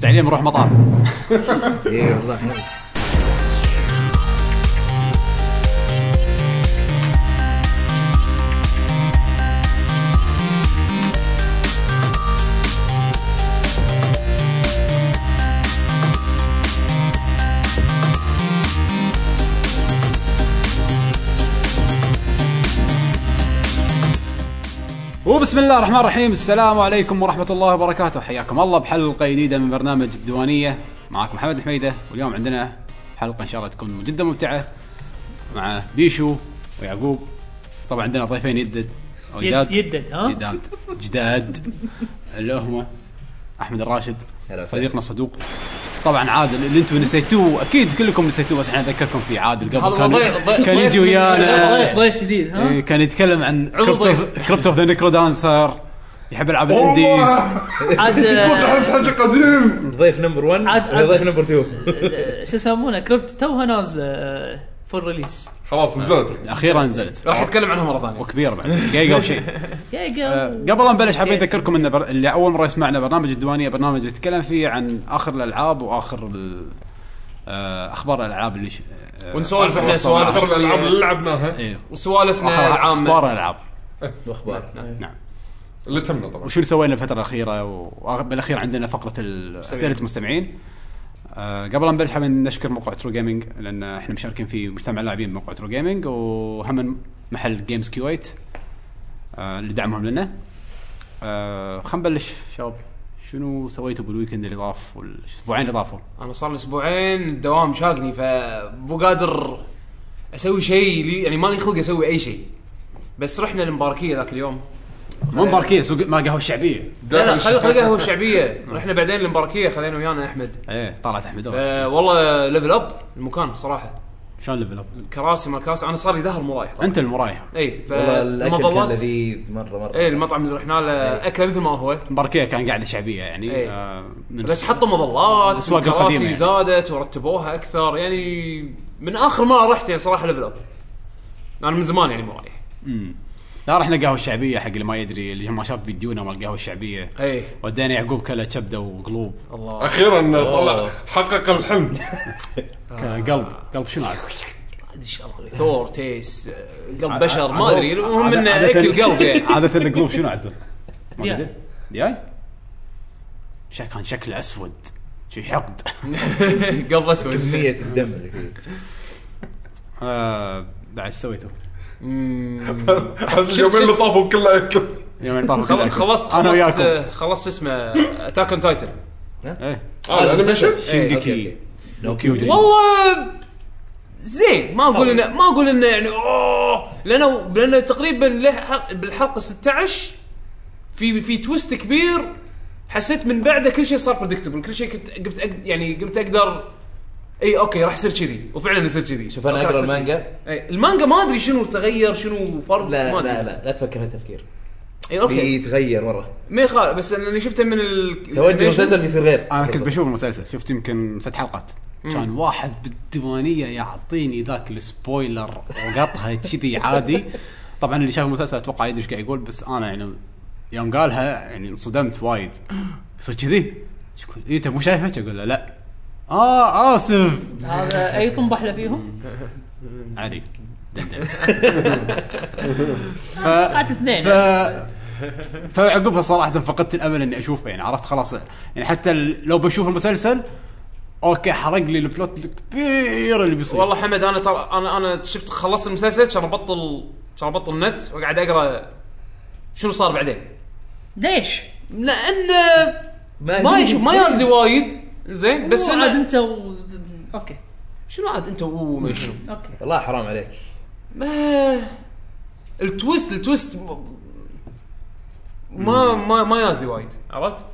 تعليم نروح مطار اي والله وبسم الله الرحمن الرحيم السلام عليكم ورحمة الله وبركاته حياكم الله بحلقة جديدة من برنامج الديوانية معاكم محمد الحميدة واليوم عندنا حلقة إن شاء الله تكون جدا ممتعة مع بيشو ويعقوب طبعا عندنا ضيفين يدد أو يد- يدد، ها؟ يداد جداد اللي هما أحمد الراشد هلا وسهلا. صديقنا الصدوق طبعا عادل اللي انتم نسيتوه اكيد كلكم نسيتوه بس احنا اذكركم فيه عادل قبل هذا ضيف- كان ضيف- كان يجي ضيف- ويانا ضيف- ضيف جديد إيه، ها كان يتكلم عن عضو ضيف. كريبت اوف ذا نيكرو دانسر يحب العاب الانديز عاد إيه. آه، كنت احس حاجه قديم ضيف نمبر 1 عاد- عاد. ضيف نمبر 2 آه، شو يسمونه كريبت توها آه، نازله فور ريليس خلاص نزلت اخيرا نزلت راح اتكلم عنها مره ثانيه وكبيره بعد دقيقه وشيء آه، يا قبل لا نبلش حابين نذكركم ان بر... اللي اول مره يسمعنا برنامج الديوانيه برنامج يتكلم فيه عن اخر الالعاب واخر ال... آه، اخبار الالعاب اللي ش... آه، ونسولف احنا اخر سوالف الالعاب اللي شخصية. لعبناها ايوه وسوالفنا اخر اخبار العامه الالعاب واخبار نعم اللي تمنا طبعا وشو اللي سوينا الفتره الاخيره و- وبالاخير عندنا فقره ال- اسئله المستمعين آه، قبل لا نبلش حابين نشكر موقع ترو جيمنج لان احنا مشاركين في مجتمع اللاعبين موقع ترو جيمنج وهم محل جيمز كويت آه، لدعمهم لنا آه، خلينا نبلش شباب شنو سويتوا بالويكند اللي طاف والاسبوعين اللي طافوا؟ انا صار لي اسبوعين الدوام شاقني فمو قادر اسوي شيء لي يعني ماني خلق اسوي اي شيء بس رحنا المباركيه ذاك اليوم مو طيب. مباركيه سوق ما قهوه الشعبيه لا لا خلينا خلينا قهوه شعبيه نعم. رحنا بعدين المباركيه خذينا ويانا احمد ايه طلعت احمد أول. آه، والله ليفل اب المكان صراحه شلون ليفل اب؟ كراسي ما كراسي انا صار لي دهر مو رايح طبعاً. انت المرايه اي والله الاكل كان فالمظلات لذيذ إيه. مره مره اي المطعم اللي رحنا له اكله مثل ما هو مباركيه كان قاعده شعبيه يعني إيه. آه، من بس حطوا مظلات الأسواق القديمة كراسي يعني. زادت ورتبوها اكثر يعني من اخر مره رحت يعني صراحه ليفل اب انا من زمان يعني مو رايح امم لا رحنا قهوه شعبيه حق اللي ما يدري اللي ما شاف فيديونا مال القهوه الشعبيه اي ودينا يعقوب كله كبده وقلوب الله اخيرا طلع حقق الحلم كان قلب قلب شنو عاد؟ ادري ايش صار لي. ثور تيس آه، قلب بشر ما عاد- ادري المهم عاد- انه عادة- اكل قلب يعني عاده القلوب شنو عدل؟ ما دياي. تدري؟ دياي؟ شا- كان شكله اسود شي حقد قلب اسود كميه الدم اللي فيه آه، بعد ايش سويته؟ اليومين اللي طافوا كله اكل يومين طافوا كله خل- أكل. خلصت انا خلصت وياكم آه، خلصت اسمه اتاك اون تايتن ايه آه، الانيميشن إيه، شينجيكي نو إيه. كيوجي والله زين ما اقول انه ما اقول انه يعني اوه لانه لانه تقريبا له حلق- بالحلقه 16 في في تويست كبير حسيت من بعده كل شيء صار بريدكتبل كل شيء كنت قمت أقد- يعني قمت اقدر اي اوكي راح يصير كذي وفعلا يصير كذي شوف انا أوكي، راح اقرا يصير المانجا كذي. أي، المانجا ما ادري شنو تغير شنو فرق ما لا ادري لا بس. لا لا تفكر هالتفكير اي اوكي بيتغير مره ما يخالف بس اني شفته من ال يعني توجه المسلسل بيصير غير انا كنت بشوف المسلسل شفت يمكن ست حلقات كان واحد بالديوانيه يعطيني ذاك السبويلر وقطها كذي عادي طبعا اللي شاف المسلسل اتوقع يدري ايش قاعد يقول بس انا يعني يوم قالها يعني انصدمت وايد يصير كذي يقول اي انت مو شايفه اقول له لا اه اسف هذا اي طنبح له فيهم عادي دندن ف... قعدت اثنين ف... فعقبها صراحه فقدت الامل اني اشوفه يعني عرفت خلاص يعني حتى ال- لو بشوف المسلسل اوكي حرق لي البلوت الكبير اللي بيصير والله حمد انا ترى انا انا شفت خلصت المسلسل كان ابطل كان ابطل النت وقاعد اقرا شنو صار بعدين ليش؟ لان ما هي- يشوف ما ياز لي وايد زين بس بس عاد انا انت و... اوكي شنو عاد انت وما شنو اوكي والله حرام عليك ما- التويست التويست م- ما ما ما ياز لي وايد عرفت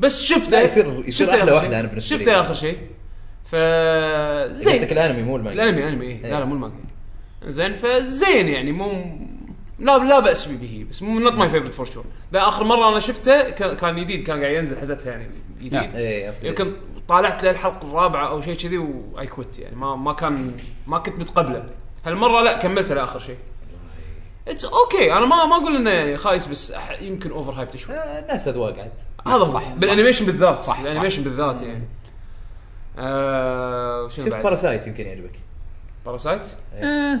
بس شفته لا، يصير- يصير شفته أحلى آخر واحدة شيء. أنا بالنسبة لي. شفته اخر شيء ف زين قصدك الانمي مو المانجا الانمي الانمي إيه. لا لا مو المانجا زين فزين يعني مو لا لا باس به بس مو نوت ماي فيفرت فور شور اخر مره انا شفته كان كان جديد كان قاعد ينزل حزتها يعني جديد نعم. إيه، عرفت. يمكن طالعت للحلقه الرابعه او شيء كذي واي كويت يعني ما ما كان ما كنت متقبله هالمره لا كملته لاخر شيء اتس اوكي انا ما ما اقول انه يعني خايس بس أح- يمكن اوفر هايبت شوي آه، الناس اذواق عاد هذا هو صح، صح. بالانيميشن بالذات صح، صح صح. بالانيميشن بالذات يعني آه شنو شوف بعد؟ باراسايت يمكن يعجبك باراسايت آه،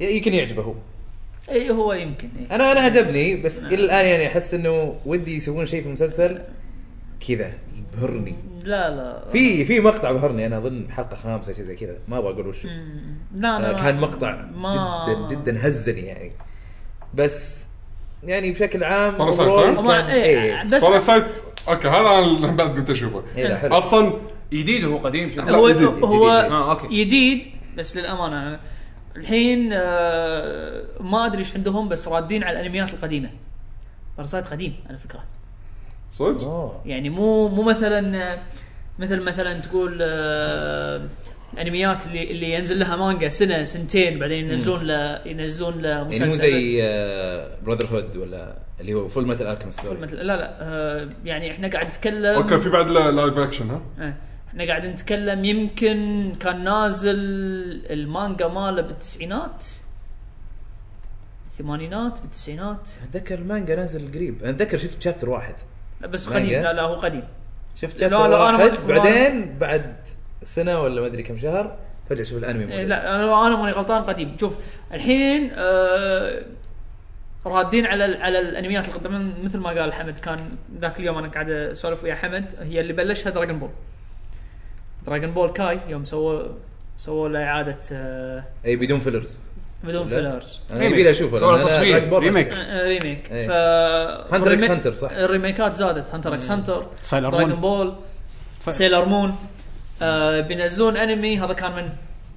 ي- يمكن يعجبه هو اي هو يمكن إيه. إي. انا انا عجبني بس الى الان يعني احس انه ودي يسوون شيء في المسلسل كذا يبهرني لا لا في في مقطع بهرني انا اظن حلقه خامسه شيء زي كذا ما ابغى اقول وش هو. مم. لا لا آه، لا. كان مقطع ما- جدا جدا هزني يعني بس يعني بشكل عام Parasite، overall ها؟ كان- وما- إيه، إيه، بس باراسايت اوكي هذا انا اللي بعد كنت اشوفه إيه، لا، حلو. اصلا جديد هو قديم شنو؟ هو جديد، جديد. هو آه، أوكي. جديد بس للامانه أنا الحين آه، ما ادري ايش عندهم بس رادين على الانميات القديمه باراسايت قديم على فكره صدق أوه. يعني مو مو مثلا آه، مثل مثلا تقول آه، انميات اللي اللي ينزل لها مانجا سنه سنتين بعدين ينزلون ل ينزلون يعني مو لمسلسل زي براذر هود ولا اللي هو فول ميتال الكيمست مثل- لا لا آه، يعني احنا قاعد نتكلم اوكي في بعد لا- لايف اكشن ها إيه. احنا قاعد نتكلم يمكن كان نازل المانجا ماله بالتسعينات الثمانينات بالتسعينات اتذكر المانجا نازل قريب انا اتذكر شفت شابتر واحد لا بس مانجا؟ قديم لا لا هو قديم شفت لا، شابتر لا، أنا ما- واحد ما- بعدين بعد سنه ولا ما ادري كم شهر فجاه شوف الانمي إيه، موجود. لا انا انا ماني غلطان قديم شوف الحين آه رادين على ال- على الانميات القديمه مثل ما قال حمد كان ذاك اليوم انا قاعد اسولف ويا حمد هي اللي بلشها دراجون بول دراجون بول كاي يوم سووا سووا له اعاده آه اي بدون فيلرز بدون لا. فيلرز انا ريميك. يبي اشوفه صورة لأن أنا تصوير. أكبر. ريميك ريميك إيه. ف Hunter الريمي- X Hunter، صح. الريميكات زادت هانتر اكس هانتر سايلر دراجون مون بول صح. سيلر مون آه بينزلون انمي هذا كان من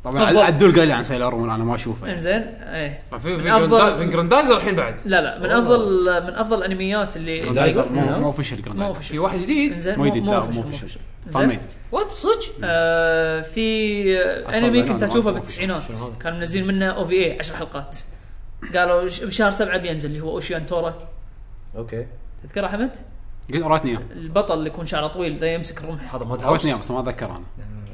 طبعا بالضبط. عدول قال لي عن سايلر مون انا ما اشوفه يعني. انزين ايه في في أفضل- جراندا- في جراندايزر الحين بعد لا لا من افضل من افضل الانميات اللي جراندايزر اللي- مو مو اوفيشال جراندايزر في واحد جديد انزين مو جديد لا official، مو طيب، official. اوفيشال زين. فايد وات صدق آه، في آه، أصلاً انمي زمان كنت ما اشوفه أعرف. بالتسعينات شنو هذا؟ كانوا منزلين منه او في اي 10 حلقات قالوا ش- بشهر سبعه بينزل اللي هو اوشيان تورا اوكي تذكره حمد؟ قلت قراتني اياه البطل اللي يكون شعره طويل ذا يمسك رمح هذا ماد قراتني هاوس اياه بس ما اتذكر انا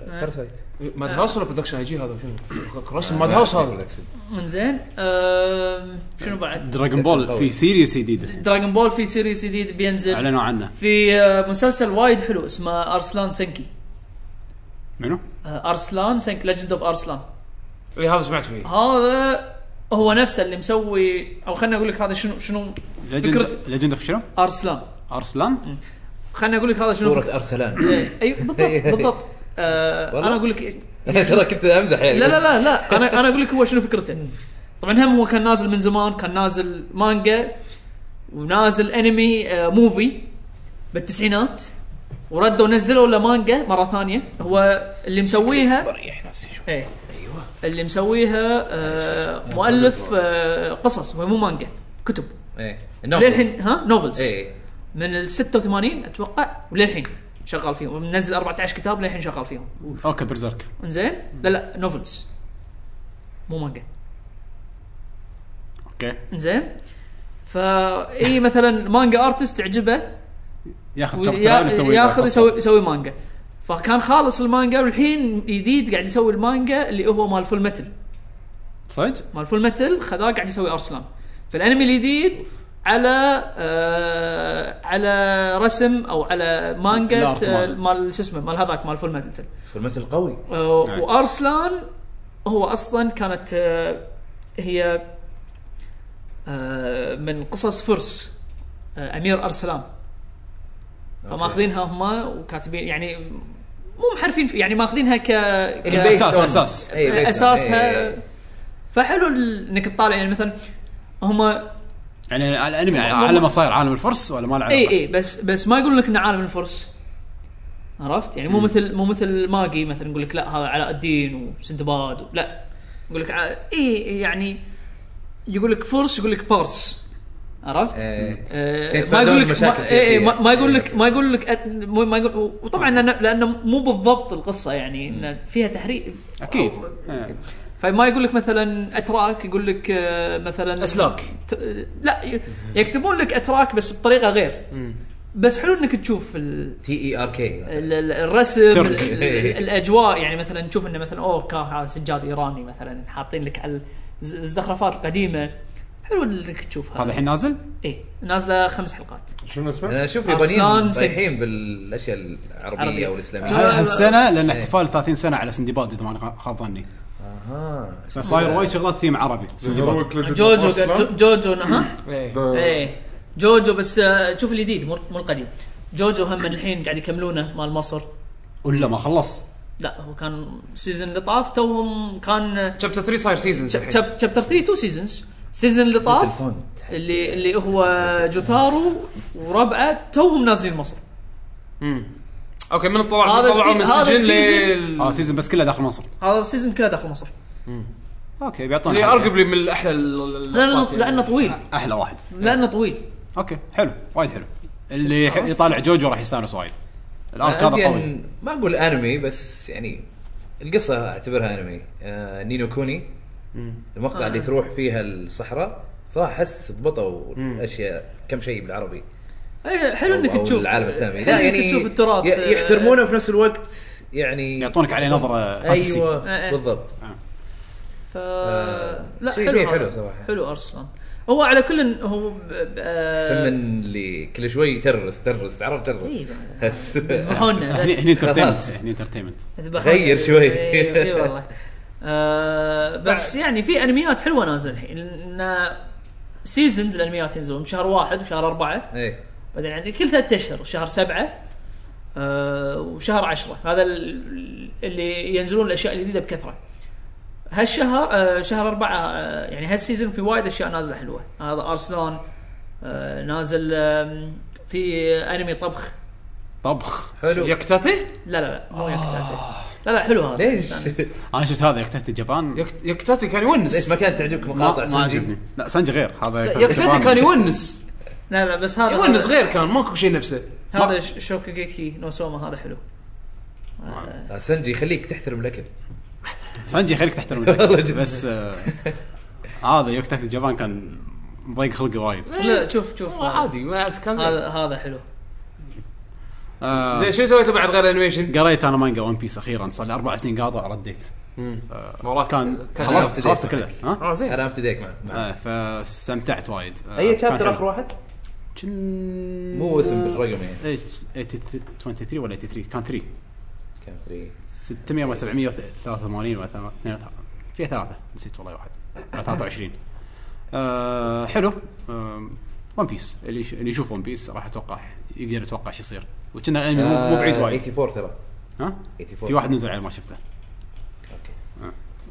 آه. باراسايت إيه، ماد هاوس ولا برودكشن اي جي هذا شنو رسم ماد هاوس هذا انزين آه، شنو بعد؟ دراجون بول في سيريوس جديده دراغون بول في سيريس جديد بينزل اعلنوا عنه في آه، مسلسل وايد حلو اسمه ارسلان سنكي منو؟ آه، ارسلان سنك ليجند اوف ارسلان اي إيه، هذا سمعت فيه هذا هو نفسه اللي مسوي او خليني اقول لك هذا شنو شنو فكرة- إيه. ليجند اوف شنو؟ ارسلان ارسلان؟ خليني اقول لك هذا شنو صورة ارسلان إيه، اي بالضبط بالضبط آه والله؟ انا اقول لك ترى كنت امزح يعني لا لا لا لا انا انا اقول لك هو شنو فكرته طبعا هم هو كان نازل من زمان كان نازل مانجا ونازل انمي آه موفي بالتسعينات وردوا نزلوا له مانجا مره ثانيه هو اللي مسويها بريح نفسي شوي أيوة. ايه اللي مسويها آه مؤلف آه قصص هو مو مانجا كتب ايه للحين ها نوفلز ايه من ال 86 اتوقع وللحين شغال فيهم ومنزل 14 كتاب للحين شغال فيهم اوكي برزرك انزين لا لا نوفلز مو مانجا اوكي انزين فا اي مثلا مانجا ارتست تعجبه ياخذ ويا- شابترين يسوي ياخذ يسوي يسوي مانجا فكان خالص المانجا والحين جديد قاعد يسوي المانجا اللي هو مال فول متل صدق؟ مال فول متل خذاه قاعد يسوي ارسلان فالانمي الجديد على آه على رسم او على مانجا الارت آه، ماله. مال شو اسمه مال هذاك مال فول متل فالمثل قوي آه، نعم. وارسلان هو اصلا كانت آه، هي آه، من قصص فرس آه، امير ارسلان فماخذينها هم وكاتبين يعني مو محرفين في- يعني ماخذينها ك, ك... أساس- أساس. إيه، اساسها إيه. فحلو ال- انك تطالع يعني مثلا هم يعني الانمي على ما صاير عالم الفرس ولا ما له اي علاقه؟ اي إيه، بس بس ما يقول لك انه عالم الفرس عرفت يعني مو مثل مو مثل ماجي مثلا يقول لك لا هذا علاء الدين وسندباد و- لا يقول لك ع- اي يعني يقول لك فرس يقول لك بارس عرفت؟ إيه. آه، عشان ما يتفادون يقول لك المشاكل ما, إيه إيه، ما, ما يقول السياسية. لك ما يقول لك أت- مو- ما يقول وطبعا لأن- لانه مو بالضبط القصه يعني إن فيها تحريف اكيد إيه. فما يقول لك مثلا اتراك يقول لك آه، مثلا اسلاك ت... لا ي- يكتبون لك اتراك بس بطريقه غير بس حلو انك تشوف ال... تي اي ار كي ال- ال- الرسم ترك. ال- ال- الاجواء يعني مثلا تشوف انه مثلا اوه كا هذا سجاد ايراني مثلا حاطين لك على الز- الزخرفات القديمه حلو انك تشوف هذا هذا الحين نازل اي نازله خمس حلقات شنو اسمه؟ انا اشوف أرسلان اليابانيين سيد. طايحين بالاشياء العربيه عربية. او الاسلاميه هاي هالسنه لان إيه. احتفال 30 سنه على سندباد اذا ماني غلط ظني اها فصاير وايد شغلات ثيم عربي سندباد جوجو جو- جوجو ها إيه. ايه جوجو بس آه، شوف الجديد مو مو القديم جوجو هم من الحين قاعد يكملونه مال مصر ولا ما خلص لا هو كان سيزون اللي طاف توهم كان شابتر 3 صاير سيزونز الحين شابتر 3 تو سيزونز سيزون اللي طاف تلفون اللي اللي هو جوتارو وربعه توهم نازلين مصر مم. اوكي من الطلع هذا من طلعوا من السي- هذا السجن السيزون. اه لل سيزون بس كله داخل مصر هذا السيزون كله داخل مصر اوكي بيعطونا اللي حلقة. ارجبلي من احلى لانه لانه لانه طويل احلى واحد لانه طويل اوكي حلو وايد حلو اللي ح- يطالع جوجو راح يستانس وايد الارك هذا قوي أه، أزين- ما اقول انمي بس يعني القصه اعتبرها انمي آه نينو كوني المقطع آه. اللي تروح فيها الصحراء صراحه احس ضبطوا الاشياء كم شيء بالعربي اي حلو أو- انك أو تشوف العالم الاسلامي حلو لا انك يعني تشوف التراث ي- يحترمونه وفي نفس الوقت يعني يعطونك عليه نظره فانتسي آه، أيوة. ايوه بالضبط ف... آه، لا شيء- حلو شيء هذا. حلو صراحة. حلو ارسلان هو على كل هو ب- ب- آه، سمن اللي كل شوي ترس ترس تعرف ترس إيه. بس- يذبحونا هني بس. هني انترتينمنت خلاص. هني انترتينمنت يذبحونا. غير شوي. إيه، إيه والله آه، بس يعني في انميات حلوه نازله الحين لان سيزونز الانميات ينزلون شهر واحد وشهر اربعه ايه بعدين عندك كل ثلاثة اشهر شهر سبعه آه، وشهر عشرة هذا ال- اللي ينزلون الاشياء الجديده بكثره هالشهر آه، شهر أربعة آه، يعني هالسيزون في وايد اشياء نازله حلوه هذا ارسلان آه، نازل آم، في انمي طبخ طبخ حلو يكتاتي لا لا لا مو ياكوتاتي لا لا حلو هذا آه. ليش؟ استانس. انا شفت هذا يكتفت الجبان يك- يكتاتي كان ليش يونس ما كانت تعجبك ما مقاطع ما عجبني سنجي؟ لا سنجي غير هذا يكتاتي الجبان. كان يونس لا لا بس هذا يونس هذا, غير كان ماكو شيء نفسه هذا ش- شوكوغيكي نو سوما هذا حلو آه، سنجي خليك تحترم الاكل إيه. سنجي خليك تحترم والله الأكل. جدا. بس آه، هذا يكتفت الجبان كان مضيق خلقه وايد لا شوف شوف هذا عادي بالعكس كان زين هذا- هذا حلو آه، زين شو سويتوا بعد غير انيميشن؟ قريت انا مانجا ون بيس اخيرا صار لي اربع سنين قاطع رديت وراك كان كان خلصت جاب خلصت كله تدريب. ها اه زين انا ابتديك معك معك. آه، فاستمتعت وايد آه، اي كان شابتر حلو. اخر واحد؟ جن- مو اسم بالرقم يعني إيه، 23 ولا 83 كان 3 كم 3 600 ولا 783 ولا 32 فيها ثلاثة نسيت والله واحد ولا 23 آه حلو ون بيس اللي يش- اللي يشوف ون بيس راح اتوقع يقدر يتوقع شو يصير وكنا انمي مو مو بعيد وايد 84 آه، ترى ها 84 في واحد نزل عليه ما شفته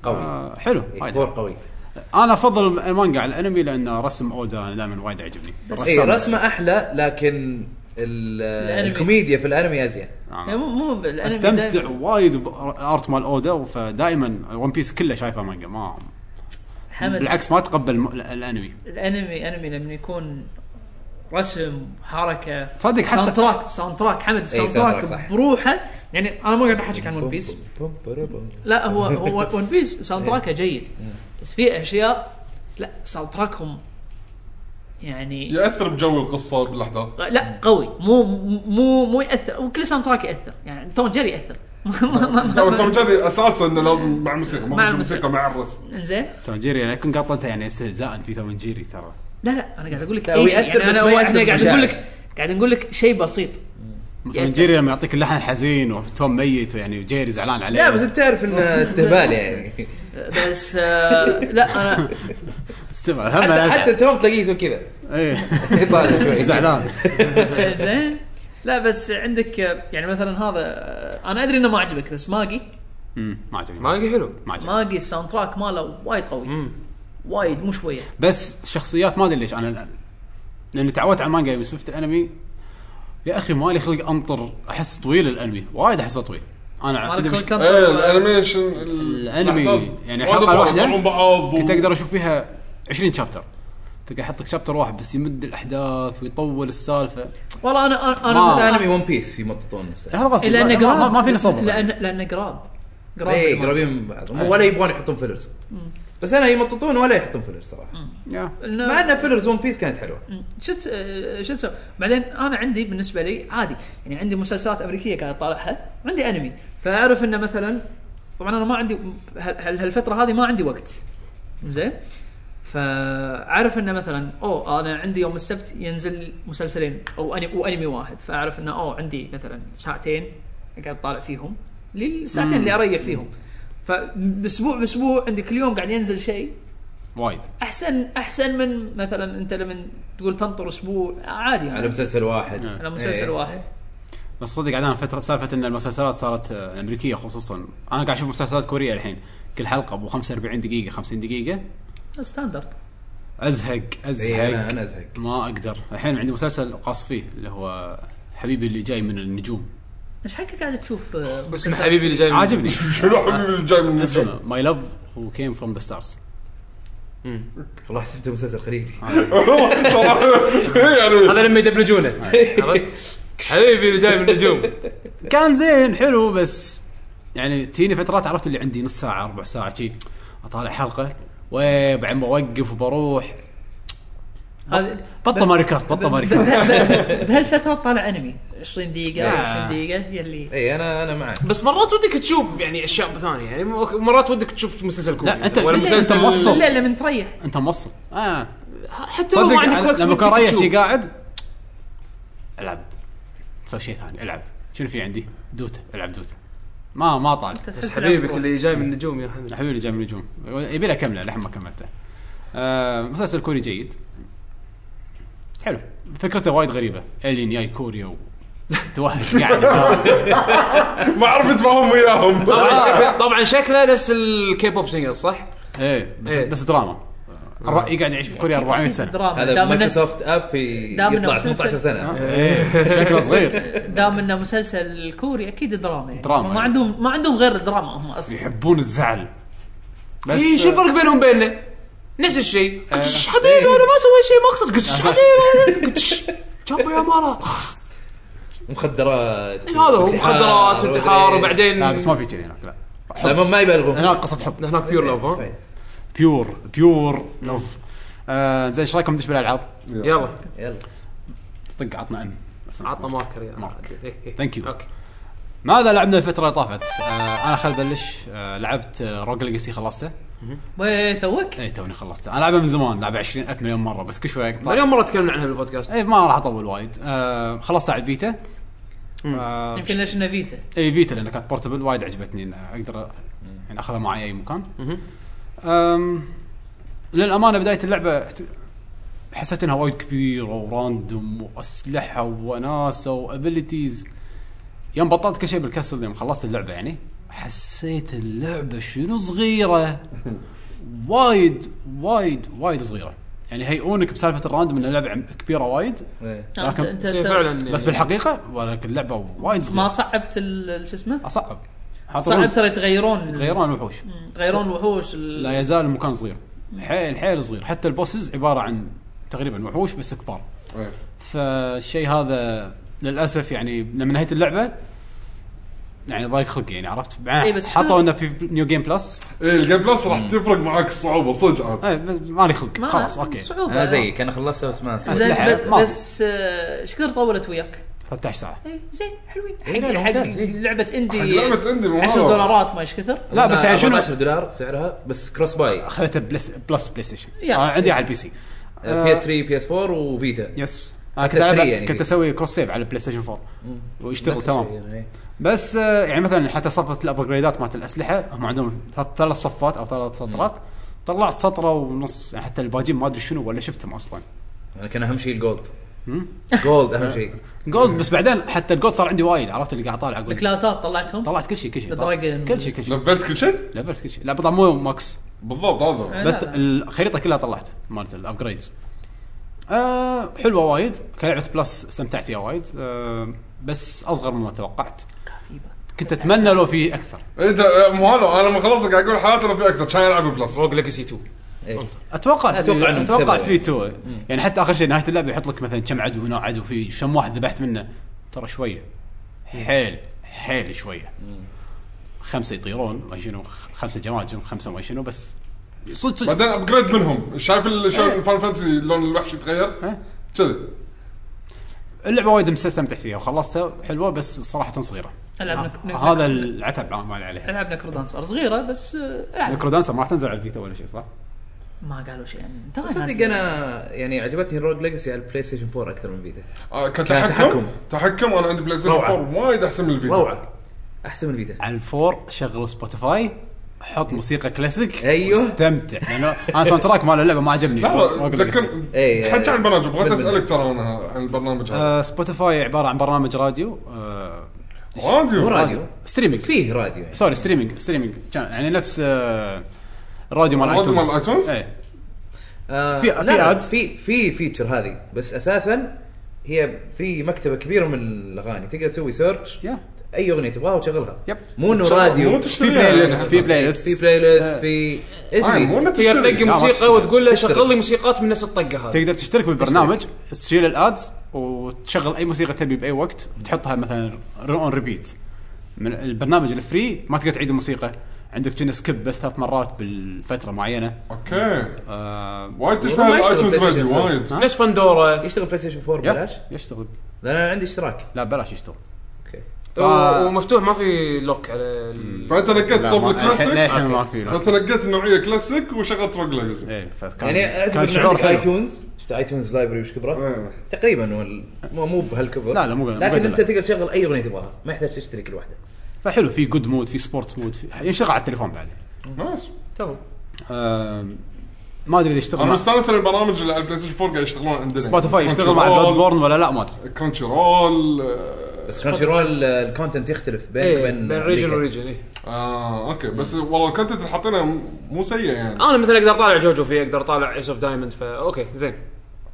قوي إيه، آه حلو وايد 84 قوي انا افضل المانجا على الانمي لان رسم اودا دائما وايد يعجبني آه. اي الرسام- رسمه احلى إيه، لكن ال- الأنمي. الكوميديا في الانمي ازين نعم. يعني مو مو بالأنمي استمتع دايماً. وايد بالارت مال اودا فدائما ون بيس كله شايفه مانجا ما حمد بالعكس ما تقبل م- الانمي الانمي انمي لما يكون رسم حركه تصدق حتى- ساوند تراك ساوند تراك حمد الساوند ساوند تراك، صح. تراك بروحه يعني انا ما قاعد احكيك عن ون بيس بوم بوم بوم. لا هو هو ون بيس ساوند تراكه جيد بس في اشياء لا ساوند تراكهم يعني ياثر بجو القصه بالاحداث لا قوي مو مو مو ياثر وكل ساوند تراك ياثر يعني توم جيري ياثر ما ما ما- لو ما توم جيري اساسا انه لازم مع موسيقى مع مع موسيقى الموسيقى. مع الرسم زين توم جيري انا كنت قاطنته يعني استهزاء في توم جيري ترى لا لا انا قاعد اقول لك لا، اي هو شيء يأثر يعني بس انا ما هو- يأثر احنا قاعد بالمشاعر. نقول لك قاعد نقول لك شيء بسيط توم جيري لما يعطيك اللحن حزين وتوم ميت يعني وجيري زعلان عليه لا بس انت تعرف انه استهبال يعني بس آه، لا انا استمع هم حتى, أنا حتى أزعل. توم تلاقيه يسوي كذا إيه. يطالع شوي زعلان زين لا بس عندك يعني مثلا هذا آه، انا ادري انه ما عجبك بس ماجي أمم، ما عجبني ما مانجا حلو عجبني ماجي الساوند تراك ماله وايد قوي مم. وايد مو شويه بس الشخصيات ما ادري ليش انا الآن. لاني تعودت على المانجا يوم شفت الانمي يا اخي مالي خلق انطر احس طويل الانمي وايد احسه طويل انا عندي مش- إيه، ايه الانيميشن ال- الأنمي، الأحداث. يعني وايد حلقة أبغى واحدة يطلعون بعض و- كنت اقدر اشوف فيها 20 شابتر تلقى يحطك شابتر واحد بس يمد الاحداث ويطول السالفه والله انا انا ما- انا انمي ون بيس يمططون نفسه هذا قصدي لانه ما- ما- قراب ما فينا صبر لان لانه قراب اي بالماضي. قريبين إيه، من بعض ولا يبغون يحطون فيلرز بس انا يمططون ولا يحطون فيلرز صراحه يا. لأنه- مع ان فيلرز ون بيس كانت حلوه شت آه، شو تسوي؟ بعدين انا عندي بالنسبه لي عادي يعني عندي مسلسلات امريكيه قاعد اطالعها عندي انمي فاعرف انه مثلا طبعا انا ما عندي هال- هال- هالفتره هذه ما عندي وقت زين فاعرف انه مثلا او انا عندي يوم السبت ينزل مسلسلين او أني وانمي واحد فاعرف انه او عندي مثلا ساعتين قاعد طالع فيهم للساعتين اللي اريح فيهم فاسبوع باسبوع عندي كل يوم قاعد ينزل شيء وايد احسن احسن من مثلا انت لما تقول تنطر اسبوع عادي على يعني مسلسل واحد نعم. على مسلسل إيه. واحد بس صدق عدنان فتره سالفه ان المسلسلات صارت آه، الامريكيه خصوصا انا قاعد اشوف مسلسلات كوريه الحين كل حلقه ابو 45 دقيقه 50 دقيقه ستاندرد ازهق ازهق إيه، أنا- أنا أزهق. ما اقدر الحين عندي مسلسل قاص فيه اللي هو حبيبي اللي جاي من النجوم ايش حقك قاعد تشوف آه، بس حبيبي اللي جاي من- عاجبني شنو حبيبي اللي جاي من النجوم اسمه ماي لاف هو كيم فروم ذا ستارز والله حسبته مسلسل خليجي آه. صراحه يعني هذا لما يدبلجونه عرفت؟ حبيبي اللي جاي من النجوم كان زين حلو بس يعني تجيني فترات عرفت اللي عندي نص ساعه ربع ساعه شي اطالع حلقه وبعدين بوقف وبروح بطل ماري كارت بطل ماري كارت بهالفتره طالع انمي 20 دقيقه لا. 20 دقيقه يلي اي انا انا إيه، معك بس مرات ودك تشوف يعني اشياء ثانيه يعني م- مرات ودك تشوف مسلسل كوري لا، أنت- ولا أنت- مسلسل أنت موصل. لا لما تريح انت موصل اه حتى لو تصدق ما عندك وقت لما ودك كان رايح تشوف. شي قاعد العب سوي شيء ثاني العب شنو في عندي؟ دوتا العب دوتا ما ما طالع بس حبيبك اللي جاي من النجوم يا حمد حبيبي اللي جاي من النجوم يبي له كمله لحين ما كملته. آه مسلسل كوري جيد. حلو فكرته وايد غريبه الين جاي كوريا و- توهق قاعد ما اعرف اتفاهم وياهم طبعا شكله طبعا شكله نفس الكي بوب سينجر صح؟ ايه بس, إيه. بس دراما أربع- يقعد يعيش في كوريا 400 سنه دراما هذا دام إنه- مايكروسوفت اب ي- دام إنه يطلع آه. مسلسل. آه. 18 إيه. سنه ايه شكله صغير دام انه مسلسل كوري اكيد دراما يعني. دراما، ما يعني. عندهم ما عندهم غير الدراما هم اصلا يحبون الزعل بس آه. اي شو الفرق بينهم وبيننا؟ نفس الشيء قدش حبيبي انا ما سويت شيء ما اقصد قدش حبيبي قدش جنبي يا مالا مخدرات إيه هذا هو مخدرات وانتحار وبعدين آه، لا بس ما في كذي هناك لا لا ما- إيه، ما يبالغون هناك قصه حب هناك بيور لوف ها؟ كويس. بيور بيور لوف آه زين ايش رايكم ندش بالالعاب؟ يلا يلا طق عطنا ام عطنا ماركر يا مارك. إيه، إيه. Thank you. اوكي ماذا لعبنا الفترة اللي طافت؟ آه انا خل بلش آه لعبت روج ليجاسي خلصته وي، توك اي توني خلصته انا لعبه من زمان لعبه 20000 مليون مره بس كل شوي اقطع مليون مره طيب. تكلمنا عنها بالبودكاست اي ما راح اطول وايد آه خلصتها على الفيتا آه يمكن ليش إنه فيتا اي فيتا لان كانت بورتبل وايد عجبتني إن اقدر يعني اخذها معي اي مكان مهم. أم للامانه بدايه اللعبه ت- حسيت انها وايد كبيره وراندوم واسلحه وناسه وابيلتيز يوم بطلت كل شيء بالكسل يوم خلصت اللعبه يعني حسيت اللعبه شنو صغيره وايد وايد وايد صغيره يعني هيئونك بسالفه الراندوم ان اللعبه عم- كبيره وايد إيه. آه، أنت- لكن- أنت- بس هي أنت فعلا بس بالحقيقه ولكن اللعبه وايد إيه. ما صغيره صعبت ال- شو اسمه اصعب صعب ترى يتغيرون غيران وحوش يتغيرون وحوش ال- لا يزال المكان صغير حيل حيل صغير حتى البوسز عباره عن تقريبا وحوش بس كبار طيب. فالشيء هذا للاسف يعني لما نهيت اللعبه يعني ضايق خلقي يعني عرفت؟ إي بعدين إيه، بس حطوا شلون؟ انه في نيو جيم بلس ايه الجيم بلس راح تفرق معاك الصعوبه صدق عاد إي، بس إيه، مالي خلق ما- خلاص اوكي صعوبة انا زيك انا خلصتها بس ما نسيت زين أسلحة. بس ما- بس آه، ايش كثر طولت وياك؟ 13 ساعه إيه، زين حلوين إيه، لا، لا، حق حق ممتاز، إيه. لعبه اندي حق لعبة إندي، مو 10 هذا. دولارات ما ايش كثر لا بس يعني شنو 14 دولار سعرها بس كروس باي اخذته بلس بلس بلاي ستيشن يا. آه، عندي على البي سي آه، بي اس 3 بي اس 4 وفيتا يس انا آه، كنت حتى ألعب free يعني كنت في- اسوي كروس سيف على البلاي ستيشن 4 ويشتغل نفس تمام الشيء، إيه. بس آه، يعني مثلا حتى صفه الابجريدات مالت الاسلحه هم عندهم ثلاث- ثلاث صفات او ثلاث سطرات طلعت سطره ونص يعني حتى الباجين ما ادري شنو ولا شفتهم اصلا انا كان اهم شيء الجولد جولد آه. اهم شيء جولد بس بعدين حتى الجولد صار عندي وايد عرفت اللي قاعد طالع اقول الكلاسات طلعتهم طلعت كل شيء كل شيء الدراجون. كل شيء كل شيء لفلت كل شيء ليفلز كل شيء لا طبعا مو ماكس بالضبط هذا بس لا، لا. الخريطه كلها طلعت مالت الابجريدز آه حلوه وايد كلعبه بلس استمتعت فيها وايد آه بس اصغر مما توقعت كنت اتمنى لو في اكثر انت إيه، مو هذا انا لما خلصت قاعد اقول حالاتي لو في اكثر كان العب بلس روج ليجاسي 2 إيه. اتوقع أتوقع إنهم اتوقع كسبوا في تو يعني حتى اخر شيء نهايه اللعبه يحط لك مثلا كم عدو هنا عدو في كم واحد ذبحت منه ترى شويه حيل حيل شويه خمسه يطيرون ما شنو خ- خمسه جماد شنو خمسه ما شنو بس صدق صدق بعدين ابجريد منهم شايف ال- شلون الفان فانتسي لون الوحش يتغير ها؟ كذي اللعبه وايد استمتعت فيها وخلصتها حلوه بس صراحه صغيره ألعب آه. ها- نك- نك- آه، هذا العتب مالي عليه العاب نكرودانسر صغيره بس آه، العب نكرو دانسر ما راح تنزل على الفيتا ولا شيء صح؟ ما قالوا شيء يعني ترى صدق الناس- انا يعني عجبتني روج ليجسي على البلاي ستيشن 4 اكثر من فيتا آه كتحكم كتحكم. تحكم وانا عندي بلاي ستيشن روعة. 4 وايد احسن من الفيتا روعه احسن من فيتا على الفور شغل سبوتيفاي حط موسيقى كلاسيك أيوه. استمتع لانه انا ساوند تراك مال اللعبه ما عجبني لا لا Rogue Legacy. تذكر إيه، تحكي عن البرنامج بغيت بالمناسبة. اسالك ترى انا عن البرنامج هذا آه، سبوتيفاي عباره عن برنامج راديو آه، راديو مو راديو ستريمينج فيه راديو يعني سوري ستريمينج ستريمينج كان يعني نفس آه، راديو مال راديو ايتونز مال iTunes؟ ايه آه في- لا، في لا، ads. في في فيتشر هذه بس اساسا هي في مكتبه كبيره من الاغاني تقدر تسوي سيرش يا اي اغنيه تبغاها وتشغلها يب. مو انه شغل- مو راديو في تشتريها بلاي يعني ليست حتى. في بلاي ليست في بلاي ليست في آه، مو اذبي تقدر إنه تشتري. لا، تنقي ما موسيقى وتقول له تشتري. شغل لي موسيقات من نفس الطقه هذه تقدر تشترك بالبرنامج تشيل الادز وتشغل اي موسيقى تبي باي وقت وتحطها مثلا اون ريبيت من البرنامج الفري ما تقدر تعيد الموسيقى عندك كنا سكيب بس ثلاث مرات بالفتره معينه اوكي آه وايد تشبه والله ما يشتغل الايتونز بلاي ستيشن راديو فور. وايد ها؟ نفس بندورا يشتغل بلاي ستيشن 4 يا، ببلاش يشتغل لان انا عندي اشتراك لا بلاش يشتغل اوكي ف- و- ومفتوح ما في لوك على ال- فانت نقيت لا، صوب ما- الحين- الكلاسيك الحين ما في لا. فانت نقيت النوعيه كلاسيك وشغلت روج ليجاسي ايه فكان يعني كان اعتبر انه شعور عندك حلو آه. ايتونز شفت ايتونز لايبرري وش كبره؟ إيه. تقريبا وال- مو مو بهالكبر لا، لا، مو- مو لكن قد انت لا. تقدر تشغل اي اغنيه تبغاها ما يحتاج تشتري كل واحده فحلو في جود مود في سبورت مود في- ينشغل على التليفون بعد نايس تمام آم، ما ادري اذا يشتغل انا مع مستانس ان البرامج اللي على البلاي ستيشن 4 قاعد يشتغلون عندنا سبوتيفاي يشتغل مع كرانشي بلاد رول- بورن ولا لا ما ادري كرانشي رول آه، بس كرانشي رول الكونتنت يختلف بينك إيه، وبين بين ريجن أمريكا. وريجن إيه. اه اوكي بس والله الكونتنت اللي حاطينه مو سيء يعني انا مثلا اقدر اطالع جوجو فيه اقدر اطالع ايس اوف دايموند فا اوكي زين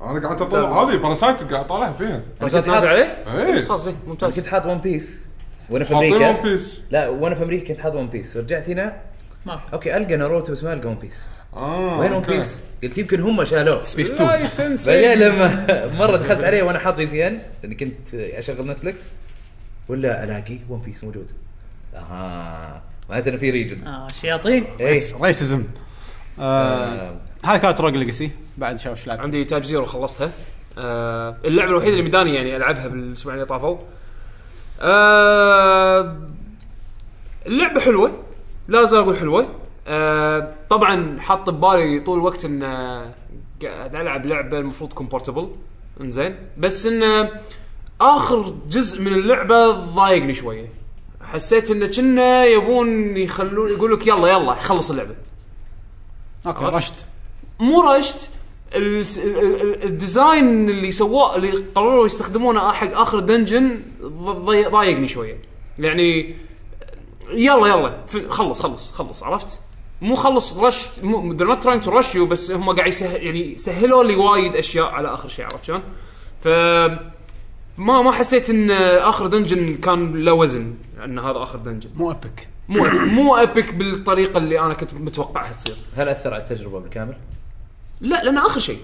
انا قاعد طيب. اطلع هذه باراسايت قاعد اطالعها فيها رجعت نازل عليه؟ إيه. بس خلاص زين أنا ممتاز طيب، كنت حاط ون بيس وانا في حاطين ون امريكا بيس لا وانا في امريكا كنت حاط ون بيس رجعت هنا ما في. اوكي القى ناروتو بس ما القى ون بيس اه وين ون أوكي. بيس؟ قلت يمكن هم شالوه سبيس تون لايسنس بعدين لما مره دخلت عليه وانا حاط في ان لاني كنت اشغل نتفلكس ولا الاقي ون بيس موجود اها معناته انه في ريجن اه شياطين ايه ريسزم آه، هاي كانت روج ليجسي بعد شاف ايش لعبت عندي تايب زيرو خلصتها آه اللعبه الوحيده اللي مداني يعني العبها بالاسبوعين اللي طافوا آه اللعبه حلوه لا زال اقول حلوه آه طبعا حاط ببالي طول الوقت ان آه، قاعد العب لعبه المفروض تكون بورتبل انزين بس ان آه، اخر جزء من اللعبه ضايقني شويه حسيت انه كنا يبون يخلون يقول لك يلا يلا خلص اللعبه اوكي رشت مو رشت ال- ال- ال- الديزاين اللي سووه اللي قرروا يستخدمونه حق اخر دنجن ض- ضي- ضايقني شويه يعني يلا يلا ف- خلص خلص خلص عرفت مو خلص رشت مو they're not trying to rush you بس هم قاعد يسهل يعني سهلوا لي وايد اشياء على اخر شيء عرفت شلون؟ ف ما ما حسيت ان اخر دنجن كان له وزن ان هذا اخر دنجن مو ابيك مو مو ابيك بالطريقه اللي انا كنت متوقعها تصير هل اثر على التجربه بالكامل؟ لا لان اخر شيء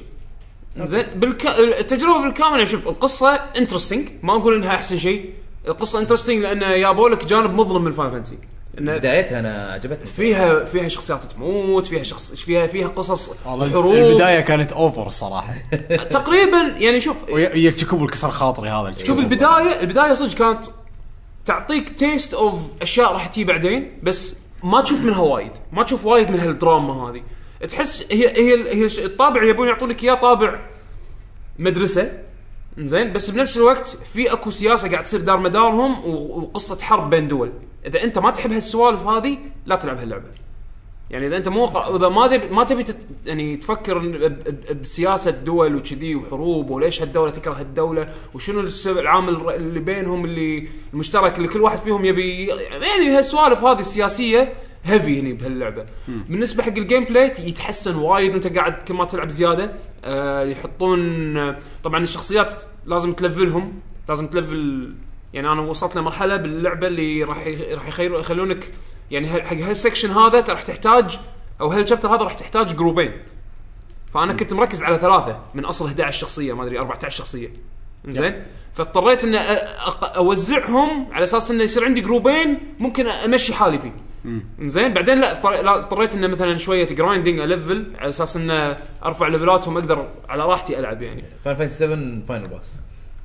زين بالك... التجربه بالكامل يعني شوف القصه انترستنج ما اقول انها احسن شيء القصه انترستنج لان جابوا لك جانب مظلم من فاين فانسي انه بدايتها انا عجبتني فيها فيها شخصيات تموت فيها شخص فيها فيها قصص حروب والله البدايه كانت اوفر الصراحه تقريبا يعني شوف وياك تشكوب الكسر خاطري هذا الجو. إيه، شوف البدايه البدايه صدق كانت تعطيك تيست اوف اشياء راح تجي بعدين بس ما تشوف منها وايد ما تشوف وايد من هالدراما هذه تحس هي هي هي ش- الطابع اللي يبون يعطونك اياه طابع مدرسه زين بس بنفس الوقت في اكو سياسه قاعد تصير دار مدارهم و- وقصه حرب بين دول اذا انت ما تحب هالسوالف هذه لا تلعب هاللعبه يعني اذا انت مو قا- اذا ما تبي ما تبي تت يعني تفكر إن ب- ب- بسياسه دول وكذي وحروب وليش هالدوله تكره هالدوله وشنو السبب العامل الر- اللي بينهم اللي المشترك اللي كل واحد فيهم يبي يعني هالسوالف هذه السياسيه هيفي هني بهاللعبه بالنسبه حق الجيم بلاي يتحسن وايد وانت قاعد كل ما تلعب زياده آه يحطون آه، طبعا الشخصيات لازم تلفلهم لازم تلفل يعني انا وصلت لمرحله باللعبه اللي راح ي- راح يخيروا يخلونك يعني هال- حق هالسكشن هذا راح تحتاج او هالشابتر هذا راح تحتاج جروبين فانا كنت مركز على ثلاثه من اصل 11 شخصيه ما ادري 14 شخصيه زين فاضطريت ان أ- أق- اوزعهم على اساس انه يصير عندي جروبين ممكن امشي حالي فيه زين بعدين لا اضطر- لا، اضطريت انه مثلا شويه جرايندنج الفل على اساس انه ارفع ليفلاتهم اقدر على راحتي العب يعني فاين فانتسي 7 فاينل باس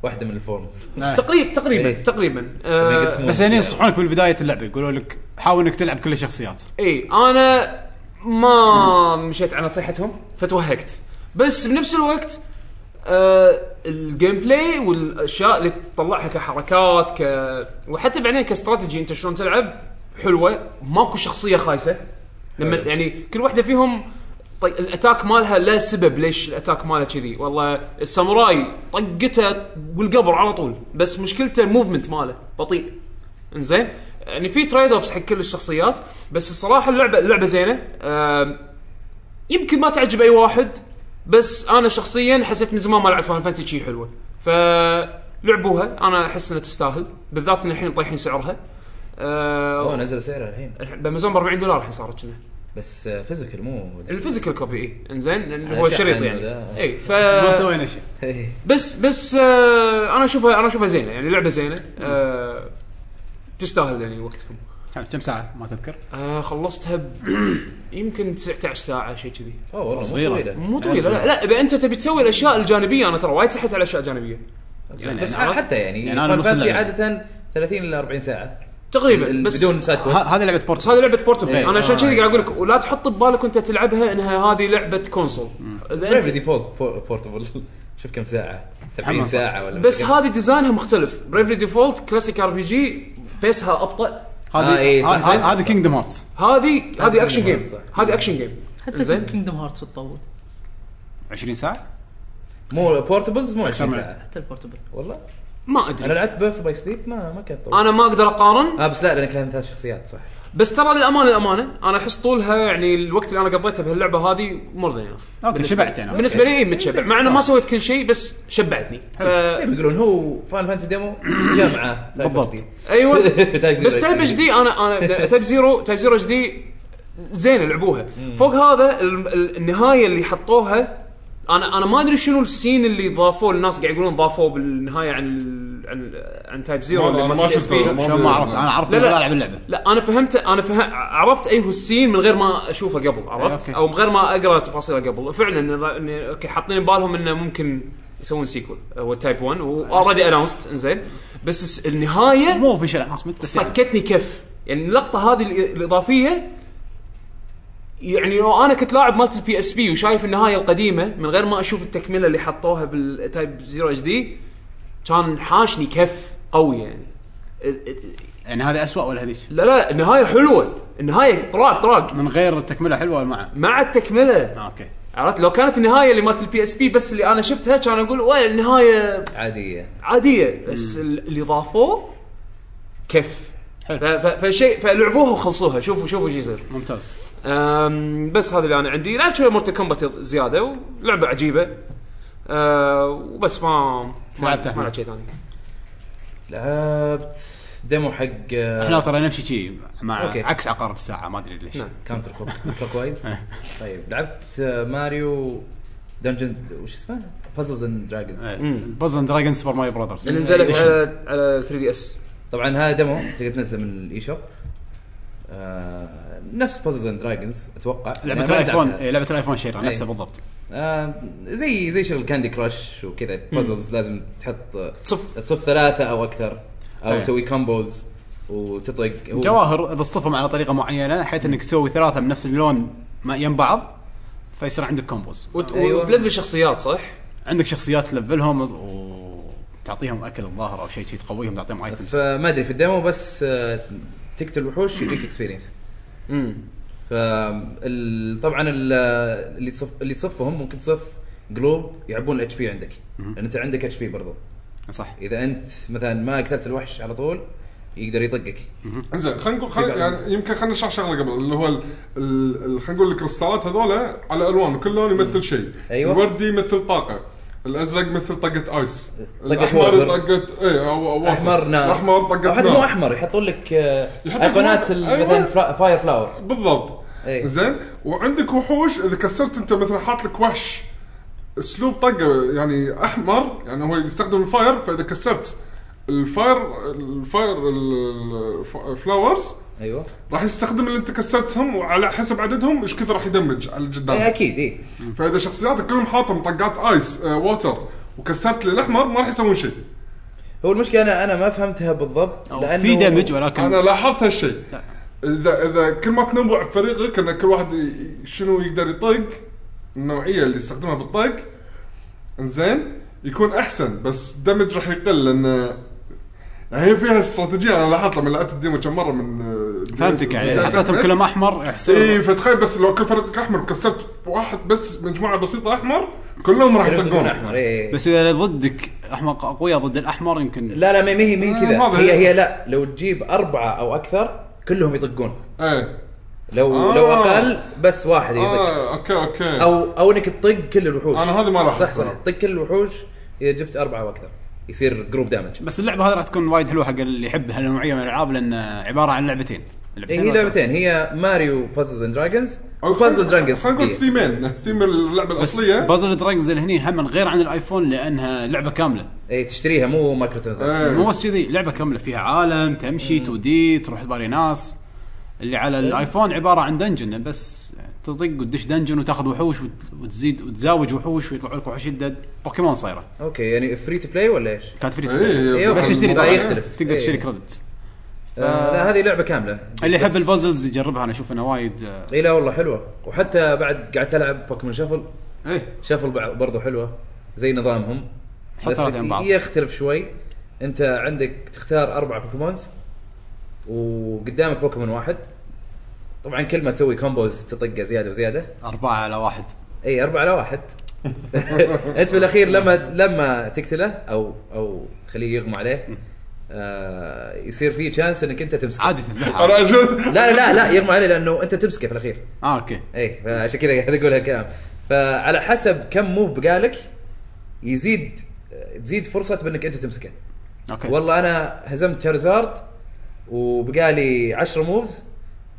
واحده من الفورمز آه. تقريبا تقريبا إيه. تقريبا آه، يقسمون. بس يعني ينصحونك بالبدايه اللعبه يقولوا لك حاول انك تلعب كل الشخصيات اي انا ما مشيت على نصيحتهم فتوهقت بس بنفس الوقت آه الجيم بلاي والاشياء اللي تطلعها كحركات ك وحتى بعدين كاستراتيجي انت شلون تلعب حلوه ماكو شخصيه خايسه لما حلو. يعني كل واحده فيهم طيب الاتاك مالها لا سبب ليش الاتاك مالها كذي والله الساموراي طقته والقبر على طول بس مشكلته الموفمنت ماله بطيء انزين يعني في تريد اوفز حق كل الشخصيات بس الصراحه اللعبه اللعبه زينه آم، يمكن ما تعجب اي واحد بس انا شخصيا حسيت من زمان ما لعب فان فانتسي شي حلوه فلعبوها انا احس انها تستاهل بالذات ان الحين طايحين سعرها اوه آه نزل سعرها الحين بامازون ب 40 دولار الحين صارت كذا بس فيزيكال مو الفيزيكال كوبي اي انزين لأن على هو شحن شريط يعني وذا. اي ف ما سوينا شيء إيه. بس بس آه انا اشوفها انا اشوفها زينه يعني لعبه زينه آه تستاهل يعني وقتكم كم ساعه ما تذكر آه خلصتها ب... يمكن 19 ساعه شيء كذي اوه والله صغيرة. مو طويله مو طويله لا لا اذا انت تبي تسوي الاشياء الجانبيه انا ترى وايد سحبت على اشياء جانبيه زين، بس يعني أنا- حتى يعني يعني أنا Final نص Fantasy اللعبة. عاده 30 الى 40 ساعه تقريبا بس بدون سايد ه- كويست هذه لعبه بورت بس هذه لعبه بورتبل إيه. انا عشان آه، كذي قاعد اقول لك ولا تحط ببالك وانت تلعبها انها هذه لعبه كونسول إذا بريفري أنت- ديفولت بورتبل شوف كم ساعه 70 محمد. ساعه ولا بس كم. هذه ديزاينها مختلف بريفري ديفولت كلاسيك ار بي جي بيسها ابطا آه، إيه، هذه صح، صح، ه- صح، هذه صح. كينجدم هارتس هذه هذه هذه اكشن جيم صح. هذه اكشن جيم حتى زين. كينجدم هارتس تطول 20 ساعه مو بورتبلز مو 20 أكثر من- ساعه حتى البورتبل والله ما انا ادري لعبت بيرث باي سليب ما ما كانت طويله انا ما اقدر اقارن اه بس لا لان كان ثلاث شخصيات صح بس ترى للامانه الامانه انا احس طولها يعني الوقت اللي انا قضيته بهاللعبه هذه مور ذان انف اوكي شبعت انا بالنسبه لي إيه، متشبع مع انه ما سويت كل شيء بس شبعتني ف- زي ما يقولون هو فان فانسي ديمو جامعه تايب بالضبط. جديد. ايوه تايب زيرو بس تايب اتش دي انا انا تايب زيرو تايب زيرو اتش دي زين لعبوها فوق هذا ال- ال- النهايه اللي حطوها انا انا ما ادري شنو السين اللي ضافوه الناس قاعد يقولون ضافوه بالنهايه عن ال- عن عن تايب زيرو ما- اللي أنا ما مثل شفته. SP. ما شلون ما بي- عرفت انا عرفت لا، لا. لا العب اللعبه لا انا فهمته انا فهم عرفت اي هو السين من غير ما اشوفه قبل عرفت أوكي. او من غير ما اقرا تفاصيله قبل فعلا إن- إن- اوكي حاطين ببالهم انه ممكن يسوون سيكول هو تايب 1 اوريدي اناونست انزين بس الس- النهايه مو اوفشل اناونسمنت بس يعني. سكتني كف يعني اللقطه هذه الإ- الاضافيه يعني لو انا كنت لاعب مالت البي اس بي وشايف النهايه القديمه من غير ما اشوف التكمله اللي حطوها بالتايب زيرو اتش دي كان حاشني كف قوي يعني ال- ال- يعني هذه اسوء ولا هذيك لا لا النهايه حلوه النهايه طراق طراق من غير التكمله حلوه ولا معه مع التكمله آه، اوكي عرفت لو كانت النهايه اللي مالت البي اس بي بس اللي انا شفتها كان اقول وين النهايه عاديه عاديه بس ال- اللي ضافوه كيف حلو. ف- ف- فشيء فلعبوها وخلصوها شوفوا شوفوا ايش يصير ممتاز أم، بس هذا اللي انا عندي لعبت شويه مورتل كومبات زياده ولعبه عجيبه أه، وبس ما ما لعبت ما أحمد؟ لعبت شيء ثاني لعبت ديمو حق آه، احنا ترى نمشي شي مع أوكي. عكس عقارب الساعه ما ادري ليش آه. نعم. كاونتر كلوك وايز طيب لعبت آه، ماريو دنجن وش اسمه؟ بازلز اند دراجونز إيه. بازن دراجون سوبر ماي براذرز اللي نزلت آه، على على 3 دي اس طبعا هذا ديمو تقدر تنزله من الاي شوب آه نفس بازلز اند دراجونز اتوقع لعبه أنا يعني ما الايفون لعبتها. إيه، لعبه الايفون شيرها إيه. نفسها بالضبط آه زي زي شغل كاندي كراش وكذا بازلز لازم تحط آه، تصف تصف ثلاثه او اكثر او أي. تسوي كومبوز وتطلق هو- جواهر بتصفهم على طريقه معينه حيث انك تسوي ثلاثه من نفس اللون ما يم بعض فيصير عندك كومبوز وت- أيوة. وتلفل شخصيات صح؟ عندك شخصيات تلفلهم وتعطيهم اكل الظاهر او شيء شي تقويهم تعطيهم ايتمز فما ادري في الديمو بس آه، تقتل وحوش يجيك اكسبيرينس امم ف ال- طبعا ال- اللي تصف اللي تصفهم ممكن تصف قلوب يعبون الاتش بي عندك مهم. لان انت عندك اتش بي برضه صح اذا انت مثلا ما قتلت الوحش على طول يقدر يطقك زين خلينا نقول خلينا يعني يمكن خلينا نشرح شغله قبل اللي هو ال- ال- ال- خلينا نقول الكريستالات هذول على الوان وكل لون يمثل شيء أيوة. الوردي يمثل طاقه الازرق مثل طاقه ايس طاقة الأحمر ووتر. طاقه اي او أو ووتر. احمر نار الاحمر طاقه حتى مو نار احمر يحطون لك آه، يحطون ايقونات ال- أيوة. مثلا فرا- فاير فلاور بالضبط إيه. زين وعندك وحوش اذا كسرت انت مثلا حاط لك وحش اسلوب طقه يعني احمر يعني هو يستخدم الفاير فاذا كسرت الفاير الفاير الفلاورز ايوه راح يستخدم اللي انت كسرتهم وعلى حسب عددهم ايش كثر راح يدمج على اللي إيه، قدامك اكيد اي فاذا شخصياتك كلهم حاطه طقات ايس آه ووتر وكسرت لي الاحمر ما راح يسوون شيء هو المشكله انا انا ما فهمتها بالضبط أو في دمج ولكن انا لاحظت هالشيء اذا اذا كل ما تنوع فريقك ان كل واحد ي- شنو يقدر يطق النوعيه اللي يستخدمها بالطق انزين يكون احسن بس دمج راح يقل لان يعني هي فيها استراتيجيه انا لاحظت لما لعبت الديمو كم مره من آه، فهمتك يعني من- حطيتهم كلهم احمر يحسب اي إيه، فتخيل بس لو كل فريقك احمر كسرت واحد بس مجموعه بسيطه احمر كلهم راح يكون يطقون احمر إيه. بس اذا ضدك احمق اقوياء ضد الاحمر يمكن لا لا ما هي ما هي آه، ما كذا أدري. هي هي لا لو تجيب اربعه او اكثر كلهم يطقون ايه لو آه. لو اقل بس واحد يطق اه اوكي اوكي او او انك تطق كل الوحوش أنا هذه ما لاحظت صح صح أنا. تطق كل الوحوش اذا جبت اربعه واكثر يصير جروب دامج بس اللعبه هذه راح تكون وايد حلوه حق اللي يحب هالنوعيه من الالعاب لان عباره عن لعبتين إيه، هي لعبتين هي ماريو بازلز اند دراجونز أو وبازل خل- دراجونز خلينا نقول ثيمين ثيم اللعبه بس الاصليه بازل درانجز اللي هني هم غير عن الايفون لانها لعبه كامله اي إيه، تشتريها مو مايكرو ترانزاكشن إيه. مو بس كذي لعبه كامله فيها عالم تمشي 2 دي تروح تباري ناس اللي على الايفون عباره عن دنجن بس تطق وتدش دنجن وتاخذ وحوش وت- وتزيد وتزاوج وحوش ويطلعوا لك وحوش جدد بوكيمون صايره اوكي يعني فري تو بلاي ولا ايش؟ كانت فري تو إيه، بلاي. إيه، بس طبعاً تشتري الموضوع طبعاً. يختلف. تقدر إيه. تشتري كريدت آه لا هذه لعبه كامله اللي يحب بس- البازلز يجربها انا اشوف انها وايد آه، اي إيه، لا والله حلوه وحتى بعد قعدت العب بوكيمون شفل إيه. ايه شفل بع- برضو حلوه زي نظامهم حط بس ثلاثة يم بعض. يختلف شوي انت عندك تختار اربع بوكيمونز وقدامك بوكيمون واحد طبعا كل ما تسوي كومبوز تطقه زياده وزياده اربعه على واحد اي أربعة على واحد انت بالاخير لما لما تقتله او او خليه يغمى عليه آه يصير في تشانس انك انت تمسكه عادي تذبحها انا اجل لا لا لا لا يغمى عليه لانه انت تمسكه في الاخير اه اوكي اي فعشان كذا قاعد اقول هالكلام فعلى حسب كم موف بقالك يزيد تزيد فرصه بانك انت تمسكه اوكي والله انا هزمت تيرزارد وبقالي 10 موفز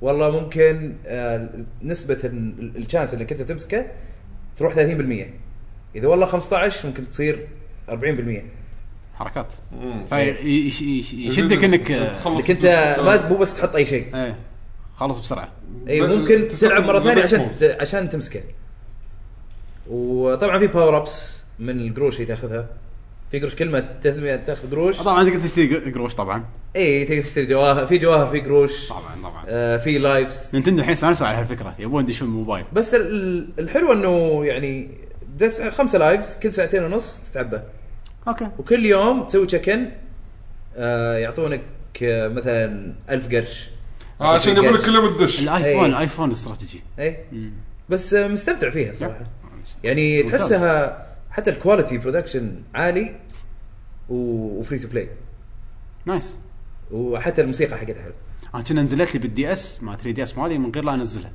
والله ممكن آه، نسبة ال- الشانس انك انت تمسكه تروح 30% اذا والله 15 ممكن تصير 40% انك حركات مم. فيشدك انك آه، إيه. تخلص انت بس- ما مو بس تحط اي شيء ايه خلص بسرعه اي بس- ممكن تستخدم تلعب مرة ال ثانية best عشان moves. ت- عشان تمسكه وطبعا في باور ابس من القروش اللي تاخذها في قروش كل ما تسمية تاخذ قروش طبعا تقدر تشتري قروش طبعا اي تقدر تشتري جواهر في جواهر في قروش طبعا طبعا آه في لايفز نينتندو الحين استانسوا على هالفكره يبون يدشون موبايل بس ال- ال- الحلو انه يعني دس خمسه لايفز كل ساعتين ونص تتعبى اوكي وكل يوم تسوي تشيك ان آه يعطونك آه مثلا 1000 قرش آه، عشان يقول لك كلهم تدش الايفون إيه. الايفون استراتيجي اي مم. إيه، بس آه مستمتع فيها صراحه يعني ممتاز. تحسها حتى الكواليتي برودكشن عالي و- وفري تو بلاي نايس وحتى الموسيقى حقتها حلوه انا كنا نزلت لي بالدي اس مع 3 دي اس مالي من غير لا انزلها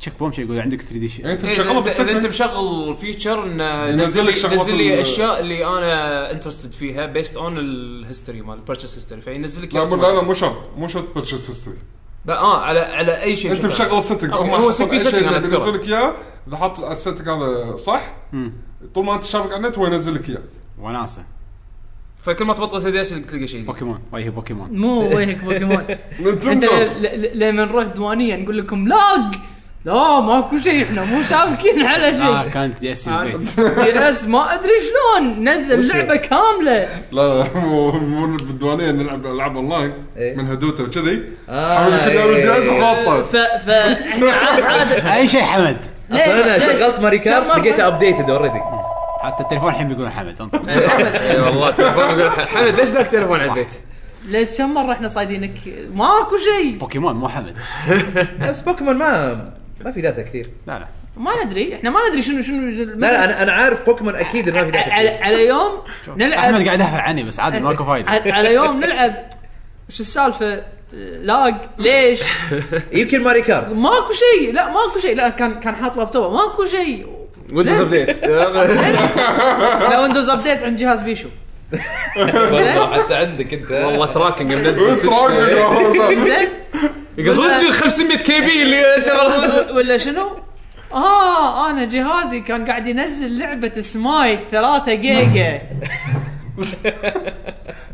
تشيك بوم شي يقول عندك 3 دي يعني شي انت إيه، إذا- مشغله اذا انت بالسيتنج مشغل فيتشر انه ينزل نزل لك لي شغلات نزل لي ال- اشياء اللي انا انترستد فيها بيست اون الهيستوري مال البيرتشس هيستوري فينزل لك لا إياها مو- لا لا automatic. مو شرط مو شرط بيرشيس هيستوري لا، اه على على اي شيء انت شغال. مشغل السيتنج أوكي، هم هو حطوا سيتنج- الأشياء سيتنج اللي أنا أذكرها. ينزل لك اياه اذا حط السيتنج هذا صح مم. طول ما انت شابك على النت هو ينزل لك اياه وناسه فكل ما تبطل 3 دي اس تلقى شيء بوكيمون وجهي بوكيمون مو وجهك بوكيمون حتى نينتندو ل- ل- لما نروح دوانية نقول لكم لاق لا ماكو شيء احنا مو سابقين على اه شيء كانت دي اس البيت آه. دي اس ما ادري شلون نزل لعبه كامله لا مو مو بالديوانيه نلعب العاب اونلاين إيه. من هدوته وكذي آه، حاول كذا إيه. الجهاز ف غلطه ف عاد- عاد- اي شيء حمد ليش- اصلا انا ليش؟ شغلت ماري كم مرة؟ كارت لقيتها ابديتد اوريدي حتى التليفون الحين بيقول حمد انطر اي إيه، والله تليفون يقول ح- حمد ليش ذاك تليفون على البيت؟ طيب. ليش كم مره احنا صايدينك ماكو شيء بوكيمون مو حمد بس بوكيمون ما ما في داتا كثير لا لا ما ندري احنا ما ندري شنو شنو لا لا انا انا عارف بوكيمون اكيد إنه ما في داتا على, كثير على يوم نلعب احمد قاعد يدافع عني بس عادي ماكو فايده على, على يوم نلعب وش السالفه لاق ليش يمكن ماري كارت ماكو شيء لا ماكو شيء لا كان كان حاط لابتوب ماكو شيء ويندوز ابديت لا ويندوز ابديت عند جهاز بيشو والله حتى عندك انت والله تراكنج إيه، منزل بس سيستم. راقد يا ولد. زين يقول رد ال 500 كي بي اللي انت والله- ولا شنو؟ اه انا جهازي كان قاعد ينزل لعبه سمايك 3 جيجا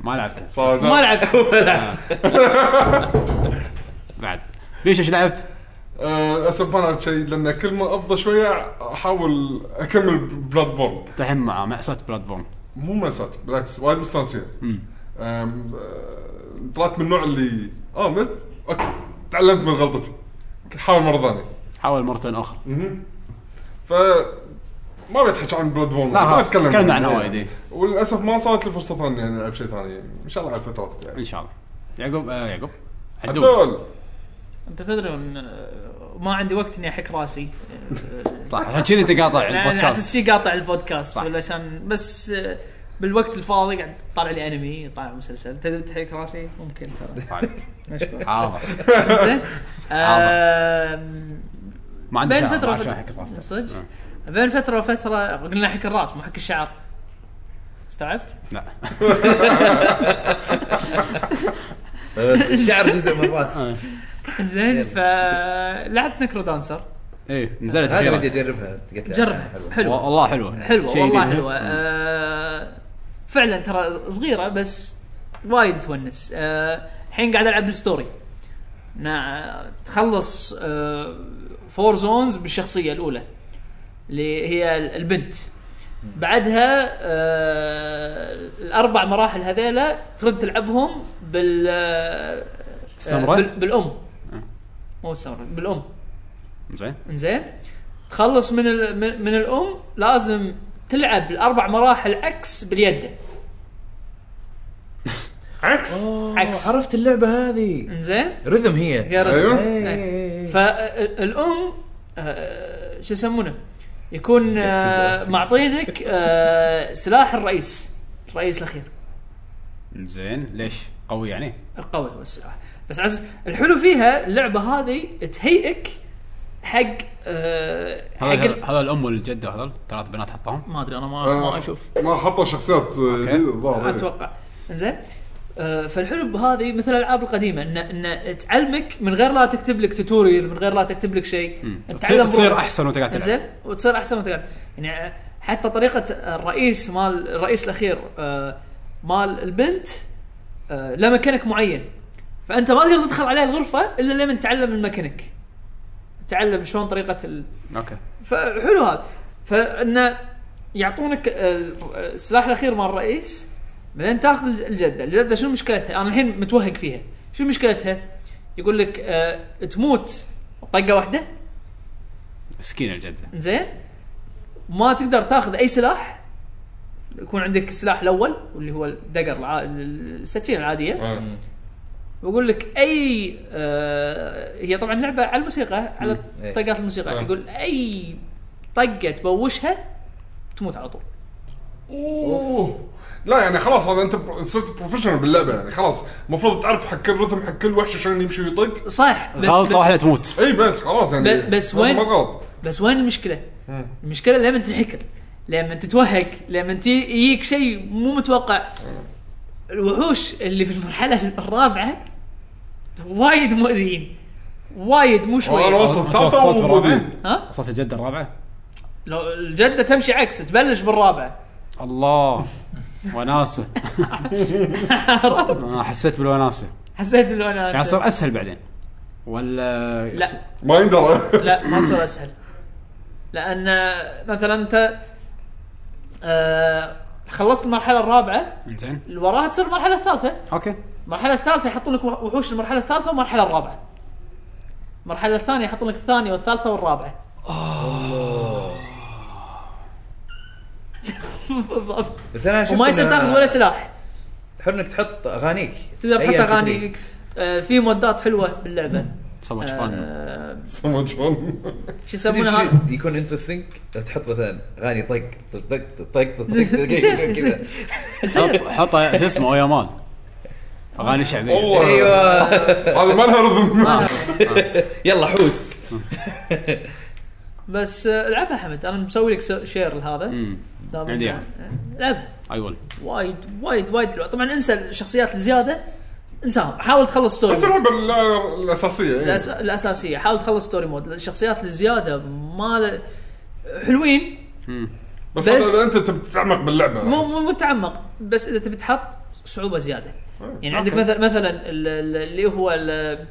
ما لعبته ما لعبت بعد ليش ايش لعبت؟ آه، اسف ما لعبت شيء لان كل ما افضى شويه احاول اكمل بلاد بورن تحم مع مأساة بلاتفورم مو منسات بالعكس وايد مستانس فيها أم، آه، طلعت من النوع اللي اه آه، مت اوكي تعلمت من غلطتي حاول مره ثانيه حاول مرتين اخرى ف ما بيتحكي عن بلاد بورن لا ما خلاص أتكلم تكلمنا عنه. عنها وايد إيه. وللاسف ما صارت لي فرصه ثانيه اني العب شيء ثاني ان شاء الله على يعني. الفترات الجايه ان شاء الله يعقوب آه يعقوب عدول هدول انت تدري ان آه، ما عندي وقت اني احك راسي صح عشان طيب، كذي تقاطع أنا- أنا اساس البودكاست شي قاطع البودكاست صح. ولا عشان بس آه، بالوقت الفاضي قاعد طالع لي انمي طالع مسلسل تدري تحك راسي ممكن ترى عليك. مشكور. طيب، حاضر زين آم، ما عندي بين شعر، فتره ما أعرف شلون أحك وفتره الراس. صدق نعم. بين فتره وفتره قلنا حك الراس مو حك الشعر استوعبت؟ لا الشعر أه، جزء من الراس زين فلعبت نكرو دانسر ايه نزلت هذا بدي اخيرا اجربها أنت قلت لي جربها عنها، حلوة. حلوه والله حلوه حلوه شيء والله جديد. حلوه آه فعلا ترى صغيره بس وايد تونس آه، الحين قاعد العب الستوري نا- تخلص آه فور زونز بالشخصيه الاولى اللي هي ال- البنت بعدها آه الاربع مراحل هذيلا ترد تلعبهم بال آه، الساموراي؟ بال- بالام آه. مو الساموراي بالام زين انزين تخلص من ال... من- من الام لازم تلعب الاربع مراحل عكس باليد عكس عكس. أوه، عرفت اللعبه هذه انزين إيه. رذم هي غير أيوة. إيه. إيه، إيه، إيه. فالام آه، شو يسمونه يكون آه، معطينك آه، سلاح الرئيس الرئيس الاخير زين ليش قوي يعني القوي والسلاح بس عز الحلو فيها اللعبه هذه تهيئك حق آه، هذا حق هذا- آه. ال- هذا الام والجده هذول ثلاث بنات حطهم ما ادري انا ما ما اشوف ما حطوا شخصيات جديده الظاهر إيه. اتوقع زين آه، فالحلو بهذه مثل الالعاب القديمه ان ان تعلمك من غير لا تكتب لك توتوريال من غير لا تكتب لك شيء تصير تصير بروحك. احسن وانت قاعد زين تلعب وتصير احسن وانت قاعد يعني آه، حتى طريقه الرئيس مال الرئيس الاخير آه، مال البنت آه، له مكانك معين فانت ما تقدر تدخل عليه الغرفه الا لما تتعلم المكانك تعلم شلون طريقه ال... اوكي فحلو هذا فانه يعطونك ال- السلاح الاخير مال الرئيس بعدين تاخذ الج- الجده، الجده شنو مشكلتها؟ انا الحين متوهق فيها، شنو مشكلتها؟ يقول لك آه تموت طقه واحده مسكينه الجده زين ما تقدر تاخذ اي سلاح يكون عندك السلاح الاول واللي هو الدقر الع- السكين العاديه آه. بقول لك اي آه هي طبعا لعبه على الموسيقى على إيه. طقات الموسيقى آه. يقول اي طقه تبوشها تموت على طول أوه. لا يعني خلاص هذا انت بر- صرت بروفيشنال باللعبه يعني خلاص المفروض تعرف حق كل رتم حق كل وحش عشان يمشي ويطق صح بس غلطه واحده بس, تموت اي بس خلاص يعني ب- بس هذا وين- ما غلط بس وين المشكله؟ المشكله لما تنحكر لما تتوهق لما تي- يجيك شيء مو متوقع الوحوش اللي في المرحله الرابعه وايد مؤذيين وايد مو انا شويه وصلت أنت ثالثه وصلت وموجودين ها وصلت الجده الرابعه لو الجده تمشي عكس تبلش بالرابعه الله وناسه آه، حسيت بالوناسه حسيت انه انا يعني صار اسهل بعدين ولا لا ما يندرى لا ما تصير اسهل لان مثلا انت آه خلصت المرحله الرابعه زين اللي وراها تصير المرحله الثالثه اوكي المرحله الثالثه يحطون لك وحوش المرحله الثالثه والمرحله الرابعه المرحله الثانيه يحطون لك الثانيه والثالثه والرابعه بالضبط بس انا شفت وما يصير إنها- تاخذ ولا سلاح حلو انك تحط اغانيك تقدر تحط أي MP3. اغانيك آه، في مودات حلوه باللعبه سو فان آه، سمعت شلون شو تدري يسمونها شو يكون انترستنج تحط مثلا اغاني طق طق طق طق طق يصير- طق يصير. كذا يصير. حط شو اسمه اويامان اغاني شعبيه والله ايوه هذا ما لها رذم آه. إيه. يلا حوس بس آه، العبها حمد انا مسوي لك س- شير لهذا أمم. دام- عندي إياها. آه، العبها اي ول وايد وايد وايد حلوه طبعا انسى الشخصيات الزياده انساهم حاول تخلص ستوري بس مود. اللعبه ال- الاساسيه إيه. الأس... الاساسيه حاول تخلص ستوري مود الشخصيات الزياده ما ل... حلوين بس- بس هذا اذا انت تبي تتعمق باللعبه مو مو متعمق بس اذا تبي تحط صعوبه زياده يعني عندك أوكي. مثلا مثلا ال- ال- اللي هو ال-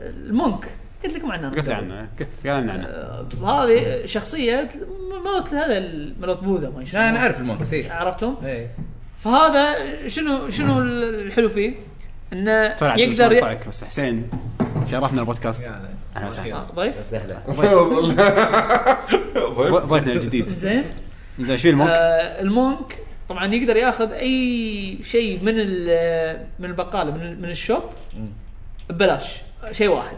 المونك قلت لكم عنه أنا قلت قبل. عنه قلت تكلمنا عنه هذه شخصيه ملوك هذا ملوك بوذا ما لا انا اعرف المونكس إيه. عرفتم؟ إيه. أمم. فهذا شنو شنو الحلو فيه؟ انه طلعت يقدر ي... يقدر بس حسين شرفنا البودكاست اهلا وسهلا آه، ضيف سهله طيب. ضيفنا الجديد زين زين شو المونك؟ آه المونك طبعا يقدر ياخذ اي شيء من ال- من البقاله من ال- من الشوب ببلاش شيء واحد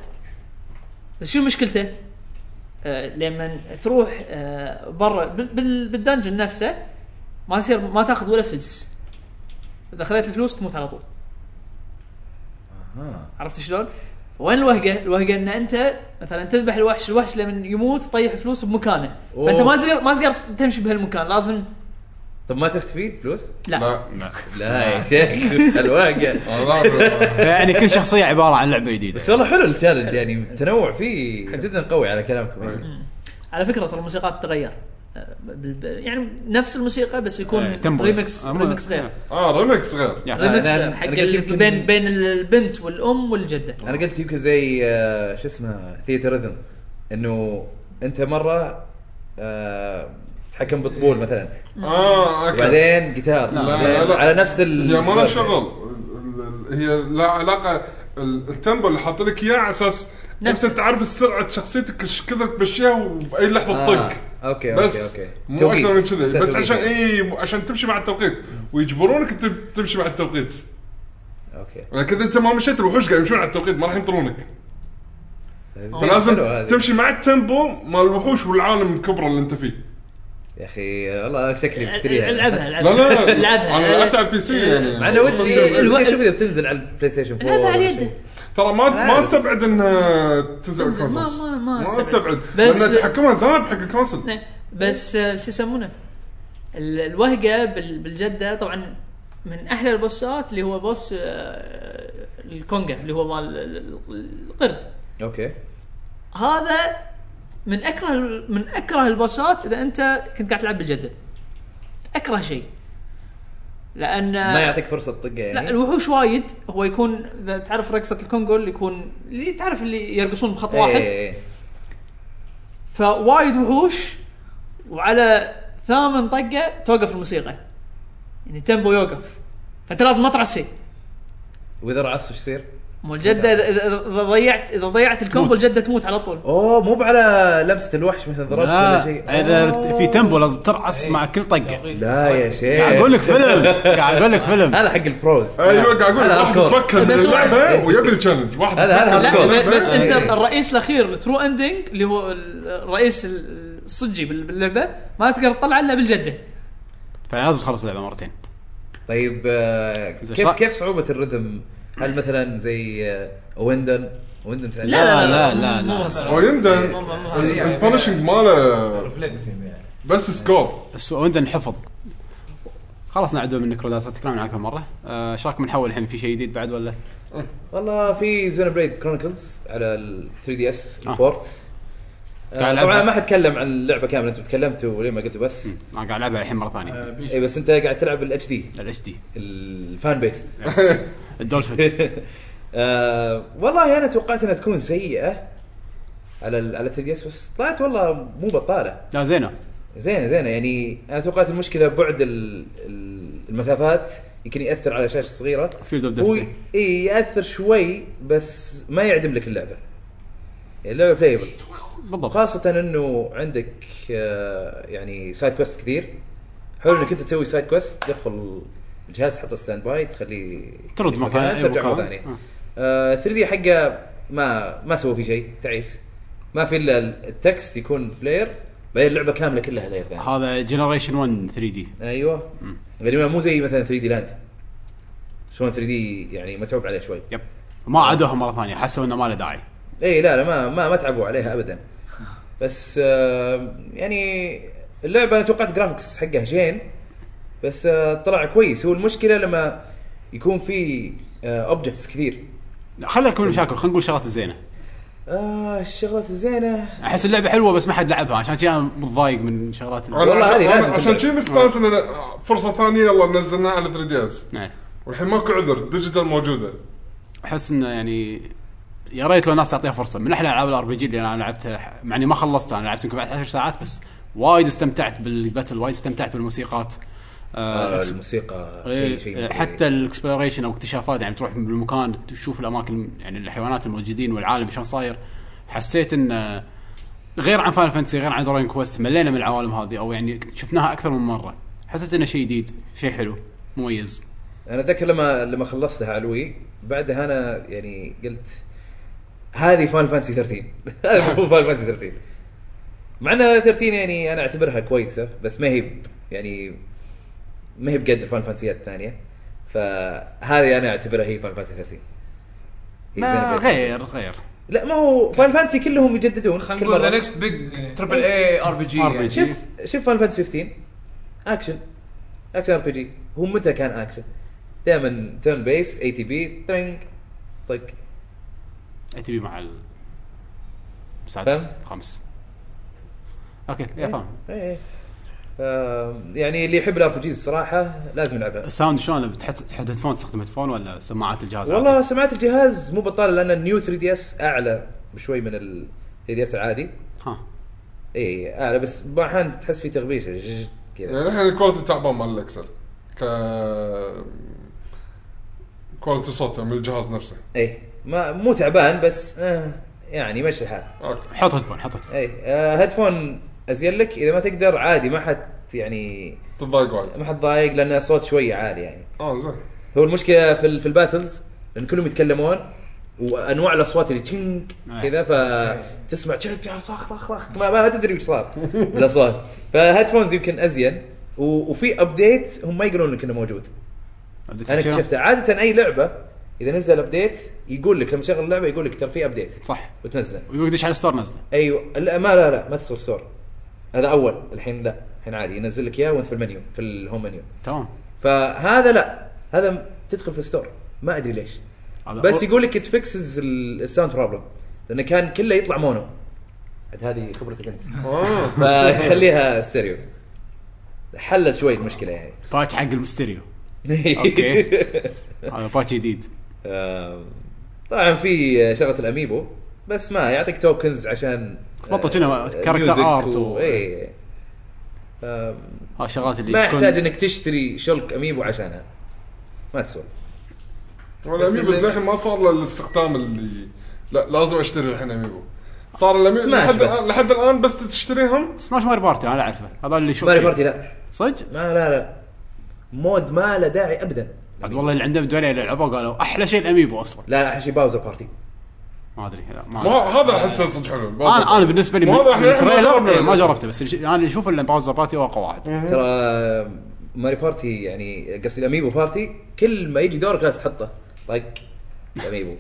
بس شو مشكلته؟ آه لما تروح آه برا بال- بال- بالدنجن نفسه ما يصير ما تاخذ ولا فلس اذا خذيت الفلوس تموت على طول عرفت شلون؟ وين الوهقه؟ الوهقه ان انت مثلا تذبح الوحش، الوحش لما يموت طيح فلوس بمكانه، فانت أوه. ما تصير ما تقدر تمشي بهالمكان، لازم طب ما تختفي فلوس؟ لا, لا آه، لا آه. يا شيخ الواقع لا يعني كل شخصيه عباره عن لعبه جديده بس والله حلو التشالنج يعني التنوع فيه جدا قوي على كلامكم يعني. على فكره ترى الموسيقى تتغير آه، بال- بال- يعني نفس الموسيقى بس إيه، يكون تمبل. ريمكس آه، ريمكس غير آه. اه ريمكس غير يعني ريمكس أنا- غير أنا حق قلت ال- يمكن- بين بين البنت والام والجده انا قلت يمكن زي آه، شو اسمه ثيتر ريذم انه انت مره آه، تتحكم بالطبول مثلا اه اوكي وبعدين جيتار إيه. لا، لا. بعدين على نفس ال هي ما لها شغل هي لا علاقه ال- التمبل اللي حاط لك اياه على اساس انت نفس- تعرف سرعه شخصيتك ايش كذا تمشيها وباي لحظه آه، تطق اوكي، بس أوكي، أوكي. مو توقيت. اكثر من كذا توقيت، بس عشان يعني. اي مو- عشان تمشي مع التوقيت ويجبرونك تب- تمشي مع التوقيت اوكي لكن اذا انت ما مشيت الوحوش قاعد يمشون على التوقيت ما راح ينطرونك حلو فلازم هذه. تمشي مع التيمبو مال الوحوش والعالم الكبرى اللي انت فيه يا اخي والله شكلي بشتريها العبها لا العبها لا لا العبها انا لعبت على البي سي يعني إيه. مع انه ودي الو- ودي اشوف اذا بتنزل على البلاي ستيشن 4 العبها على ولا شيء. يده ترى ما ما استبعد انها تنزل على ما- ما- الكونسولز ما ما أستبعد. استبعد بس- لان تحكمها زاب حق الكونسول إيه، بس آه، شو يسمونه ال- الوهقه بال- بالجده طبعا من احلى البوسات اللي هو بوس آه، الكونجا اللي هو مال ال- ال- القرد اوكي هذا من اكره من اكره البوسات اذا انت كنت قاعد تلعب بالجده اكره شيء لان ما يعطيك فرصه تطقه آه. لا يعني الوحوش وايد هو يكون اذا تعرف رقصه الكونغو اللي يكون اللي تعرف اللي يرقصون بخط واحد إيه، إيه. فوايد وحوش وعلى ثامن طقه توقف الموسيقى يعني تمبو يوقف فانت لازم ما تعصي واذا رعص ايش يصير؟ مو الجده إذا- اذا إذا ضيعت اذا ضيعت الكومبو الجده تموت على طول اوه مو على لمسه الوحش مثلا ضربت ولا لا شيء إيه. اذا أوه. في تمبو لازم ترعص مع كل طقه لا يا قاعد اقول شيخ لك فيلم قاعد اقول لك فيلم هذا حق البروز ايوه قاعد اقول هذا واحد hardcore. يتمكن من بس هو- اللعبه ويبي التشالنج واحد هذا- هذا يتمكن. hardcore. لا ب- بس انت إيه. الرئيس الاخير الترو اندنج اللي هو الرئيس الصجي بال- باللعبه ما تقدر تطلع الا بالجده فلازم تخلص اللعبه مرتين طيب آه، إذا كيف شا- كيف صعوبه الرذم؟ هل مثلا زي آه، ويندن ويندن مثلا لا، لا، لا، لا. مو هالصعب. ويندن مو- مو- مو هالصعب. يعني- البانشنج ماله ريفلكس يعني بس سكور بس عندنا الحفظ خلصنا عدو من النكروداس تكلمنا عنها مره آه، ايش رايكم نحول الحين في شيء جديد بعد ولا؟ والله في زين بليد كرونيكلز على ال 3 دي اس آه. البورت آه، تعال طبعا ألعبها. ما حتكلم عن اللعبه كامله انتم تكلمتوا وليه ما قلتوا بس انا قاعد العبها الحين مره ثانيه اي بس انت قاعد تلعب الاتش دي الاتش دي الفان بيست الدولفين آه والله انا توقعت انها تكون سيئه على ال على 3 دي اس بس طلعت والله مو بطاله لا زينه زينه زينه يعني انا توقعت المشكله بعد ال- ال- المسافات يمكن ياثر على شاشه صغيره Field of Death هو Day. اي ياثر شوي بس ما يعدم لك اللعبه يعني اللعبه بلايبل بالضبط خاصه انه عندك آه، يعني سايد كويست كثير حلو انك انت تسوي سايد كويست تقفل الجهاز تحطه ستاند باي تخليه ترد مكانه، مكان أي ترجع مره مكان. ثانيه آه. 3 دي حقه ما ما سووا فيه شيء تعيس ما في الا التكست يكون فلير بعدين اللعبه كامله كلها لاير ثاني هذا جنريشن 1 3 دي ايوه يعني ما- مو زي مثلا 3 دي لاند شلون 3 دي يعني متعوب عليه شوي يب ما عادوها مره ثانيه حسوا انه ما له داعي اي إيه، لا لا ما ما, ما تعبوا عليها ابدا بس آه يعني اللعبه انا توقعت جرافكس حقها زين بس آه طلع كويس هو المشكله لما يكون في اوبجكتس كثير خليك من المشاكل خلينا نقول الشغلات الزينه آه الشغلات الزينه احس اللعبه حلوه بس ما حد لعبها عشان كذا انا متضايق من شغلات ال- والله أنا- هذه أنا- لازم عشان تنزل. شي مستانس إنه فرصه ثانيه يلا نزلناها على 3 دي اس إيه. والحين ماكو عذر ديجيتال موجوده احس انه يعني يا ريت لو الناس تعطيها فرصه من احلى العاب الار بي جي اللي انا لعبتها مع اني ما خلصتها انا لعبت يمكن بعد 10 ساعات بس وايد استمتعت بالباتل وايد استمتعت بالموسيقات آه، آه، إكس- الموسيقى إيه، شيء شيء حتى الاكسبلوريشن او اكتشافات يعني تروح بالمكان تشوف الاماكن يعني الحيوانات الموجودين والعالم شلون صاير حسيت انه غير عن فاينل فانتسي غير عن دراين كويست ملينا من العوالم هذه او يعني شفناها اكثر من مره حسيت انه شيء جديد شيء حلو مميز انا اتذكر لما لما خلصتها على الوي بعدها انا يعني قلت هذه فان فانسي 13 هذا المفروض فان فانسي 13 مع ان 13 يعني انا اعتبرها كويسه بس ما هي ب- يعني ما هي بقدر فان فانسيات الثانيه فهذه انا اعتبرها هي فان فانسي 13 هي ما زينب- غير غير لا ما هو فان فانسي كلهم يجددون خلينا كل نقول مرة. ذا نكست بيج تربل اي ار بي ار بي جي جي شوف شوف فان فانتسي 15 اكشن اكشن ار بي جي هو متى كان اكشن؟ دائما تيرن بيس اي تي بي ترنج طق اي تي بي مع ال- السادس خمس اوكي يا فاهم إيه. آم، يعني اللي يحب الار بي جيز الصراحه لازم يلعبها الساوند شلون بتحط تحط هيدفون تستخدم هيدفون ولا سماعات الجهاز والله عادي؟ سمعت الجهاز مو بطال لان النيو 3 دي اس اعلى بشوي من ال 3 دي اس العادي إيه، ها اي اعلى بس بعض الأحيان تحس في تغبيشه جج- كذا يعني الحين الكواليتي تعبان مال الاكسل ك كواليتي صوته من الجهاز نفسه اي إيه، ما مو تعبان بس آه يعني مشي الحال اوكي حط هيدفون حط هيدفون اي آه هيدفون ازين لك اذا ما تقدر عادي ما حد يعني تتضايق وايد ما حد ضايق لان الصوت شوي عالي يعني اه زين هو المشكله في ال- في الباتلز لان كلهم يتكلمون وانواع الاصوات اللي تشنك آه. كذا فتسمع تشنك تشنك، صخ صخ صخ ما, ما تدري وش صار بالاصوات فهيدفونز يمكن ازين و- وفي ابديت هم ما يقولون لك انه موجود انا اكتشفته عاده اي لعبه اذا نزل ابديت يقول لك لما تشغل اللعبه يقول لك ترى في ابديت صح وتنزله ويدش على الستور نزله ايوه لا ما لا لا ما تدخل ستور هذا اول الحين لا الحين عادي ينزل لك اياه وانت في المنيو في الهوم منيو تمام فهذا لا هذا م- تدخل في الستور ما ادري ليش هذا بس أول- يقول لك تفكسز الساوند بروبلم لانه كان كله يطلع مونو عاد هذه خبرتك انت اه فخليها ستيريو حلت شوي المشكله يعني باتش حق المستريو أوكي. هذا باتش جديد آم، طبعا آه، في شغله الاميبو بس ما يعطيك توكنز عشان آه، بطل كنا كاركتر ارت و- اي ها الشغلات اللي إيه. آه، ما تكون- يحتاج انك تشتري شلك اميبو عشانها ما تسوى ولا بس اميبو اللي- للحين ما صار له الاستخدام اللي لا لازم اشتري الحين اميبو صار الاميبو سماش لحد بس. الان لحد الان بس تشتريهم سماش ماري بارتي انا اعرفه هذا اللي شوف ماري بارتي لا صدق؟ ما لا لا مود ما له داعي ابدا عاد والله اللي عندهم دولي لعبه قالوا احلى شيء الاميبو اصلا لا لا حشي باوزر بارتي ما ادري لا ما ما هذا احسه صدق حلو انا انا بالنسبه لي ما من هذا إحنا- من إحنا ما التريلر، جربنا إيه، ما للأسف. جربته بس الشيء- انا اللي اشوف ان باوزر بارتي هو اقوى واحد ترى ماري بارتي يعني قصدي الاميبو بارتي كل ما يجي دورك لازم تحطه طق الاميبو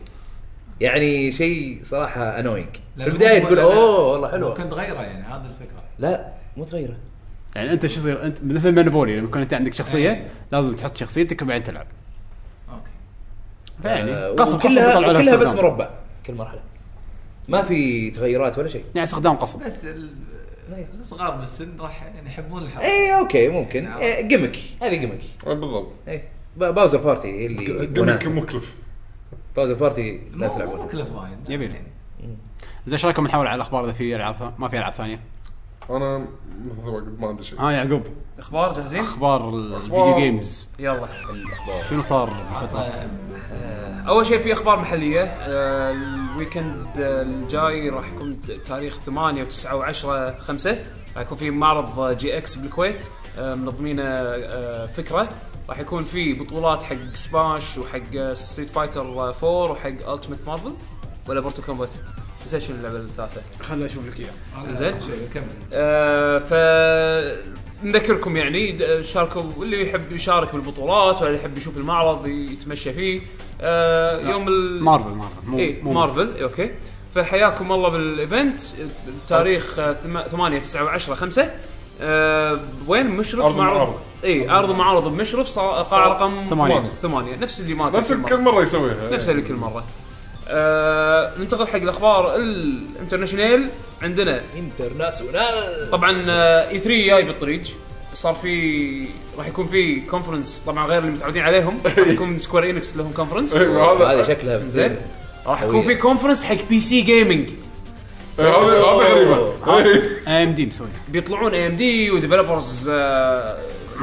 يعني شيء صراحه انوينج في البدايه تقول اوه والله حلو كنت غيره يعني هذا الفكره لا مو تغيره يعني انت شو يصير انت مثل مونوبولي لما يكون انت عندك شخصيه لازم تحط شخصيتك وبعدين تلعب اوكي فيعني آه، قصب قصب وكلها- يطلعوا لها وكلها بس استخدام. مربع كل مرحله ما في تغيرات ولا شيء يعني استخدام قصب بس ال- الصغار بالسن راح يعني يحبون الحرب اي اوكي ممكن نعم. إيه، جيمك هذه جيمك إيه، بالضبط اي با- باوزر بارتي هي اللي جيمك وناسة. مكلف باوزر بارتي مو ناس مو يلعبونها مكلف وايد يبي له. يعني زين ايش رايكم نحاول على الاخبار اذا في العاب ثا- ما في العاب ثانيه انا هذا واجد ما عندي شيء ها يعقوب اخبار جاهزين؟ اخبار الفيديو جيمز يلا شنو صار بالفتره؟ اول شيء في اخبار محليه آه، الويكند آه، الجاي راح يكون تاريخ 8 و9 و10 5 راح يكون في معرض جي اكس بالكويت آه، منظمينه آه، فكره راح يكون في بطولات حق سباش وحق آه، ستريت فايتر 4 وحق التيمت مارفل ولا بورتو كومبات نسيت شنو اللعبه الثالثه خليني اشوف لك اياه زين. شوي، كمل آه، ف نذكركم يعني د- شاركوا اللي يحب يشارك بالبطولات ولا يحب يشوف المعرض يتمشى فيه آه، يوم ال... مارفل مارفل مو اي مو إيه، مارفل إي، اوكي فحياكم الله بالايفنت تاريخ 8 9 10 5 أه وين مشرف عرض معرض معارض. اي عرض معارض بمشرف صا- قاعه رقم ثمانية. ثمانية نفس اللي ما نفس كل مره يسويها إيه. نفس اللي كل مره أه ننتقل حق الاخبار الانترناشونال عندنا انترناسيونال طبعا اي 3 آه، E جاي بالطريق صار في راح يكون في كونفرنس طبعا غير اللي متعودين عليهم راح يكون سكوير انكس لهم كونفرنس إيه، هذه هذا شكلها زين زين راح يكون في كونفرنس حق بي سي جيمنج إيه، هذا هذا غريبه إيه. ام دي مسوي بيطلعون اي ام دي وديفلوبرز آه،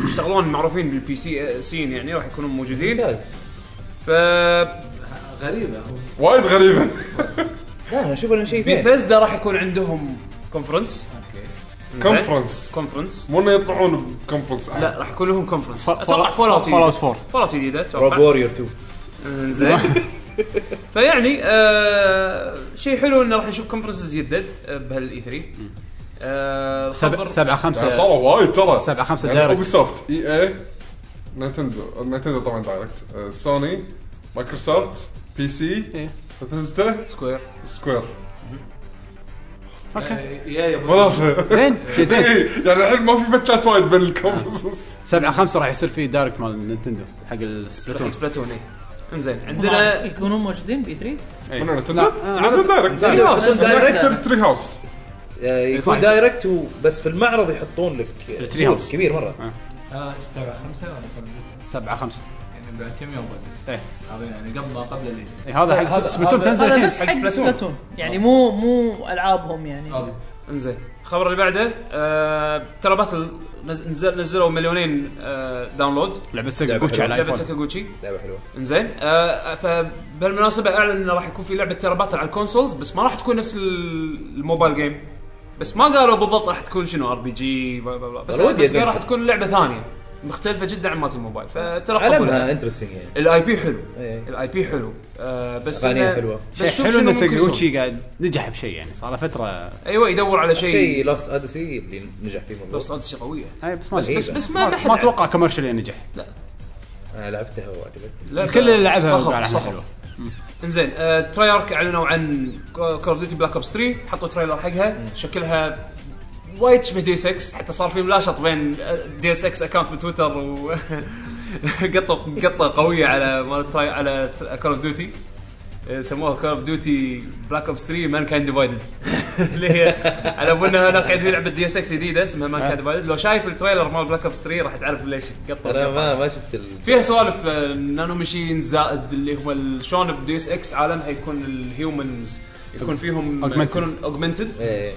يشتغلون معروفين بالبي سي سين يعني راح يكونون موجودين ممتاز ف غريبه هو وايد غريبه لا انا اشوف انه شيء زين بيثزدا راح يكون عندهم كونفرنس كونفرنس كونفرنس مو انه يطلعون بكونفرنس لا راح يكون لهم كونفرنس فول- اتوقع فول اوت فول اوت 4 جديده فول اوت جديده روب اتوقع وورير 2 زين فيعني آه شيء حلو انه راح نشوف كونفرنسز يدد آه، بهالاي 3 آه سبعة الخبر- سبعة يعني خمسة صاروا وايد ترى سبعة خمسة يعني دايركت. اوبي سوفت اي اي نينتندو نينتندو طبعا دايركت آه، سوني مايكروسوفت بي سي إيه. بثزدا سكوير سكوير اوكي يا يا خلاص زين شيء زين إيه. إيه، يعني الحين ما في فتشات وايد بين الكونفرنسز سبعة خمسة راح يصير في دايركت مال نينتندو حق السبلاتون سبلاتون اي إيه. انزين عندنا عندنا يكونون موجودين بي 3 من نينتندو لا، آه، نزل دايركت تري هاوس. يصير تري هاوس إيه، آه، صحيح. يكون دايركت و- بس في المعرض يحطون لك التري هاوس. booth كبير آه. مره ها ايش تبع خمسه ولا صار جدا؟ سبعة خمسة يعني بعد كم يوم بس ايه هذا يعني قبل ما قبل اللي إيه، هذا حق هذا- سبلاتون هذا- تنزل هذا الحين بس حق سبلاتون يعني مو مو العابهم يعني اوكي انزين الخبر اللي بعده آه ترى باتل نز- نزل نزلوا مليونين آه داونلود لعبة سكة لعبة جوتشي على لعبه الايفون ساكاغوتشي لعبه حلوه انزين آه فبهالمناسبه اعلن انه راح يكون في لعبه ترى باتل على الكونسولز بس ما راح تكون نفس ال- الموبايل جيم بس ما قالوا بالضبط راح تكون شنو ار بي جي بس والله ودي بس قالوا راح أدري. تكون لعبه ثانيه مختلفه جدا عن مالت الموبايل علمها فترقبوا انترستنج يعني الاي بي حلو إيه. الاي بي حلو آه بس أغانيها إنه- حلوة. شيء بس شوف حلو شنو ان ممكن يسوون. ساكاغوتشي قاعد نجح بشيء يعني صار له فترة ايوه يدور على شيء شيء لاست ادسي اللي نجح فيه الموضوع بس شيء قويه هاي بس ما بس- أدري. بس بس ما ما ما حد ما اتوقع كوميرشلي نجح انا آه، لعبتها وعجبتني لعبة الكل اللي لعبها صخب- قال عنها صخب. حلوة. انزين آه، ترايارك اعلنوا عن كول اوف ديوتي بلاك اوبس 3 حطوا تريلر حقها شكلها وايد شبه دي 6 حتى صار في ملاشط بين آه، دي 6 اكونت بتويتر و قطه قطه قويه على مال تراي على كول اوف ديوتي سموها كول اوف ديوتي بلاك اوبس 3 مان كان ديفايدد اللي هي على ابونا هناك قاعد في لعبه دي 6 جديده اسمها مان كان ديفايدد لو شايف التريلر مال بلاك اوبس 3 راح تعرف ليش قطه انا قطة. ما ما شفت ال... فيها سوالف آه، نانو ماشين زائد اللي هو ال- شلون بديس اكس عالمها يكون الهيومنز يكون فيهم Augmented. يكون اوجمنتد ايه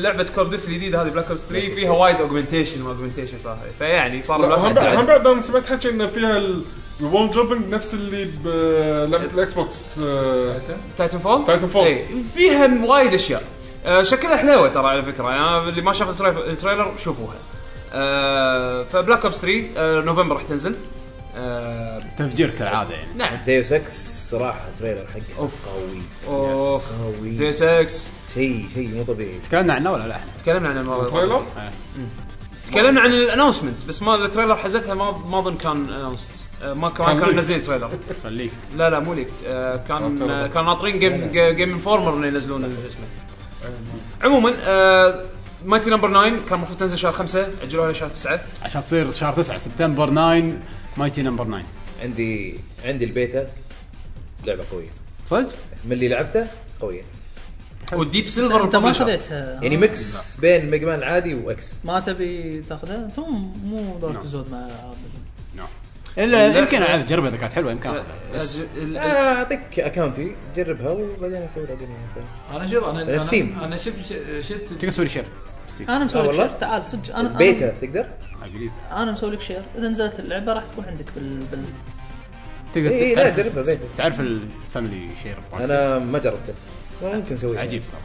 لعبه كول اوف ديوتي الجديده هذه بلاك اوبس 3 فيها وايد اوجمنتيشن ما اوجمنتيشن صار فيعني صار هم الواحد بعد هم قاعد- بعد انا سمعت حكي انه فيها الوول جوبنج نفس اللي بلعبه الاكس بوكس آه، تايتن فول تايتن فول. اي إيه. فيها وايد اشياء آه، شكلها حلوه ترى على فكره يعني اللي ما شاف التري- التريلر شوفوها آه، فبلاك اوبس 3 آه، نوفمبر راح تنزل آه، تفجير كالعادة يعني نعم ديوس اكس صراحه تريلر حقه أوف. قوي اوف قوي ديس اكس شيء شيء مو طبيعي تكلمنا عنه ولا لا احنا؟ تكلمنا عن الموضوع تريلر تكلمنا عن الانونسمنت بس ما التريلر حزتها ما ما اظن كان انونست ما كان كان كان leaked. منزلين تريلر خليك لا لا مو ليكت آه، كان آه، آه، كان ناطرين جيم جيم انفورمر انه ينزلون آه، ال- اسمه عموما مايتي نمبر 9 كان المفروض تنزل شهر 5 اجلوها لشهر 9 عشان تصير شهر 9 سبتمبر 9 مايتي نمبر 9 عندي عندي البيتا لعبه قويه صدق؟ من اللي لعبته قويه آه. والديب سيلفر انت ما والببلشر. خذيتها يعني ميكس بين ميجا مان العادي واكس ما تبي تاخذها انت مو- مو ذوك زود مع الألعاب. الا نعم. يمكن العب جربها اذا كانت حلوه يمكن اخذها بس ال- ال- آه، اعطيك اكونتي جربها وبعدين يعني. اسوي لها دنيا. انا شوف انا أنا- ستيم. انا شفت شفت تقدر تسوي لي شير ستيم انا مسوي لك والله؟ شير تعال صدق أنا- انا بيتا تقدر؟ اقريب انا مسوي لك شير اذا نزلت اللعبه راح تكون عندك بال, بال... تقدر إي إي، لا، تعرف جربها بيتها. تعرف الفاميلي شير انا ما جربته ما يمكن اسويها عجيب ترى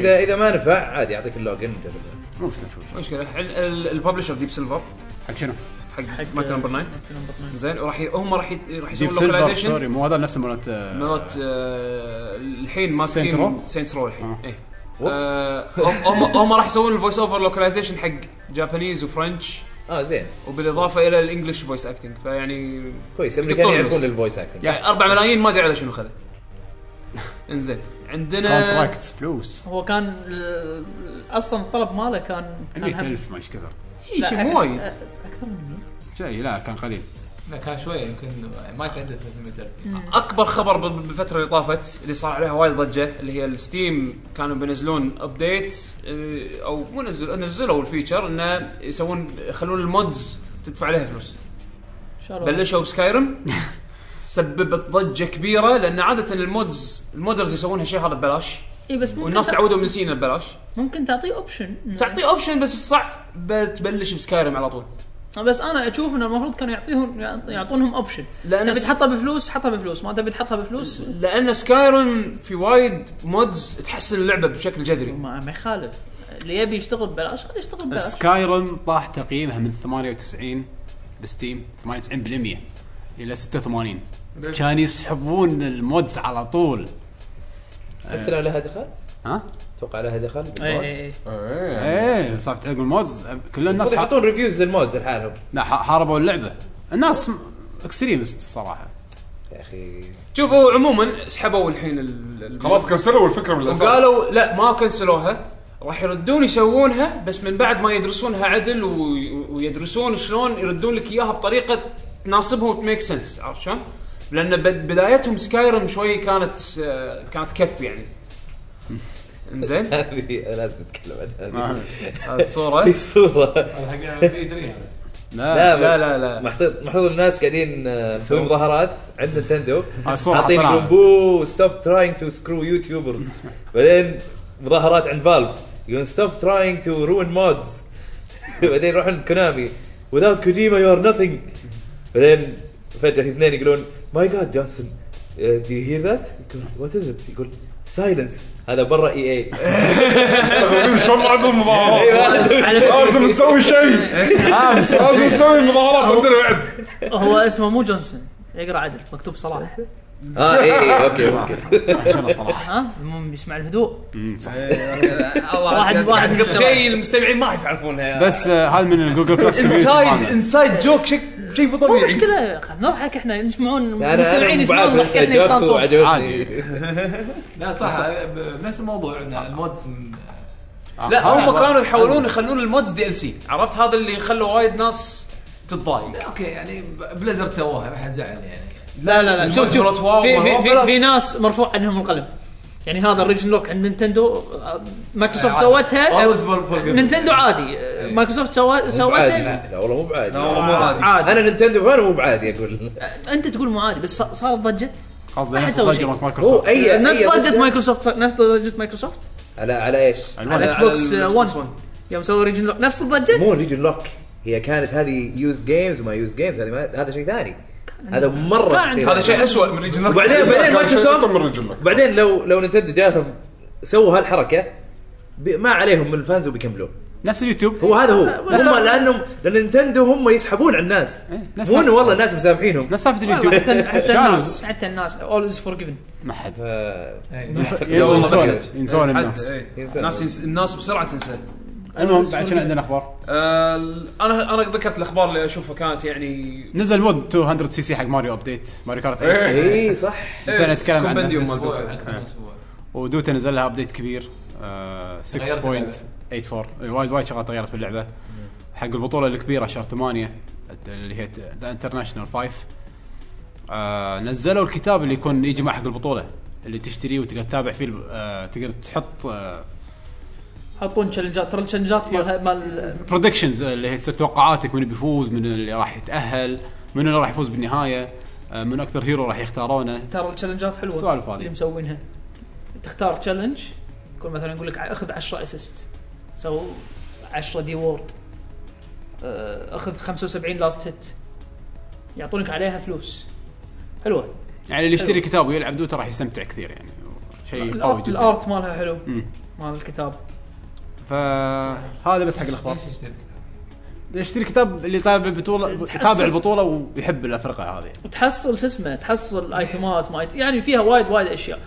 اذا اذا ما نفع عادي اعطيك اللوجن جربها مو مشكله شوف مو مشكله ال- ال- الببلشر ديب سيلفر حق شنو؟ حق مايتي نمبر 9 مايتي نمبر 9 زين وراح ي- هم راح ي- راح جيب يسوون سيلفر localization. سوري مو هذا نفس مالت آه، مرات آه، الحين Saints ماسكين Row؟ سينتس رو الحين آه. إيه. آه، هم هم- هم راح يسوون الفويس اوفر لوكاليزيشن حق جابانيز وفرنش اه زين وبالاضافه الى الانجلش فويس اكتنج فيعني كويس الامريكان يقطون يعرفون النص. الفويس اكتنج يعني 4 ملايين ما ادري على شنو خذ انزين عندنا كونتراكت فلوس هو كان ال- اصلا الطلب ماله كان كان 100000 ما ايش كثر إي إيه، شيء مو وايد اكثر من شيء لا كان قليل لا كان شويه يمكن ما يتعدى 300 اكبر خبر بال- بالفتره اللي طافت اللي صار عليها وايد ضجه اللي هي الستيم كانوا بينزلون ابديت آه، او مو نزل نزلوا الفيتشر انه يسوون يخلون المودز تدفع عليها فلوس شالوا بلشوا بسكايرم سببت ضجه كبيره لان عاده المودز المودرز يسوون هالشيء هذا ببلاش اي إيه، بس ممكن والناس تع- تعودوا من سنين ببلاش ممكن تعطيه اوبشن تعطي اوبشن بس الصعب تبلش بسكايرم على طول بس انا اشوف انه المفروض كانوا يعطيهم يعطونهم اوبشن لأن لان س- تبي تحطها بفلوس حطها بفلوس ما تبي تحطها بفلوس لان سكايرون في وايد مودز تحسن اللعبه بشكل جذري ما ما يخالف اللي يبي يشتغل ببلاش خليه يشتغل ببلاش سكايرم طاح تقييمها من 98 بستيم 98% الى 86 ليش؟ كانوا يسحبون المودز على طول تحس لها لها دخل؟ ها؟ اتوقع لها دخل إيه، إيه، إيه. ايه ايه سالفه عقب المودز كل الناس الناس حط... يحطون ريفيوز للمودز لحالهم لا ح- حاربوا اللعبه الناس اكستريمست صراحه يا اخي شوف هو عموما سحبوا الحين ال- ال- خلاص كنسلوا الفكره من الاساس وقالوا لا ما كنسلوها راح يردون يسوونها بس من بعد ما يدرسونها عدل و- ويدرسون شلون يردون لك اياها بطريقه تناسبهم وتميك سنس عرفت شلون؟ لان بد- بدايتهم سكايرم شوي كانت آه، كانت كف يعني انزين هذه لازم نتكلم آه. عنها ما- هذه. هذه الصوره في صوره هذا حق بي 3 هذا لا لا لا لا محطوط محطوط الناس قاعدين آه، مسوين مظاهرات عند نتندو آه، صورة حاطين حاطينها. بومبو ستوب تراينج تو سكرو يوتيوبرز بعدين مظاهرات عند فالف يقولون ستوب تراينج تو رون مودز بعدين يروحون عند كونامي without كوجيما يو ار nothing بعدين فجاه في اثنين يقولون ماي جاد جونسون دو يو هير ذات؟ وات از ات؟ يقول سايلنس هذا برا E اي اي مستغربين شلون ما عندهم إيه، مظاهرات إيه. على لازم فكره نسوي شيء لا آه، بس لازم إيه. نسوي مظاهرات عندنا بعد هو اسمه مو جونسون يقرا عدل مكتوب صلاح اه اي اي اوكي اوكي عشان صراحه ها المهم يسمع الهدوء واحد واحد واحد قصة. شيء المستمعين ما راح يعرفونها بس آه، هذا من الجوجل بلس انسايد انسايد جوك شيء شيء مو طيب. مو طبيعي مشكله خل نضحك احنا نسمعون انا انا المستمعين مو يسمعون بعارف ضحكتنا يستانسون عادي. عجبتني لا صح ب- نفس الموضوع ان المودز من- آه، لا هم كانوا يحاولون يخلون المودز دي ال سي عرفت هذا اللي خلوا وايد ناس تتضايق اوكي يعني بليزرد سووها ما حد زعل يعني لا لا لا شوف شوف المجرات واو في في في, والمجرات. في ناس مرفوع عنهم القلم يعني هذا الريجن لوك عند نينتندو آه، مايكروسوفت يعني عادي. سوتها آه، Always for- for good. نينتندو عادي آه، مايكروسوفت سوا- إيه. عادي سوتها لا لا، والله مو بعادي لا، والله مو عادي. عادي انا نينتندو فان مو بعادي اقول انت تقول مو عادي بس ص- صارت ضجه قصدي ما نفس حيسوي ضجة شيء. مالت هو مايكروسوفت اي نفس أي ضجه ضجة. مايكروسوفت نفس ضجه مايكروسوفت على على ايش؟ الوان. على اكس بوكس على ال- Xbox 1 يوم سووا ريجن لوك نفس الضجه مو ريجن لوك هي كانت هذه يوز جيمز وما يوز جيمز هذه ما- هذا شيء ثاني هذا مره كان عندهم. هذا شيء اسوء من ريجن وبعدين إيه، بعدين كان شيء أكثر من مايكروسوفت رجلك بعدين لو لو نينتندو جاهم سووا هالحركه ب- ما عليهم من الفانز وبيكملوا نفس اليوتيوب هو هذا هو ولا هم سالفة. لانهم لان نينتندو هم يسحبون على الناس إيه، لا مو سالفة. انه والله الناس مسامحينهم نفس سالفه اليوتيوب حتى حتى الناس شانوز حتى الناس اول از فورجيفن ما حد آه، ينسون ينسون الناس ينسى. إيه. الناس ينس... الناس بسرعه تنسى المهم بعد شنو عندنا اخبار؟ آه... ال- انا انا ذكرت الاخبار اللي اشوفها كانت يعني نزل مود 200 سي سي حق ماريو ابديت ماريو كارت إيه، 8 اي إيه، صح نسينا نتكلم عنه. كومبنديوم مال اسبوع دوتا. اكثر من اسبوع ودوتا نزل لها ابديت كبير آه، 6.84 إيه، وايد وايد شغلات تغيرت باللعبه حق البطوله الكبيره شهر 8 اللي هي ذا انترناشونال 5 آه، نزلوا الكتاب اللي يكون يجي مع حق البطوله اللي تشتريه وتقدر تتابع فيه الب- آه، تقدر تحط آه، يحطون تشالنجات ترى التشالنجات مال مال برودكشنز آه، اللي هي تصير توقعاتك من بيفوز من اللي راح يتاهل من اللي راح يفوز بالنهايه آه، من اكثر هيرو راح يختارونه ترى التشالنجات حلوه سوالف هذه. اللي مسوينها تختار تشالنج يكون مثلا يقول لك ع- اخذ 10 اسيست سو 10 دي وورد آه، اخذ 75 لاست هيت يعطونك عليها فلوس حلوه يعني اللي يشتري كتاب ويلعب دوتا راح يستمتع كثير يعني شيء قوي الارت, جدا الارت مالها حلو مم. مال الكتاب فهذا بس حق الاخبار ليش يشتري؟ يشتري كتاب اللي يتابع البطوله تحسن. يتابع البطوله ويحب الافرقه هذه وتحصل شو اسمه تحصل ايتمات مايت يعني فيها وايد وايد اشياء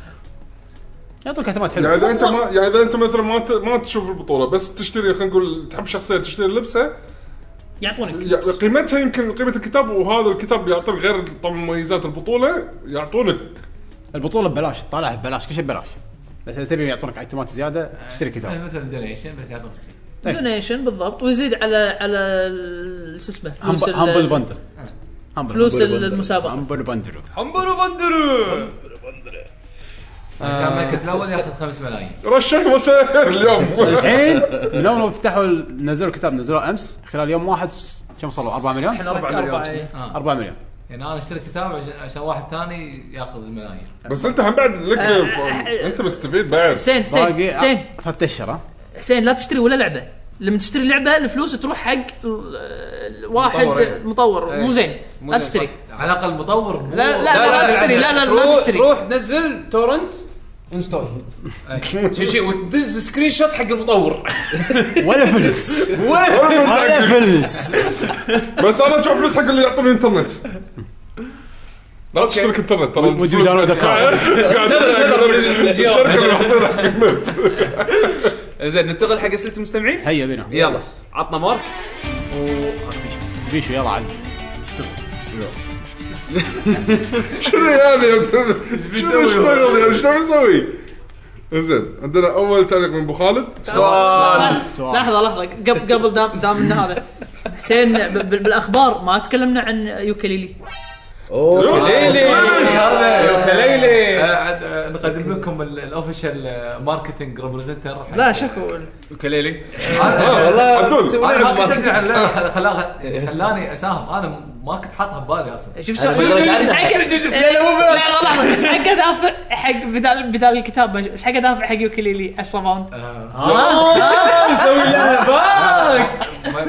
يعطوك كتمات يعني حلوه اذا انت ما يعني اذا انت مثلا ما ت- ما تشوف البطوله بس تشتري خلينا نقول تحب شخصيه تشتري لبسه يعطونك ي- فلوس. قيمتها يمكن قيمه الكتاب وهذا الكتاب يعطيك غير طبعا مميزات البطوله يعطونك البطوله ببلاش تطالعها ببلاش كل شيء ببلاش بس اذا تبي يعطونك ايتمات زياده تشتري كتاب يعني مثل دونيشن بس يعطونك إيه. دونيشن بالضبط ويزيد على على ال- شو اسمه فلوس ال- همبل بندل همبل فلوس Humble المسابقه همبل بندل حنبرو بندرو عشان المركز الاول ياخذ 5 ملايين رشح مساء اليوم الحين من اول ما فتحوا ال- نزلوا الكتاب نزلوه امس خلال يوم واحد س- كم وصلوا 4 مليون احنا أربعة مليون. إيه. آه. 4 مليون يعني انا اشتري كتاب عش- عشان واحد ثاني ياخذ الملايين بس انت هم بعد لك آه، ف- آه، انت مستفيد بعد حسين حسين باقي حسين ثلاث اشهر ها؟ حسين لا تشتري ولا لعبه لما تشتري لعبه الفلوس تروح حق ال- الواحد مطور، إيه. مطور إيه. مو زين مو لا زين، تشتري صح. على الاقل مطور مو- لا لا لا تشتري لا لا لا تروح- تشتري تروح تنزل تورنت انستول شي شي وتدز سكرين شوت حق المطور ولا فلس ولا فلس بس انا اشوف فلوس حق اللي يعطوني انترنت لا تشترك انترنت ترى وجود الفلوس داونلود قاعد- أكاونت. قاعد- ترى- ترى- الشركه اللي حاطينها حق النت زين ننتقل حق اسئله المستمعين هيا بنا يلا عطنا مارك بيشو يلا عاد شنو يعني شنو اشتغل يعني شنو بيسوي؟ انزين عندنا اول تعليق من ابو خالد سؤال سؤال. لحظه لحظه قبل قبل دام دام إن هذا حسين ب- ب- بالاخبار ما تكلمنا عن يوكليلي اوه يوكليلي. آه، عاد، آه، نقدم لكم ال- الاوفيشال آه، ماركتنج ريبريزنتر حق- لا شكو كليلي آه، والله عدول. سوي انا لنا ما كنت ادري ماركتينج. عن اللعبه خل- خلاها يعني خلاني اساهم انا ما كنت حاطها ببالي اصلا شوف أنا شوف بقول لك عنها. ايش حق إيه. لحظه لحظه ايش حق ادافع حق بدال بدال الكتاب ايش حق ادافع حق يوكليلي 10 باوند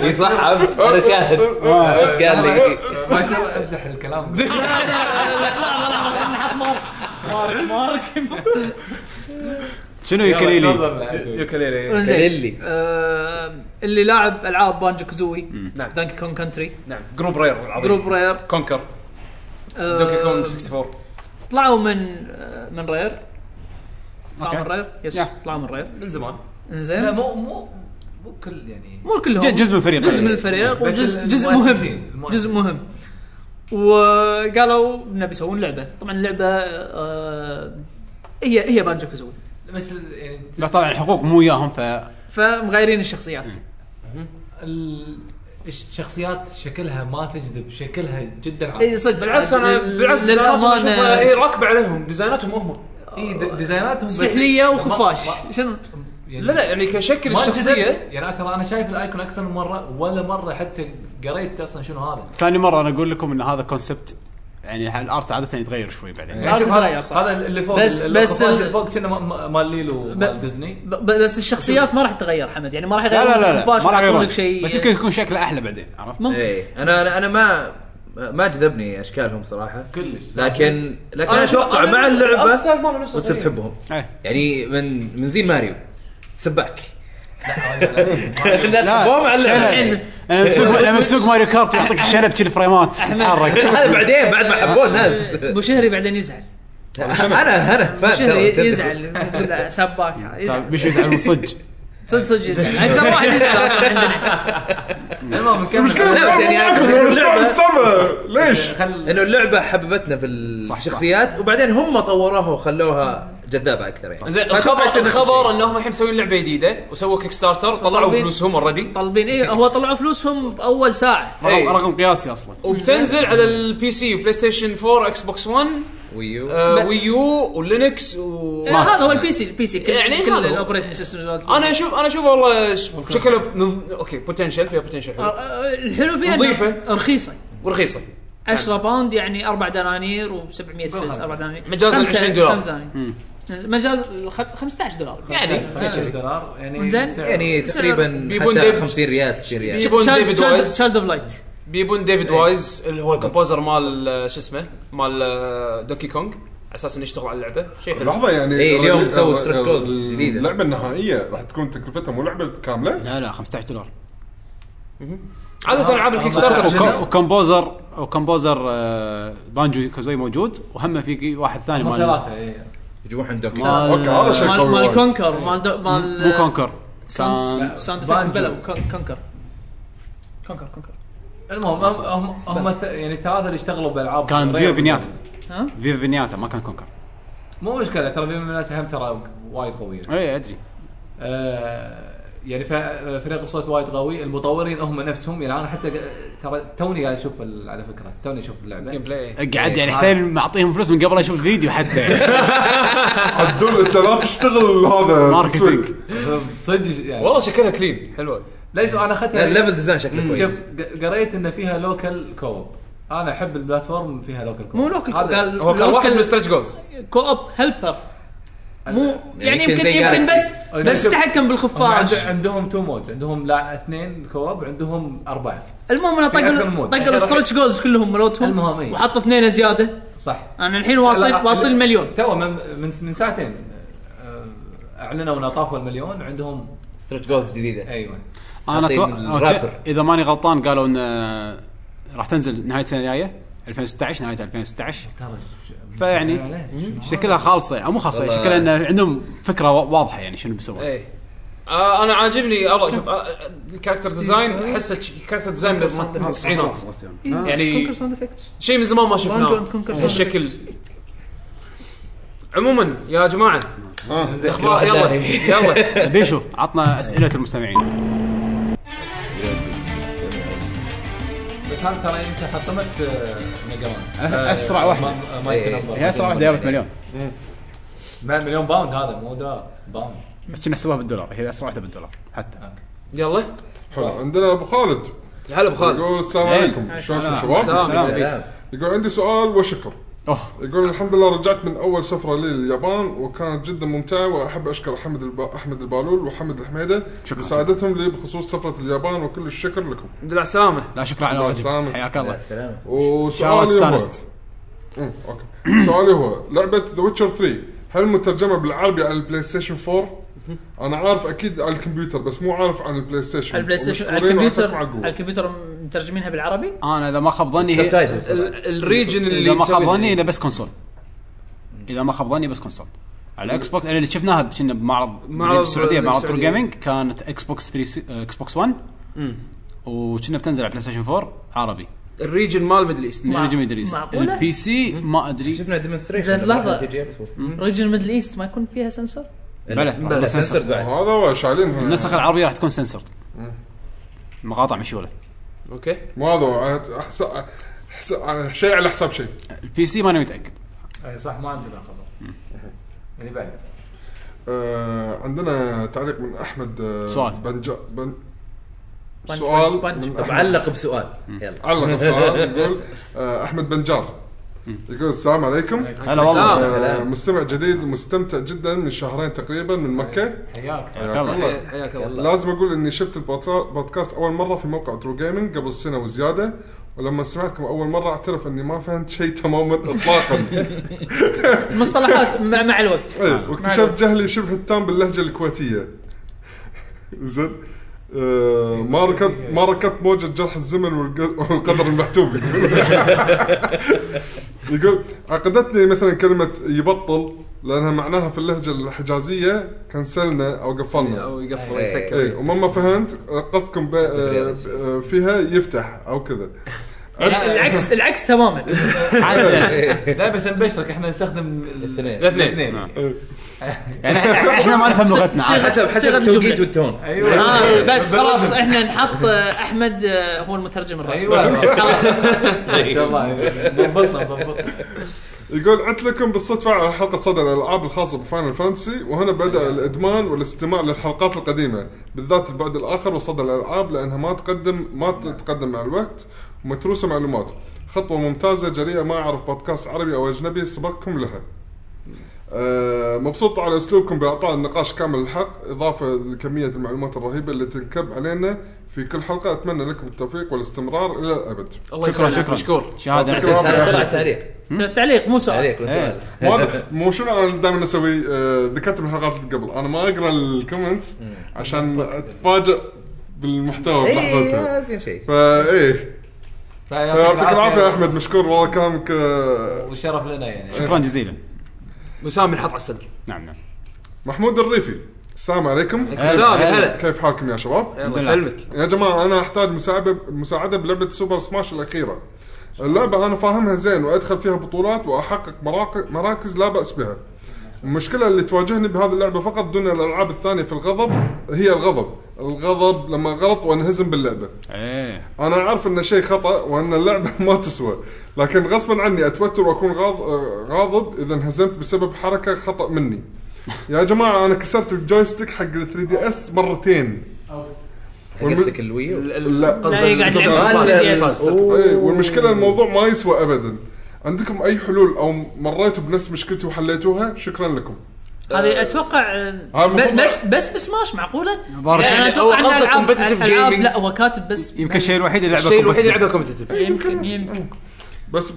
اي صح امس انا شاهد امس قال لي ما يصير امزح الكلام لحظه لحظه خلنا نحط مارك مارك مارك شنو يوكليلي يوكليلي للي آه، اللي لاعب العاب بانجو كزوي دانكي كونج كنتري نعم جروب رير العظيم جروب رير كونكر آه، دوكي كونج 64 طلعوا من آه، من رير طلعوا من أوكي. رير يس Yeah. طلعوا من رير من زمان لا انزين مو مو مو كل يعني مو كلهم ج- جزء من الفريق طيب. جزء من الفريق بس وجزء ال- جزء المؤسسين، مهم المؤسسين. جزء مهم وقالوا انه بيسوون لعبه طبعا اللعبه آه هي هي بانجو كازوي بس ال- يعني لا طبعا الحقوق مو وياهم ف فمغيرين الشخصيات ال- الشخصيات شكلها ما تجذب شكلها جدا اي عادي إيه، صدق بالعكس انا لل- بالعكس ديزايناتهم أشوفها هي للامانه راكبه عليهم ديزايناتهم هم اي د- ديزايناتهم بس- سحليه ما- وخفاش ما- شنو يعني لا لا يعني كشكل ما الشخصيه انجذبت. يعني أنا ترى انا شايف الايكون اكثر من مره ولا مره حتى قريت اصلا شنو هذا ثاني مره انا اقول لكم ان هذا كونسبت يعني الارت عاده يتغير شوي بعدين لا يعني شوف تتغير هذا- صح. هذا اللي فوق بس- بس بس بس ال- اللي فوق كنا م- م- مال ليلو ب- ومال ديزني ب- ب- بس الشخصيات ما راح تتغير حمد يعني ما راح لا يغيرون لا لا, لا. الخفاش ما راح ويحطون يغيرون. لك شيء بس يمكن يكون شكله احلى بعدين عرفت؟ ممكن اي انا انا انا ما ما جذبني اشكالهم صراحه كلش لكن لكن انا اتوقع مع اللعبه بتصير تحبهم ايه يعني من من زين ماريو سباك الناس لا تحبوه مع اللعبه شنب. انا بسوق لما تسوق ماريو كارت يعطيك الشنب كذي فريمات تتحرك هذا بعدين بعد ما حبوه الناس ابو شهري بعدين يزعل انا انا ابو فان شهري ترى- يزعل تقول له سباك طيب، يزعل بيش يزعل من صدق صدق صدق يزعل اكثر واحد يزعل اصلا عندنا المهم المشكله نكمل لا، بس يعني يعني أنا- اللعبة- السما ليش؟ يعني- خل انه اللعبه حببتنا في الشخصيات وبعدين هم طوروها وخلوها جذابه اكثر يعني زين ما أتوقع الخبر يصير نفس الخبر الشيء. انهم الحين مسويين لعبه جديده وسووا كيك ستارتر طلعوا طالبين- فلوسهم اوريدي طالبين اي هو طلعوا فلوسهم باول ساعه رقم رقم قياسي اصلا وبتنزل على البي سي وبلاي ستيشن 4 اكس بوكس 1 ويو آه، ب- ويو ولينكس و إيه، هذا هو البي سي البي سي كل يعني كل هذا هو. الاوبريشن سيستم انا اشوف انا اشوف والله ش- شكله نظ- اوكي بوتنشل فيها بوتنشل آه. حلو الحلو فيها إنها نظيفة. نعم. رخيصه ورخيصه 10 باوند يعني 4 دنانير و700 فلس 4 دنانير مجازاً خمسة- 20 دولار. خمسة دنانير. مجاز الخ- 15 دولار يعني 15 دولار يعني إنزين. سعر- يعني تقريبا أه، بيبون حتى ديف- 50 ريال 60 ريال يجيبون ديفيد وايز. تشايلد اوف لايت Oh, بيبون ديفيد وايز اللي هو الكومبوزر مال آه، شو اسمه مال آه، دوكي كونج على اساس انه يشتغل على اللعبه شيء حلو لحظه يعني إيه، اليوم سووا ال- ستريس ال- كولز ال- جديدة. اللعبه النهائيه راح تكون تكلفتها مو لعبه كامله لا لا 15 دولار عاده العاب الكيك ستارتر وكم- كنا- وكمبوزر وكمبوزر آه، بانجو كازوي موجود وهم في وواحد ثاني هم مال ثلاثه إيه. يجيبون عندك مال- اوكي هذا شيء مال قوي مال وايد. كونكر مال دو- مال مو كونكر كان ساوند ساوند بانجو. افكت بلا كون- كونكر كونكر كونكر المهم هم هم- هم ث- يعني ثلاثه اللي اشتغلوا بالالعاب كان غير- فيو بنياتا ها فيو بنياتا ما كان كونكر مو مشكله ترى في منات هم ترى وايد قويه اي ادري آه، يعني ف- فريق الصوت وايد قوي المطورين هم نفسهم يعني انا حتى ق- ترى توني قاعد اشوف ال- على فكره توني اشوف جيم اللعبه بلاي قعد يعني حسين معطيهم فلوس من قبل اشوف الفيديو حتى عدول انت لا تشتغل هذا ماركتينج. تسويق. صدق يعني والله شكلها كلين حلوه ليش انا اخذتها الليفل ديزاين شكله كويس شوف ق- قريت ان فيها لوكال كوب انا احب البلاتفورم فيها لوكال كوب مو لوكال كوب، هذا- قال- هو كان لو واحد كان- من ستريتش جولز كو اوب هيلبر مو يعني يمكن زي يمكن بس جالكسي. بس تحكم هم عند- بالخفاش عندهم تو مودز عندهم لا اثنين كوب وعندهم اربعه المهم انا في أكثر من طق مود. طق يعني الستريتش جولز كلهم ملوتهم المهم إيه. وحط اثنين زياده صح انا الحين واصل لا، لا، واصل لا. المليون تو من من, من ساعتين آه، اعلنوا انه طافوا المليون عندهم ستريتش جولز جديده ايوه انا حاطين تو... الرابر. أوكي، اذا ماني غلطان قالوا ان آه، راح تنزل نهايه السنه الجايه 2016 نهايه 2016 ترى فيعني شكلها خالصه يعني. او مو خالصه يعني، شكلها ان عندهم فكره وا- واضحه يعني شنو بيسوون ايه آه انا عاجبني ارى شوف آه، الكاركتر ديزاين احسه كاركتر ديزاين من من التسعينات إيه. يعني كونكر ساوند افكتس شيء من زمان ما Banjo شفناه and Conquer بهالشكل عموما يا جماعه آه. الاخبار يلا يلا بيشو عطنا اسئله المستمعين بس هذا ترى انت حطمت آه، ميجا مان آه، أسرع واحدة. ما- ما يتنبأ. هي اسرع واحده جابت مليون ما مليون باوند هذا مو دولار باوند بس كنا نحسبها بالدولار هي اسرع واحده بالدولار حتى يلا حلو عندنا ابو خالد هلا ابو خالد يقول السلام عليكم شلونكم يا شباب؟ السلام. سلام. يقول عندي سؤال وشكر اوه يقول الحمد لله رجعت من اول سفره لي لليابان وكانت جدا ممتعه واحب اشكر احمد الب... احمد البالول وحمد الحميده شكراً. مساعدتهم لي بخصوص سفره اليابان وكل الشكر لكم. الحمد لله على السلامه لا شكرا على الله واجب يسلامك. حياك الله سلام شعرت وسؤالي هو استانست مم، اوكي سؤالي هو لعبه ذا ويتشر 3 هل مترجمه بالعربي على البلاي ستيشن 4؟ انا عارف اكيد على الكمبيوتر بس مو عارف عن البلاي ستيشن البلاي ستيشن على ومشكورين الكمبيوتر وعساكم على القوة. على الكمبيوتر مترجمينها بالعربي انا اذا ما خاب ظني هي سبتايتلز ال- الريجن اذا اللي ما خاب مسوينها. ظني هي بس كونسول اذا ما خاب ظني بس كونسول على الاكس بوكس أنا اللي شفناها كنا بمعرض معرض بالسعوديه معرض ترو بالسعودية. جيمنج كانت اكس بوكس 3 اكس بوكس 1 مم. آه، وكنا بتنزل على بلاي ستيشن 4 عربي الريجن مال ميدل ايست من مع- ريجن ميدل ايست معقولة؟ البي سي ما ادري شفنا ديمونستريشن زين، لحظة. تي جي اكس ريجن ميدل ايست ما يكون فيها سنسر بلى، راح تكون سنسرد censored. بعد هذا هو شايلينها النسخه العربيه راح تكون سنسرد مقاطع مشوله اوكي مو هذا هو أنا أحس... أحس... شيء على حساب شيء البي سي ماني متاكد اي صح ما عندنا خبر اللي بعد آه عندنا تعليق من احمد آه سؤال. بنجا بن... بنج- سؤال بنج- بنج. من طب أحمد. علق بسؤال يلا علق سؤال يقول آه احمد بنجار يقول السلام عليكم هلا والله السلام. آه سلام. مستمع جديد مستمتع جدا من شهرين تقريبا من إيه، مكه حياك حياك الله. حيا- حياك الله لازم اقول اني شفت البودكا- البودكاست اول مره في موقع ترو جيمنج قبل سنه وزياده ولما سمعتكم اول مره اعترف اني ما فهمت شيء تماما اطلاقا المصطلحات مع, مع الوقت ايه واكتشفت جهلي شبه التام باللهجه الكويتيه زين آه، ما ركبت ما ركبت موجة جرح الزمن والق- والقدر المحتوم يقول عقدتني مثلا كلمة يبطل لأنها معناها في اللهجة الحجازية كنسلنا أو قفلنا او يقفل إيه. ايه يسكر ومما فهمت قصدكم ب- آه، ب- آه، فيها يفتح أو كذا يعني العكس العكس تماما عاد- يعني إيه. لا بس نبشرك احنا نستخدم الاثنين. الاثنين نعم. الاثنين يعني إحنا- احنا ما نفهم لغتنا عاد. حسب حسب صيغة الجملة. التوقيت والتون ايوه آه بس خلاص احنا نحط آه، احمد آه، هو المترجم الرسمي ايوه خلاص ما شاء الله ضبطنا ضبطنا يقول عدت لكم بالصدفة على حلقة صدى الألعاب الخاصة بفاينل فانتسي وهنا بدأ الإدمان والاستماع للحلقات القديمة بالذات البعد الآخر وصدى الألعاب لأنها ما تقدم ما تتقدم مع الوقت ومتروسة معلومات خطوة ممتازة جريئة ما أعرف بودكاست عربي أو أجنبي سبقكم لها آه، مبسوط على اسلوبكم باعطاء النقاش كامل الحق اضافه لكميه المعلومات الرهيبه اللي تنكب علينا في كل حلقه اتمنى لكم التوفيق والاستمرار الى الابد. الله شكرا يسلمك شكرا مشكور شهاده يعطيك العافية. عزيزة. هذا طلع تعليق تعليق مو سؤال تعليق وسؤال مو هذا- مو شنو انا دائما اسوي آه، ذكرت بالحلقات اللي قبل انا ما اقرا الكومنتس عشان اتفاجئ إيه. بالمحتوى بلحظتها اي زين شيء فايه يعطيك العافيه يا احمد مشكور والله كلامك آه، وشرف لنا يعني شكرا جزيلا وسام ينحط على الصدر نعم نعم محمود الريفي السلام عليكم وسام يا هلا كيف حالكم يا شباب؟ الله يسلمك يا جماعه انا احتاج مساعده مساعده بلعبه سوبر سماش الاخيره اللعبه انا فاهمها زين وادخل فيها بطولات واحقق مراق- مراكز لا باس بها المشكله اللي تواجهني بهذه اللعبه فقط دون الالعاب الثانيه في الغضب هي الغضب الغضب لما غلط وانهزم باللعبه ايه انا عارف انه شيء خطا وان اللعبه ما تسوى لكن غصبا عني اتوتر واكون غاض... غاضب اذا انهزمت بسبب حركه خطا مني يا جماعه انا كسرت الجويستيك حق ال 3 دي اس مرتين قصدك الويو ال- ال- لا. قصد لا، يقعد الدبل يلعب. بار. لا، لا. اي والمشكله إيه، الموضوع ما يسوى ابدا عندكم اي حلول او مريتوا بنفس مشكلتي وحليتوها شكرا لكم هذه اتوقع آه، ب- المفروض- بس بس بسماش معقوله؟ الظاهر يعني شيء- أنا أتوقع إن هو قصده الألعاب- competitive الألعاب- gaming. لا هو كاتب بس يمكن الشيء الوحيد اللي لعبه نعم. الشيء الوحيد competitive. لعبه كومبتيتيف يمكن يمكن بس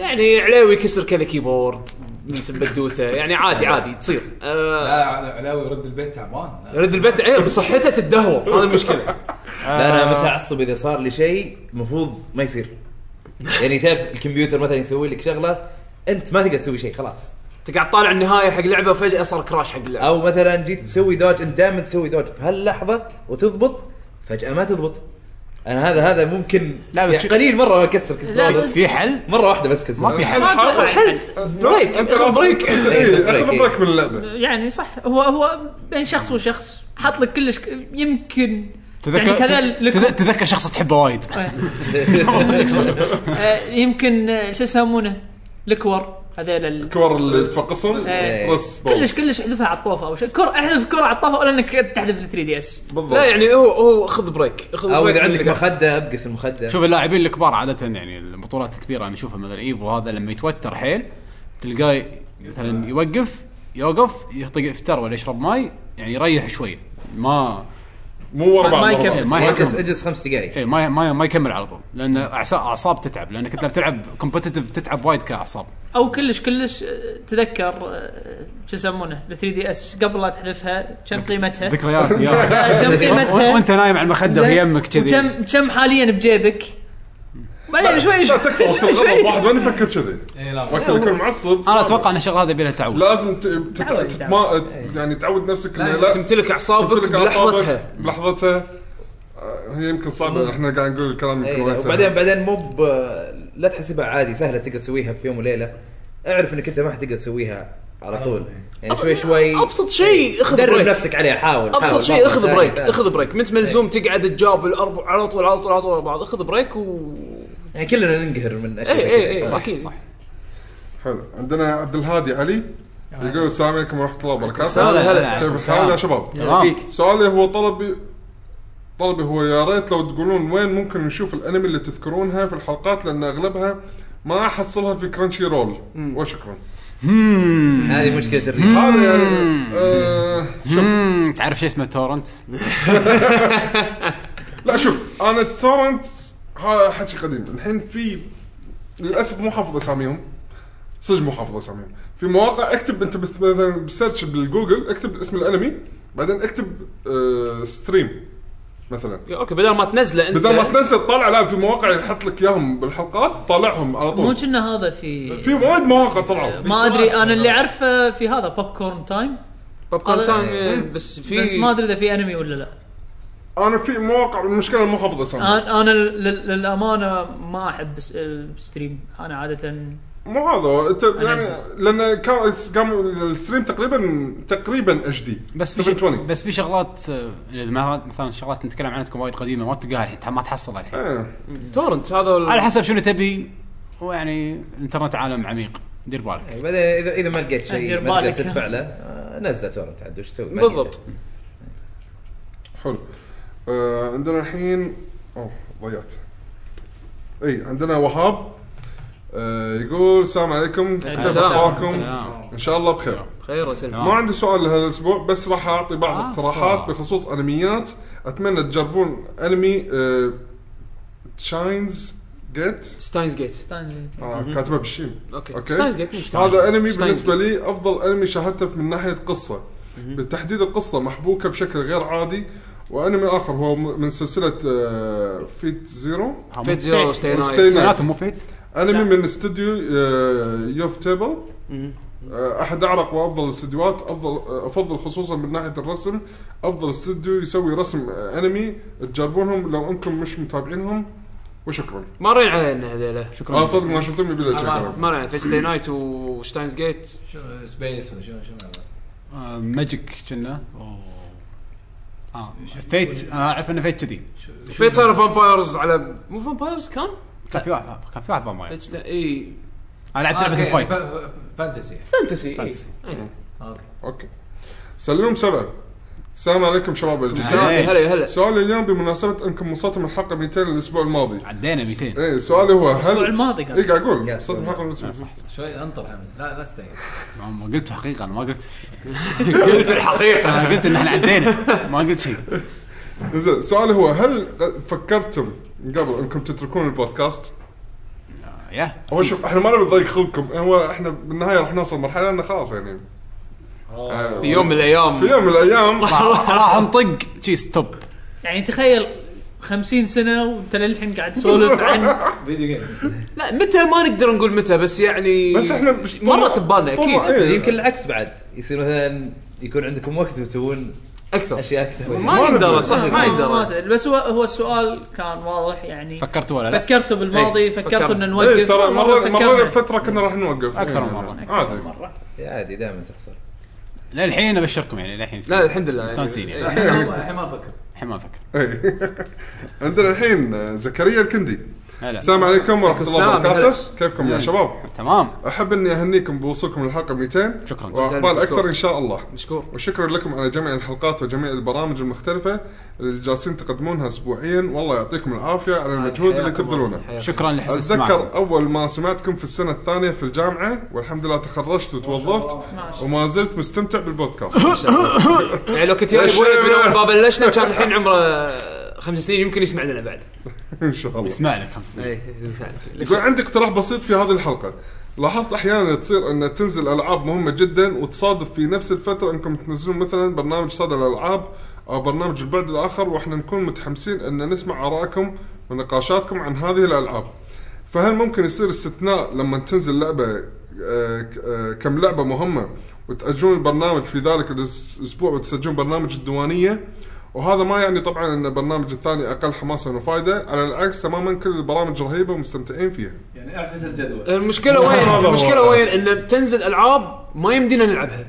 يعني علاوي كسر كذا كيبورد يسب بدوته يعني عادي عادي تصير آه، لا علاوي يرد البيت تعبان رد البيت ايه بصحته تدهور هذا المشكله لا انا متعصب اذا صار لي شيء المفروض ما يصير يعني تعرف الكمبيوتر مثلا يسوي لك شغله انت ما تقدر تسوي شيء خلاص انت قاعد طالع النهايه حق لعبه فجاه صار كراش حق اللعبه او مثلا جيت تسوي دوج انت دائما تسوي دوج في هاللحظه وتضبط فجاه ما تضبط انا هذا هذا ممكن لا، بس يعني شو- قليل مره اكسر كنت لا، ضابط. بس- في حل؟ مره واحده بس كسر ما في حل ما أتوقع حل بريك انت انت بريك إيه، بريك، اخذ إيه. بريك من اللعبه يعني صح هو هو بين شخص وشخص حاط لك كلش يمكن تذكر يعني كذا تذ- لكم تذكر شخص تحبه وايد آه، يمكن آه، شو يسمونه الكور هذيل ال- الكور اللي تفقصهم إيه. ترس بول. كلش كلش احذفها على الطوفه او شيء كره احذف كره على الطوفه ولا انك تحذف ال 3 دي اس بالضبط لا يعني هو هو خذ بريك خذ او بريك اذا من عندك اللي قاعد- مخده ابقس المخده شوف اللاعبين الكبار عاده يعني البطولات الكبيره انا اشوفها مثلا ايفو هذا لما يتوتر حيل تلقاه مثلا يوقف يوقف يطق افتر ولا يشرب ماي يعني يريح شويه ما مو ورا ما- بعض ما ورا بعض. يكمل. ما اجلس يحكم إيه. اجلس خمس دقائق اي ما ما ما يكمل على طول لان أعصا- اعصاب تتعب لانك انت بتلعب كومبتتف تتعب وايد كاعصاب او كلش كلش آه، تذكر آه، شو يسمونه ال 3 دي اس قبل لا تحذفها كم قيمتها آه، ذكريات يا. كم و- قيمتها وانت نايم على المخده في يمك كذي كم كم حاليا بجيبك بعدين شوي لا تكفى وقت شوي الغضب شوي واحد ما يفكر كذي اي لا وقت اللي يكون معصب انا اتوقع ان الشغله هذه يبي لها تعود لازم ت- تت- تعود، تتما يعني تعود نفسك إنه لازم تمتلك اعصابك تمتلك أعصابك بلحظتها بلحظتها آه، هي يمكن صعبه احنا قاعد نقول الكلام إيه، يمكن وايد سهل. وبعدين بعدين مو ب... لا تحسبها عادي سهله تقدر تسويها في يوم وليله اعرف انك انت ما حتقدر تسويها على آه. طول يعني شوي شوي ابسط شيء اخذ درب بريك نفسك عليها حاول ابسط حاول، إيه. شيء مرة اخذ ثانية، بريك ثالثة. اخذ بريك ما انت ملزوم تقعد تجاوب الأرب- على طول على طول على طول على بعض اخذ بريك و إيه، يعني كلنا ننقهر من اشياء اي زي اي كذا. اي اكيد حلو عندنا عبد الهادي علي يقول السلام عليكم ورحمه الله وبركاته السلام. هلا. كيف الحال يا شباب؟ تمام سؤالي هو طلبي طلبي هو يا ريت لو تقولون وين ممكن نشوف الانمي اللي تذكرونها في الحلقات لان اغلبها ما احصلها في كرانشي رول وشكرا مم. هذه مشكله الريح هذا يعني آه شوف مم. تعرف شيء اسمه تورنت لا شوف انا التورنت ها- حكي قديم الحين في للاسف مو حافظ اساميهم صدق مو حافظ اساميهم في مواقع اكتب انت بس- مثلا بسيرش بالجوجل اكتب اسم الانمي بعدين اكتب آه ستريم مثلا اوكي بدل ما تنزله انت بدل ما تنزل طالع لا في مواقع يحط لك اياهم بالحلقات طالعهم على مو طول كنا هذا في في وايد مواقع طلعوا ما ادري انا اللي اعرفه في هذا بوب كورن تايم بوب كورن هذا- تايم آه، بس في بس ما ادري اذا في انمي ولا لا انا في مواقع المشكله مو حافظ آه. اسامي انا انا لل- للامانه ما احب س- ستريم انا عاده مو هذا انت يعني أنزل. لان كان قام الستريم تقريبا تقريبا اتش دي بس في شي- 720 بس في شغلات آه، إذا ما- مثلا شغلات نتكلم عنها تكون وايد قديمه ما تلقاها الحين ما تحصلها الحين ايه تورنت هذا ال- على حسب شنو تبي هو يعني الانترنت عالم عميق دير إيه، بالك بعدين اذا اذا ما لقيت دير شيء ما بالك. تقدر تدفع له آه، نزله تورنت عاد وش تسوي ما بالضبط تقدر. حلو آه عندنا الحين اوه ضيعت اي عندنا وهاب آه يقول السلام عليكم كيف السلام. اخباركم؟ سلام. ان شاء الله بخير خير يا سلمى آه. ما عندي سؤال لهالاسبوع بس راح اعطي بعض آه، اقتراحات طبعا. بخصوص انميات اتمنى تجربون آه، انمي شاينز جيت ستاينز جيت ستانزي كاتبه آه، بالشين اوكي. اوكي Steins Gate مش- هذا انمي Steins بالنسبه Gate. لي افضل انمي شاهدته من ناحيه قصه بالتحديد القصه محبوكه بشكل غير عادي وانمي اخر هو م- من سلسله آه، فيت زيرو فيت زيرو ستاي Stay نايت Night. سناتهم مو فيت انمي من استوديو آه، يوف تيبل آه، احد اعرق وافضل الاستديوهات افضل آه، افضل خصوصا من ناحيه الرسم افضل استوديو يسوي رسم آه، انمي تجربونهم لو انكم مش متابعينهم وشكرا ما رين علينا هذيلا انا شكرا آه، صدق ما شفتهم يبي لي أمان. أشيك. ما رين علينا فيت ستاي نايت وشتاينز جيت شو سبيس ولا شو شو هذا؟ آه، ماجيك كنا اه فيت انا اعرف ان فيت كذي فيت صار فامبايرز على مو فامبايرز كان؟ كان في واحد آه، كان في واحد فامباير فيت ستا- اي انا لعبت لعبه آه، أوكي، الفايت ف- ف- فانتسي فانتسي إي. إيه. فانتسي. إي. اوكي اوكي سلوم سبعه السلام عليكم شباب الجزيرة عليكم. هلا هلا سؤال اليوم بمناسبة انكم وصلتم الحلقة 200 الاسبوع الماضي عدينا 200 ايه سؤالي هو الاسبوع هل الماضي اي قال قاعد اقول Yes. وصلت الحلقة آه، الاسبوع شوي انطر حمد لا لا استعجل ما قلت حقيقه انا ما قلت قلت الحقيقه انا قلت ان احنا عدينا ما قلت شيء زين سؤالي هو هل فكرتم قبل انكم تتركون البودكاست؟ يا هو شوف احنا ما نبي نضيق خلقكم هو احنا بالنهايه راح نوصل مرحله انه خلاص يعني آه، في يوم من الايام في يوم من الايام راح راح نطق شي ستوب يعني تخيل 50 سنه وانت للحين قاعد تسولف عن فيديو جيم لا متى ما نقدر نقول متى بس يعني بس إحنا مش- مرت ببالنا طبعاً. اكيد إيه. يمكن العكس بعد يصير مثلا يكون عندكم وقت وتسوون اكثر اشياء اكثر ما يندرى صح ما ما يندرى أدري. بس هو هو السؤال كان واضح يعني فكرتوا ولا لا؟ فكرتوا بالماضي إيه، فكرتوا فكرنا. ان ايه نوقف ترى مرة مرة فكرنا بفتره كنا راح نوقف أكثر يعني من مرة. عادي عادي دائما تحصل للحين ابشركم يعني للحين في- لا الحمد لله مستانسين يعني. إيه. الحين ما افكر الحين ما افكر إيه. عندنا الحين آه، زكريا الكندي هلا السلام عليكم ورحمه الله السلام، نعم. وبركاته كيفكم يا شباب تمام احب اني اهنيكم بوصولكم للحلقه 200 شكراً. واقبال اكثر ان شاء الله مشكور وشكرا لكم على جميع الحلقات وجميع البرامج المختلفه اللي جالسين تقدمونها اسبوعيا والله يعطيكم العافيه على المجهود اللي حياكم الله. تبذلونه حياكم. شكرا لحسن اتذكر استماعكم اول ما سمعتكم في السنه الثانيه في الجامعه والحمد لله تخرجت وتوظفت وما زلت مستمتع بالبودكاست يعني لو كنت يعني ليش- ابوي من اول ما بلشنا كان الحين عمره خمس سنين يمكن يسمع لنا بعد إيه، ان شاء الله اسمع لك خمس دقائق. يقول عندي اقتراح بسيط في هذه الحلقه لاحظت احيانا تصير ان تنزل العاب مهمه جدا وتصادف في نفس الفتره انكم تنزلون مثلا برنامج صدى الالعاب او برنامج البعد الاخر واحنا نكون متحمسين ان نسمع ارائكم ونقاشاتكم عن هذه الالعاب فهل ممكن يصير استثناء لما تنزل لعبه آه، ك- آه، كم لعبه مهمه وتاجلون البرنامج في ذلك الأس- الاسبوع وتسجلون برنامج الديوانيه وهذا ما يعني طبعا ان البرنامج الثاني اقل حماسا وفائده على العكس تماما كل البرامج رهيبه ومستمتعين فيها يعني اعفس الجدول المشكله وين هذا هو. المشكله وين ان بتنزل العاب ما يمدينا نلعبها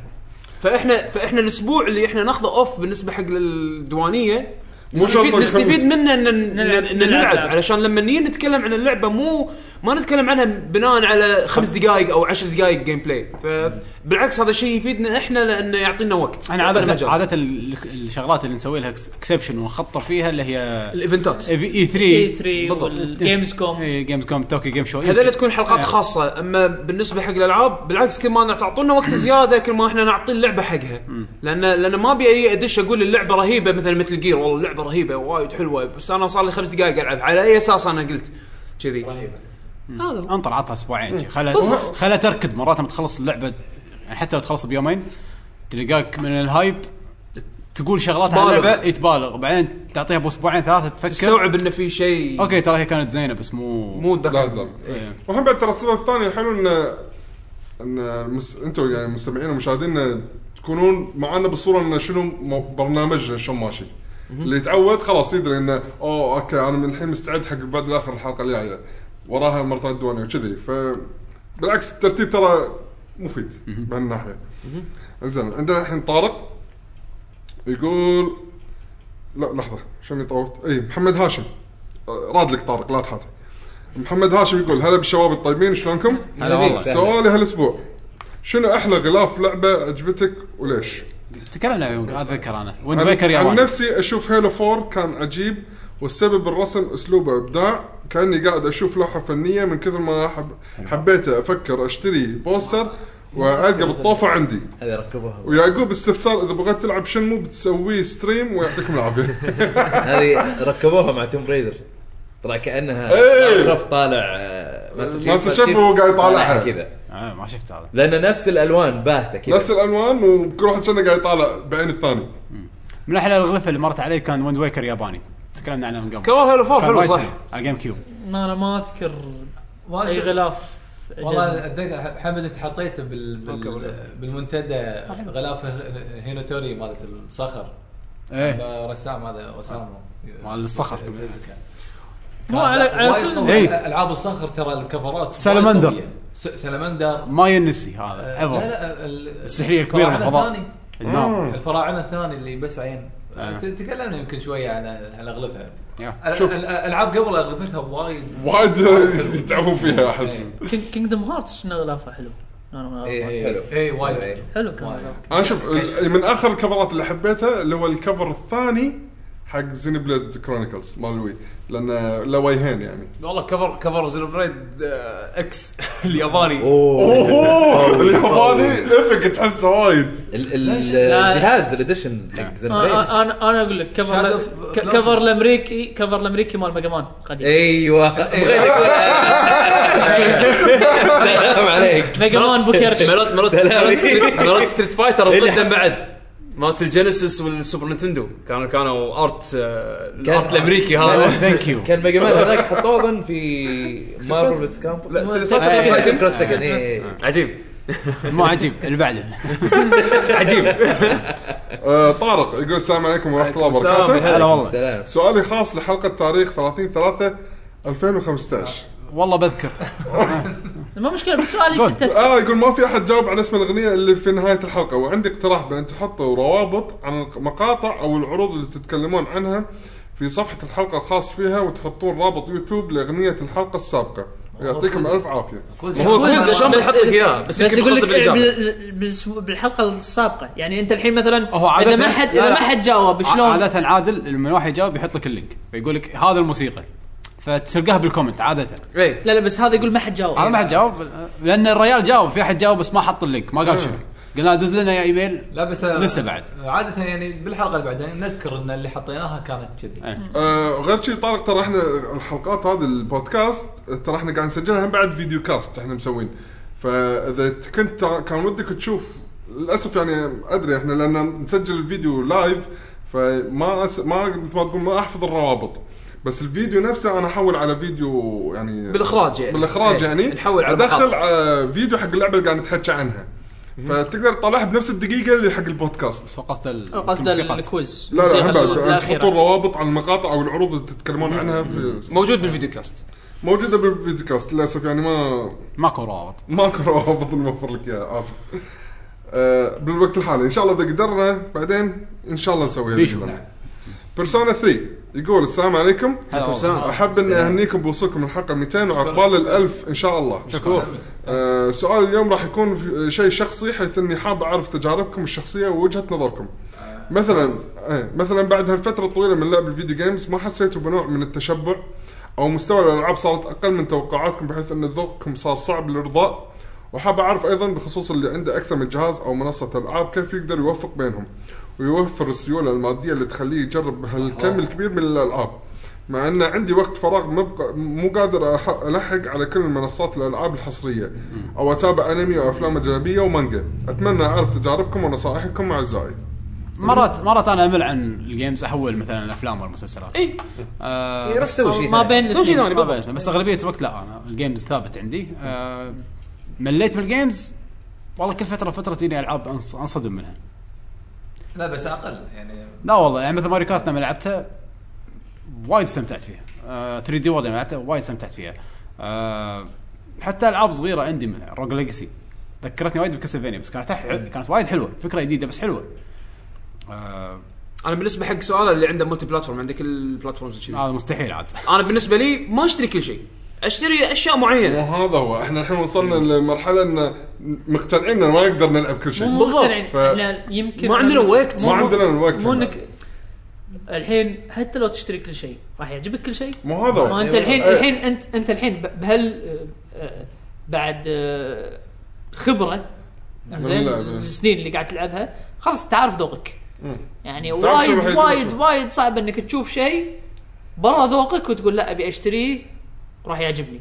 فاحنا فاحنا الاسبوع اللي احنا ناخذه اوف بالنسبه حق الديوانيه مو شرط نستفيد نكمل. نستفيد منه ان إن- نلعب- إن نلعب نلعب لعب. علشان لما نيجي نتكلم عن اللعبه مو ما نتكلم عنها بناء على خمس دقائق او عشر دقائق جيم بلاي فبالعكس هذا الشيء يفيدنا احنا لانه يعطينا وقت انا يعطينا عاده مجال. عاده ال- الشغلات اللي نسوي لها اكسبشن ونخطر فيها اللي هي إيه، E الايفنتات اي 3 اي 3 بالضبط. والجيمز كوم جيمز كوم توكي جيم شو هذول تكون حلقات إيه، نعم. خاصة اما بالنسبة حق الالعاب بالعكس كل ما تعطونا وقت زيادة كل ما احنا نعطي اللعبة حقها لان لان ما ابي أي ادش اقول اللعبة رهيبة مثلا مثل جير والله اللعبة رهيبة وايد حلوة بس انا صار لي خمس دقائق العب على اي اساس انا قلت كذي هذا هو. انطر عطها اسبوعين إيه. شي. خلا خلا تركض مرات لما تخلص اللعبه يعني حتى لو تخلص بيومين تلقاك من الهايب تقول شغلات عن بالغ. اللعبه يتبالغ وبعدين تعطيها باسبوعين ثلاثه تفكر تستوعب انه في شيء اوكي ترى هي كانت زينه بس مو إيه. مو لا ذكر لا وهم بعد ترى السبب الثاني حلو ان ان المس... انتم يعني المستمعين ومشاهدينا تكونون معنا بالصوره ان شنو م- برنامجنا شلون ماشي اللي يتعود خلاص يدري انه اوه اوكي انا من الحين مستعد حق بعد الاخر الحلقه الجايه وراها مرات الديوانيه وكذي ف بالعكس الترتيب ترى مفيد بهالناحيه زين عندنا الحين طارق يقول لا لحظه شنو طوفت اي إيه، محمد هاشم آه، راد لك طارق لا تحاتي محمد هاشم يقول هلا بالشباب الطيبين شلونكم؟ هلا والله سؤالي هالاسبوع شنو احلى غلاف لعبه عجبتك وليش؟ تكلمنا عن- اتذكر انا ويند عن- بيكر عن ياباني نفسي اشوف هيلو 4 كان عجيب والسبب الرسم اسلوبه ابداع كاني قاعد اشوف لوحه فنيه من كثر ما حب حبيت افكر اشتري بوستر والقى بالطوفه عندي هذه ركبوها ويعقوب استفسار اذا بغيت تلعب شنمو بتسويه ستريم ويعطيكم العافيه هذه ركبوها مع توم بريدر طلع كانها إيه. كرافت طالع آه، ماستر شيف وهو قاعد يطالعها. طالعها كذا آه ما شفت هذا لان نفس الالوان باهته كذا نفس الالوان وكل واحد كنا قاعد يطالع بعين الثاني من احلى الغلفه اللي مرت علي كان ويند ويكر ياباني تكلمنا عنه من قبل كوار هيلو فور كان حلو وايد صح على الجيم كيوب ما انا ما اذكر اي غلاف والله والله اتذكر حمد انت حطيته بال... أوكي، بال... والله. بالمنتدى غلافه هينوتوري مالت الصخر ايه الرسام هذا اوسامو مال الصخر. تزكى. مو على على وايد كل قوي. إيه. العاب الصخر ترى الكفرات سلمندر. وايد قوية. س- سلمندر ما ينسي هذا آه، لا ايفر لا ال- السحرية الكبيرة الفراعنة بالفضاء. الثاني. النار الفراعنه الثاني اللي بس عين آه. ت- تكلمنا يمكن شويه عن عن اغلفها يا. ال- ال- الالعاب قبل اغلفتها وايد وايد يتعبون فيها احس كينجدم هارتس شنو غلافه حلو أنا ما إيه، أغلط. إيه، حلو اي وايد إيه. حلو كان وايد. انا شوف ال- من اخر الكفرات اللي حبيتها اللي هو الكفر الثاني حق زين بليد كرونيكلز مال وي لان له وجهين يعني والله كفر كفر زيرو بريد آه، اكس الياباني اوه اوه الياباني افق تحسه وايد ال- ال- لا. الجهاز الاديشن حق آه، زين آه، انا انا اقول لك كفر Shadow ل- of ك- Blossom. كفر الامريكي كفر الامريكي مال ميجامان قديم ايوه السلام عليك ميجامان بوكيرش مرات مرات سلام. مرات ستريت- مرات ستريت فايتر ضده بعد مالت الجينيسيس والسوبر نينتندو كانوا كانوا ارت آه، الارت الامريكي Oh, هذا ثانك يو كان ميجا مان هذاك حطوه اظن في مارفل بس كامب لا ستريت آه، فايتر آه. كان كروس سكن إيه. عجيب مو عجيب اللي بعده عجيب آه، طارق يقول السلام عليكم ورحمه الله السلام، وبركاته هلا والله سلام سؤالي خاص لحلقه تاريخ 30 3 2015 والله بذكر ما مشكله بس سؤالي قول. انت اه يقول ما في احد جاوب على اسم الاغنيه اللي في نهايه الحلقه وعندي اقتراح بان تحطوا روابط عن المقاطع او العروض اللي تتكلمون عنها في صفحه الحلقه الخاص فيها وتحطون رابط يوتيوب لاغنيه الحلقه السابقه يعطيكم الف عافيه هو كويس بس- عشان بس- بيحط لك اياه بس بس يمكن يقول لك قصده بالإجابة. بال- بال- بالحلقه السابقه يعني انت الحين مثلا هو عادة- اذا ما حد لا، اذا لا. ما حد جاوب طيب، شلون عادة عادل لما الواحد يجاوب يحط لك اللينك فيقول لك هذا الموسيقى فتلقاها بالكومنت عادة إيه. لا لا بس هذا يقول ما حد جاوب هذا ما حد جاوب لان الريال جاوب في احد جاوب بس ما حط اللينك ما قال شنو قلنا دز لنا يا ايميل لا بس لسه بعد. عاده يعني بالحلقه اللي بعدين نذكر ان اللي حطيناها كانت كذي إيه. آه غير شيء طارق ترى احنا الحلقات هذه البودكاست ترى احنا قاعد نسجلها هم بعد فيديو كاست احنا مسوين فاذا كنت تع- كان ودك تشوف للاسف يعني ادري احنا لان نسجل الفيديو لايف فما أس... ما مثل ما تقول ما احفظ الروابط بس الفيديو نفسه انا احول على فيديو يعني بالاخراج يعني بالاخراج إيه. يعني نحول على ادخل المقاطع. على فيديو حق اللعبه اللي قاعد نتحكى عنها فتقدر تطلعها بنفس الدقيقه اللي حق البودكاست بس هو قصده ال- قصده الموسيقات. الكويز لا لا هم بعد الأخيرة. تحطون روابط عن المقاطع او العروض اللي تتكلمون عنها في موجود بالفيديو كاست موجوده بالفيديو كاست للاسف يعني ما ماكو روابط ماكو روابط نوفر لك اياها اسف آه، بالوقت الحالي ان شاء الله اذا قدرنا بعدين ان شاء الله نسويها بيشو. بيرسونا 3 يقول السلام عليكم هلا والله. سلام. احب اني اهنيكم بوصولكم من الحلقه 200 وعقبال الألف ان شاء الله شكرا آه سؤال اليوم راح يكون في- شيء شخصي حيث اني حاب اعرف تجاربكم الشخصيه ووجهه نظركم مثلا آه مثلا بعد هالفتره الطويله من لعب الفيديو جيمز ما حسيتوا بنوع من التشبع او مستوى الالعاب صارت اقل من توقعاتكم بحيث ان ذوقكم صار صعب الارضاء وحاب اعرف ايضا بخصوص اللي عنده اكثر من جهاز او منصه العاب كيف يقدر يوفق بينهم ويوفر السيوله الماديه اللي تخليه يجرب هالكم الكبير من الالعاب مع ان عندي وقت فراغ مبقى مو قادر أح- الحق على كل منصات الالعاب الحصريه او اتابع انمي وافلام اجنبيه ومانجا اتمنى اعرف تجاربكم ونصائحكم اعزائي مرات مرات انا امل عن الجيمز احول مثلا الافلام والمسلسلات اي آه، راح بس- تسوي شيء ما ثاني. بين سوي شيء ثاني ما بالضبط. بين- بس اغلبيه الوقت لا انا الجيمز ثابت عندي آه، مليت من الجيمز والله كل فتره فتره تجيني العاب أنص- انصدم منها لا بس اقل يعني لا والله يعني مثل ماريو كارت لما لعبتها وايد استمتعت فيها آه 3 دي وورد لما لعبتها وايد استمتعت فيها آه حتى العاب صغيره عندي منها روج ليجسي ذكرتني وايد بكاسلفينيا بس كانت حل... كانت وايد حلوه فكره جديده بس حلوه آه انا بالنسبه حق سؤال اللي عنده ملتي بلاتفورم عندك البلاتفورمز وكذي هذا مستحيل عاد انا بالنسبه لي ما اشتري كل شيء اشتري اشياء معينه وهذا هو احنا الحين وصلنا لمرحله ان مقتنعين ان ما نقدر نلعب كل شيء مو بالضبط. مقتنعين. ف- احنا يمكن ما عندنا مو- وقت. ما عندنا الوقت مو هذا. انك الحين حتى لو تشتري كل شيء راح يعجبك كل شيء مو هذا ما هو انت الحين إيه. الحين انت انت الحين ب- بهال آه، آه، بعد آه، خبره باللعب. زين السنين اللي قاعد تلعبها خلاص تعرف ذوقك يعني تعرف شو وايد الوحيد وايد اللي- وايد صعب انك تشوف شيء برا ذوقك وتقول لا ابي اشتريه راح يعجبني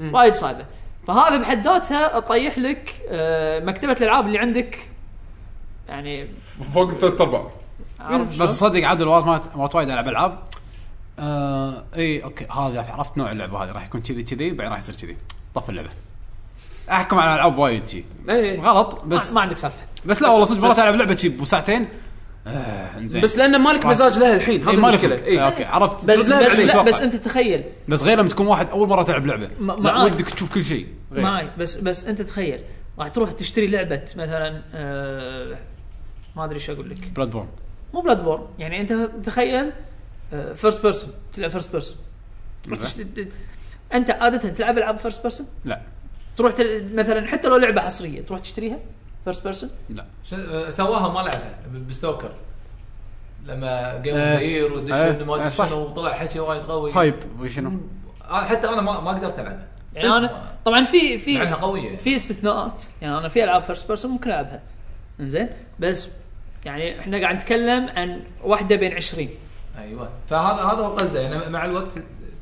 وايد صعبه فهذا بحد ذاتها تطيح لك آه، مكتبه الالعاب اللي عندك يعني فوق ثلاث ارباع عارف شلون؟ بس صدق عاد الوقت ما مرات وايد العب العاب آه اي اوكي هذا عرفت نوع اللعبه هذه راح يكون كذي كذي بعدين راح يصير كذي طف اللعبه احكم على العاب وايد شي اي غلط بس بس إيه. ما عندك سالفه بس لا والله صدق مرات بس- العب لعبه شي بساعتين آه انزين بس لانه مالك خلاص. مزاج لها الحين هذه إيه، ما المشكله لفك. اي اوكي عرفت بس لها بس بعدين لا أتوقع. بس انت تخيل بس غير لما تكون واحد اول مره تلعب لعبه م- لا معاك. ودك تشوف كل شيء غير. معاي بس بس انت تخيل راح تروح تشتري لعبه مثلا آه ما ادري شو اقول لك بلاد بورن مو بلاد بورن يعني انت تخيل آه، فيرست بيرسون تلعب فيرست بيرسون انت عاده تلعب العاب فيرست بيرسون لا تروح تل... مثلا حتى لو لعبه حصريه تروح تشتريها فيرست بيرسون لا ش- آه، سواها ما لعبها ب- بستوكر لما جيم آه. اوف ذير ودش آه. إنه ما آه، ادري صح. شنو وطلع حكي وايد قوي طيب. هايب وشنو آه، حتى انا ما ما قدرت العبها يعني انا طبعا في في لعبها قويه في استثناءات يعني انا في العاب فيرست بيرسون ممكن العبها زين بس يعني احنا قاعد نتكلم عن واحده بين 20 ايوه فهذا هذا هو قصده يعني مع الوقت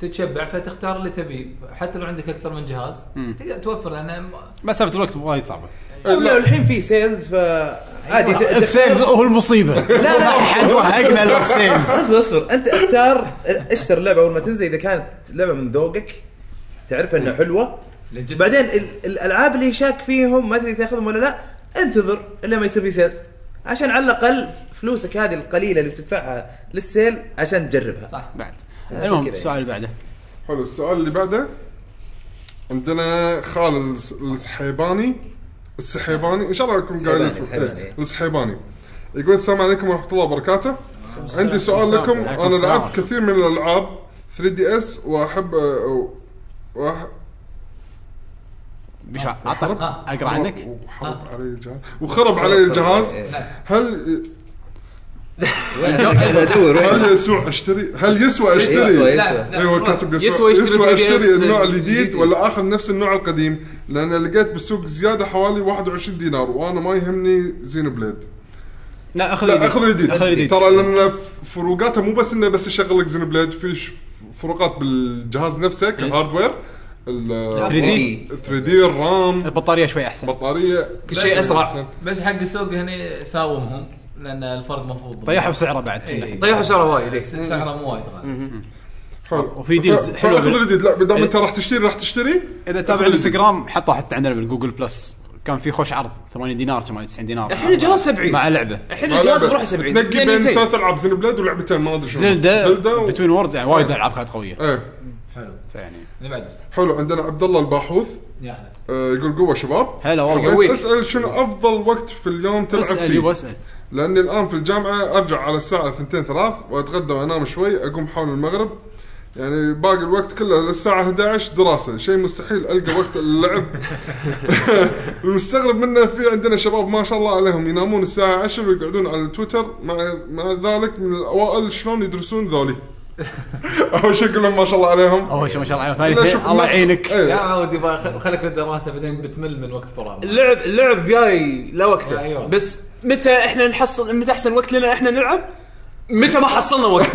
تتشبع فتختار اللي تبيه حتى لو عندك اكثر من جهاز تقدر توفر لان مسافه الوقت وايد صعبه ولا الحين في سيلز فعادي ت- السيلز هو المصيبه لا لا. حذفوا حقنا لا السيلز اصبر اصبر انت اختار اشتر اللعبه اول ما تنزل اذا كانت لعبه من ذوقك تعرف انها حلوه Legit. بعدين ال- الالعاب اللي شاك فيهم ما تدري تاخذهم ولا لا انتظر الا ما يصير في سيلز عشان على الاقل فلوسك هذه القليله اللي بتدفعها للسيل عشان تجربها صح بعد عشان المهم كذا السؤال اللي بعده حلو السؤال اللي بعده عندنا خالد الس- السحيباني السحيباني ان شاء الله اكون قايل سحيباني، اسمه سحيباني. إيه، السحيباني يقول السلام عليكم ورحمه الله وبركاته عندي سؤال السلام. لكم عليكم انا السلام. لعبت كثير من الالعاب 3 دي اس واحب أه، وأح- مش عطر آه. اقرا عنك وحرب علي الجهاز وخرب علي الجهاز إيه. هل قاعد ادور وين؟ هل يسوع اشتري هل يسوى يسوى، اشتري لا لا ايوه كاتب يسوى يسوى يشتري يسوى 3DS اشتري النوع الجديد. الجديد ولا اخذ نفس النوع القديم لان لقيت بالسوق زياده حوالي 21 دينار وانا ما يهمني زينو بليد لا اخذ لا الجديد اخذ الجديد اخذ الجديد ترى لان فروقاتها مو بس انه بس يشغل لك زينو بليد في ش- فروقات بالجهاز نفسه كهاردوير ال 3D. 3 دي الرام البطاريه شوي احسن بطاريه كل شيء اسرع بس حق السوق هني ساومهم لان الفرق مفروض طيب، طيحوا بسعره بعد إيه. كنا. طيحوا سعره وايد إيه. سعره مو وايد غالي حلو وفي ديلز حلوة حلوه فاخذ بال- الجديد لا ما دام انت راح تشتري راح تشتري اذا تابع أخذ الجديد. الانستغرام حطوا حتى عندنا بالجوجل بلس كان في خوش عرض 80 دينار 90 دينار الحين الجهاز 70 مع لعبه الحين الجهاز لعبة. بروحه 70 تنقي لأن بين يعني زين. ثلاث العاب زين بلاد ولعبتين ما ادري شنو زلدا زلدا و... بتوين وورز يعني وايد العاب كانت يعني قويه ايه حلو فيعني اللي بعد حلو عندنا عبد الله الباحوث يا هلا آه يقول قوه شباب هلا والله بغيت قويك. اسال شنو افضل وقت في اليوم تلعب اسال يبا فيه اسال لاني الان في الجامعه ارجع على الساعه 2 3 واتغدى وانام شوي اقوم حول المغرب يعني باقي الوقت كله للساعة 11 دراسة، شيء مستحيل ألقى وقت اللعب. المستغرب منه في عندنا شباب ما شاء الله عليهم ينامون الساعة 10 ويقعدون على تويتر مع مع ذلك من الأوائل شلون يدرسون ذولي. أول شيء أقول لهم ما شاء الله عليهم. اول شيء ما شاء الله عليك. لا، ثاني شوف شيء الله الناس- يعينك إيه. يا ودي بقى خ- خليك بالدراسه بعدين بتمل من وقت فراغ اللعب اللعب جاي لا وقته أيوة. بس متى احنا نحصل متى احسن وقت لنا احنا نلعب متى ما حصلنا وقت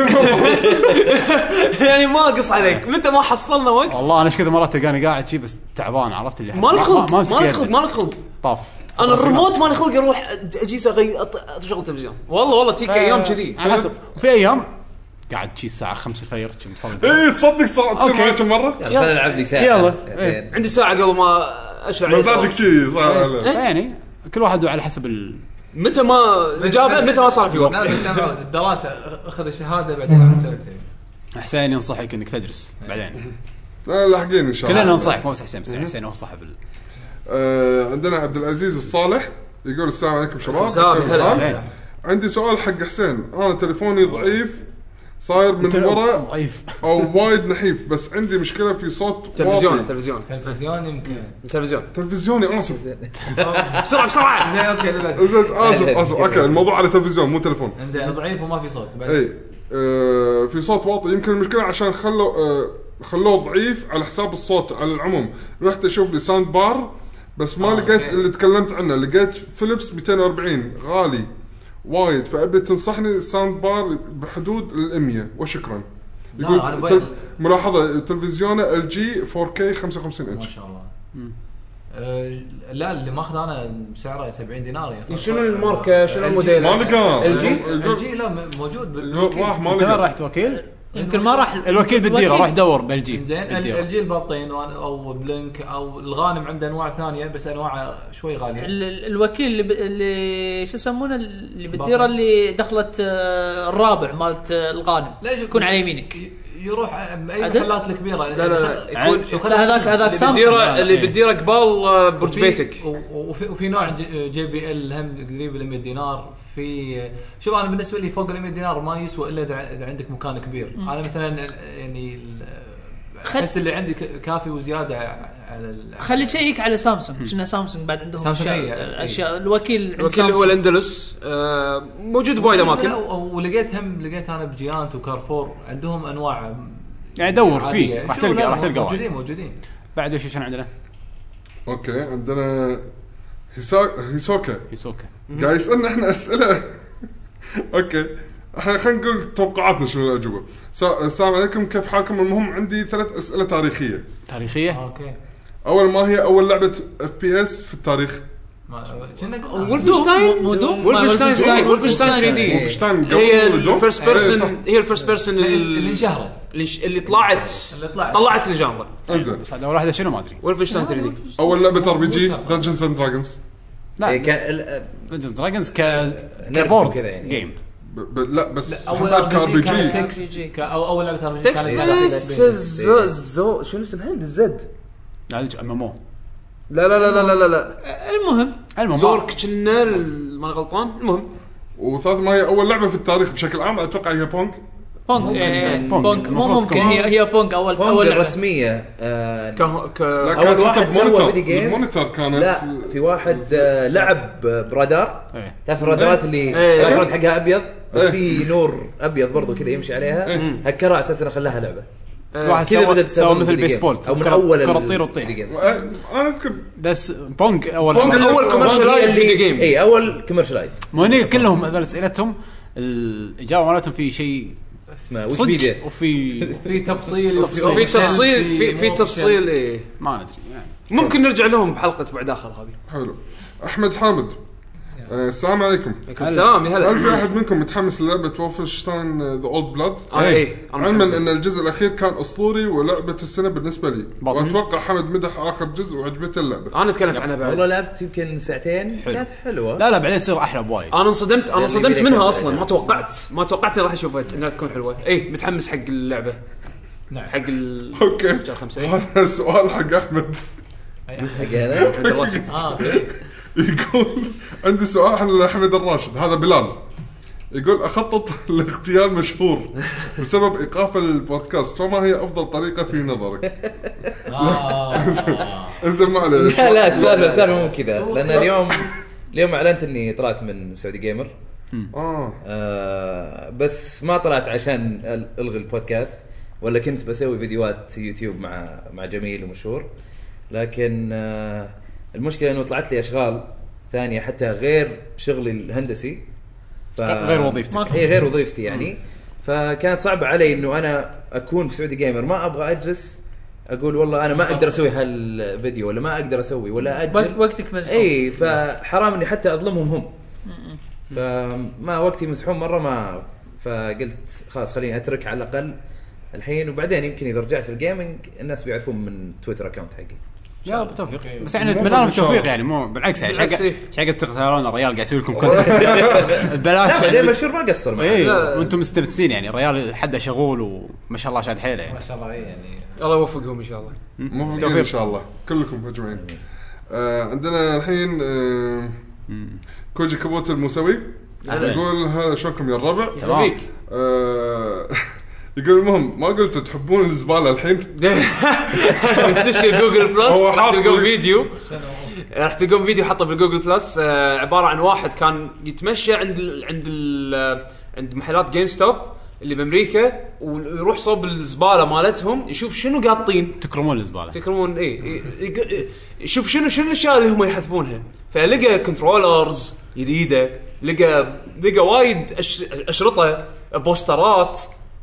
يعني ما اقص عليك متى ما حصلنا وقت والله انا ايش كذا مرات تلقاني قاعد شي بس تعبان عرفت اللي ما لك خلق ما أمسك لك يدي. خلق ما لك خلق طاف انا الريموت ما لي خلق اروح اجهزه اغير أط- اشغل تلفزيون والله والله تيك ايام كذي على حسب طيب. في ايام قاعد شي الساعه 5 الفجر شي مصلي الفجر. ايه تصدق صار تصير أوكي. معي كم مره؟ يلا خلينا نلعب لي ساعه يلا. ساعتين. عندي ساعه قبل ما اشعل مزاجك شي صار عليه. يعني كل واحد على حسب ال... متى ما الاجابه متى ما صار في وقت لا بس أنا عود. الدراسه أخ- اخذ الشهاده بعدين عاد تسوي التعليم. حسين ينصحك انك تدرس بعدين إيه. لا، لاحقين ان شاء الله كلنا ننصحك مو بس حسين بس حسين هو صاحب ال... آه، عندنا عبد العزيز الصالح يقول السلام عليكم شباب السلام، كيف هلا. الحال؟ بعدين. عندي سؤال حق حسين انا تليفوني ضعيف صاير من ورا ضعيف او وايد نحيف بس عندي مشكله في صوت تلفزيون واطي. تلفزيون تلفزيون يمكن تلفزيون تلفزيوني اسف بسرعه بسرعه زين اوكي اللي بعد زين، اسف اسف اوكي الموضوع على تلفزيون مو تلفون انزين ضعيف وما في صوت بعد اي آه، في صوت واطي يمكن المشكله عشان خلوا آه، خلوه ضعيف على حساب الصوت على العموم رحت اشوف لي ساوند بار بس ما آه، لقيت أوكي. اللي تكلمت عنه لقيت فيليبس 240 غالي وايد فابي تنصحني ساوند بار بحدود ال 100 وشكرا لا، أنا يقول بقى- تل... ملاحظه تلفزيونه ال جي 4K 55 ما انش شاء الله أه، لا اللي ماخذ انا سعره 70 دينار يعني شنو الماركة؟ شنو الموديل؟ ما لقى ال جي؟ ال جي لا م- موجود بال- راح ما انت وين لقى رحت وكيل؟ يمكن ما راح الوكيل بالديره روح دور بلجي زين بالديرة. الجيل بابطين وأنا- او بلينك او الغانم عنده انواع ثانيه بس انواعه شوي غاليه ال- ال- الوكيل اللي, ب... اللي شو يسمونه اللي بالديره باطل. اللي دخلت آه، الرابع مالت آه، الغانم لا شوف- يكون على يمينك ي- يروح باي عدل؟ محلات الكبيره لا، لا، لا، يكون- شوف، لا، هذاك- هذاك سامسونج. الديره اللي إيه. بالديره قبال آه، برج وفي- بيتك و- و- وفي وفي نوع ج- جي بي ال هم قريب ال 100 دينار في شوف انا بالنسبه لي فوق ال 100 دينار ما يسوى الا اذا ع- إذا عندك مكان كبير انا مثلا ال- يعني ال- خل- احس اللي عندي ك- كافي وزياده على ال- خلي تشيك على سامسونج كنا سامسونج بعد عندهم سامسونج أشياء- هي- هي. اشياء الوكيل عند الوكيل اللي هو سامسونج. الاندلس آه، موجود بوايد لا، اماكن و- ولقيت هم لقيت انا بجيانت وكارفور عندهم انواع يعني دور عادية. فيه راح شوف، تلقى لا، راح تلقى موجودين واحد موجودين بعد وش كان عندنا؟ اوكي عندنا هيسا- هيسوكا يسوكا قاعد يسالنا احنا اسئله اوكي احنا خلينا نقول توقعاتنا شنو الاجوبه سا- السلام عليكم كيف حالكم المهم عندي ثلاث اسئله تاريخيه تاريخيه اوكي اول ما هي اول لعبه اف بي اس في التاريخ ما كنا ولفنشتاين آه، مو- مو دوم؟ ولفنشتاين مو- ولفنشتاين 3 إيه. دي وفشتاين هي قبل ولدهم. الفيرست إيه، صح. بيرسون هي الفيرست بيرسون اللي انشهرت اللي طلعت اللي طلعت. طلعت الجانرا انزين بس هذا اول واحده شنو ما ادري ولفنشتاين 3 دي اول لعبه ار بي جي دنجنز اند دراجونز لا إيه، كان- آه. ال- دنجنز دراجونز ك نرجع كبورد كذا يعني. جيم لا بس اول هناك ار بي جي RPG. تكست كا- أو- اول لعبه ار بي جي إيه، تكست بس الزو الزو- شنو اسمها بالزد هذا ام ام او لا لا لا لا لا لا المهم المهم زورك كنا ال- ما أنا غلطان المهم وثالث ما هي اول لعبه في التاريخ بشكل عام اتوقع هي بونج بونج إيه، بونج. بونج مو المفروض ممكن تكون. هي هي بونج اول بونج اول لعبة. الرسميه آه، ك ك لا أول كانت واحد حتى سوى بمونيتور فيديو جيمز. بمونيتور كانت لا في واحد آه، لعب آه، برادار إيه. تعرف الرادارات اللي إيه. الرادارات حقها ابيض بس إيه. في نور ابيض برضو كذا يمشي عليها هكرها على اساس انه خلاها لعبه واحد آه، كذا آه، سوى بدات سوى تستخدم مثل الفيديو بيسبول جيمز، او من كرة- كره اول تطير الفيديو وتطير جيمز. انا اذكر بس بونج اول بونج واحدة. أول commercialized video game. اي اول كوميرشلايز مو هني كلهم هذول اسئلتهم الاجابه مالتهم في شيء اسمه صدق ويكيبيديا وفي في تفصيل تفصيل. في وفي تفصيل في في مو تفصيل ايه ما ندري يعني ممكن نرجع لهم بحلقه بعد اخر هذه حلو احمد حامد آه، السلام عليكم سلام يا هل في هلا احد منكم متحمس uh, للعبه وولفنشتاين ذا اولد بلاد؟ انا ايه أنا علما متحمس. ان الجزء الاخير كان اسطوري ولعبه السنه بالنسبه لي بطل. واتوقع حمد مدح اخر جزء وعجبته اللعبه انا تكلمت عنها والله بعد لعبت يمكن ساعتين حلو. كانت حلوه لا لا بعدين يصير احلى بوايد انا انصدمت انا انصدمت يعني منها كذا- اصلا ما توقعت ما توقعت إني راح اشوفها انها تكون حلوه اي متحمس حق اللعبه نعم. حق ال اوكي رجال خمسة إيه. هذا سؤال حق احمد حق هذا. عند الراشد اه أوكي. يقول عندي سؤال عن احمد الراشد هذا بلال يقول اخطط لاغتيال مشهور بسبب ايقاف البودكاست فما هي افضل طريقه في نظرك؟ آه. انزل معلش لا لا السالفه السالفه مو كذا لان اليوم اليوم اعلنت اني طلعت من سعودي جيمر اه آه بس ما طلعت عشان ال- الغي البودكاست ولا كنت بسوي فيديوهات يوتيوب مع مع جميل ومشهور لكن آه المشكله انه طلعت لي اشغال ثانيه حتى غير شغلي الهندسي ف... غير وظيفتك. ماكو. هي غير وظيفتي يعني فكانت صعبه علي انه انا اكون في سعودي جيمر ما ابغى اجلس اقول والله انا ما اقدر اسوي هالفيديو ولا ما اقدر اسوي ولا اجل وقت وقتك مزحوم إيه. اي فحرام اني حتى اظلمهم هم فما وقتي مزحوم مره ما فقلت خلاص خليني اترك على الاقل الحين وبعدين يمكن اذا رجعت في الجيمنج الناس بيعرفون من تويتر اكونت حقي يا بالتوفيق بس يعني نتمنى لهم التوفيق يعني مو بالعكس يعني بالعكس، إيه. شقق شقق تختارون الريال قاعد يسوي لكم كونتنت لا ببلاش بعدين يعني. مشهور ما قصر معي اي لا. وانتم مستبتسين يعني الريال حده شغول وما شاء الله شاد حيله ما يعني شاء الله إيه، يعني الله يوفقهم ان شاء الله موفقين توفيق. ان شاء الله كلكم اجمعين آه عندنا الحين آه كوجي كابوت الموسوي أهلاً. يقول هلا شلونكم يا الربع تمام آه يقول المهم ما قلتوا تحبون الزباله الحين دش جوجل هو بلس راح حاط تلقون لي- فيديو راح تلقون فيديو حطه بالجوجل بلس آه، عباره عن واحد كان يتمشى عند ال عند ال آه، عند محلات جيم ستوب اللي بامريكا ويروح صوب الزباله مالتهم يشوف شنو قاطين تكرمون الزباله تكرمون اي إيه، شوف شنو شنو الاشياء اللي هم يحذفونها فلقى كنترولرز جديده لقى لقى وايد أش... اشرطه بوسترات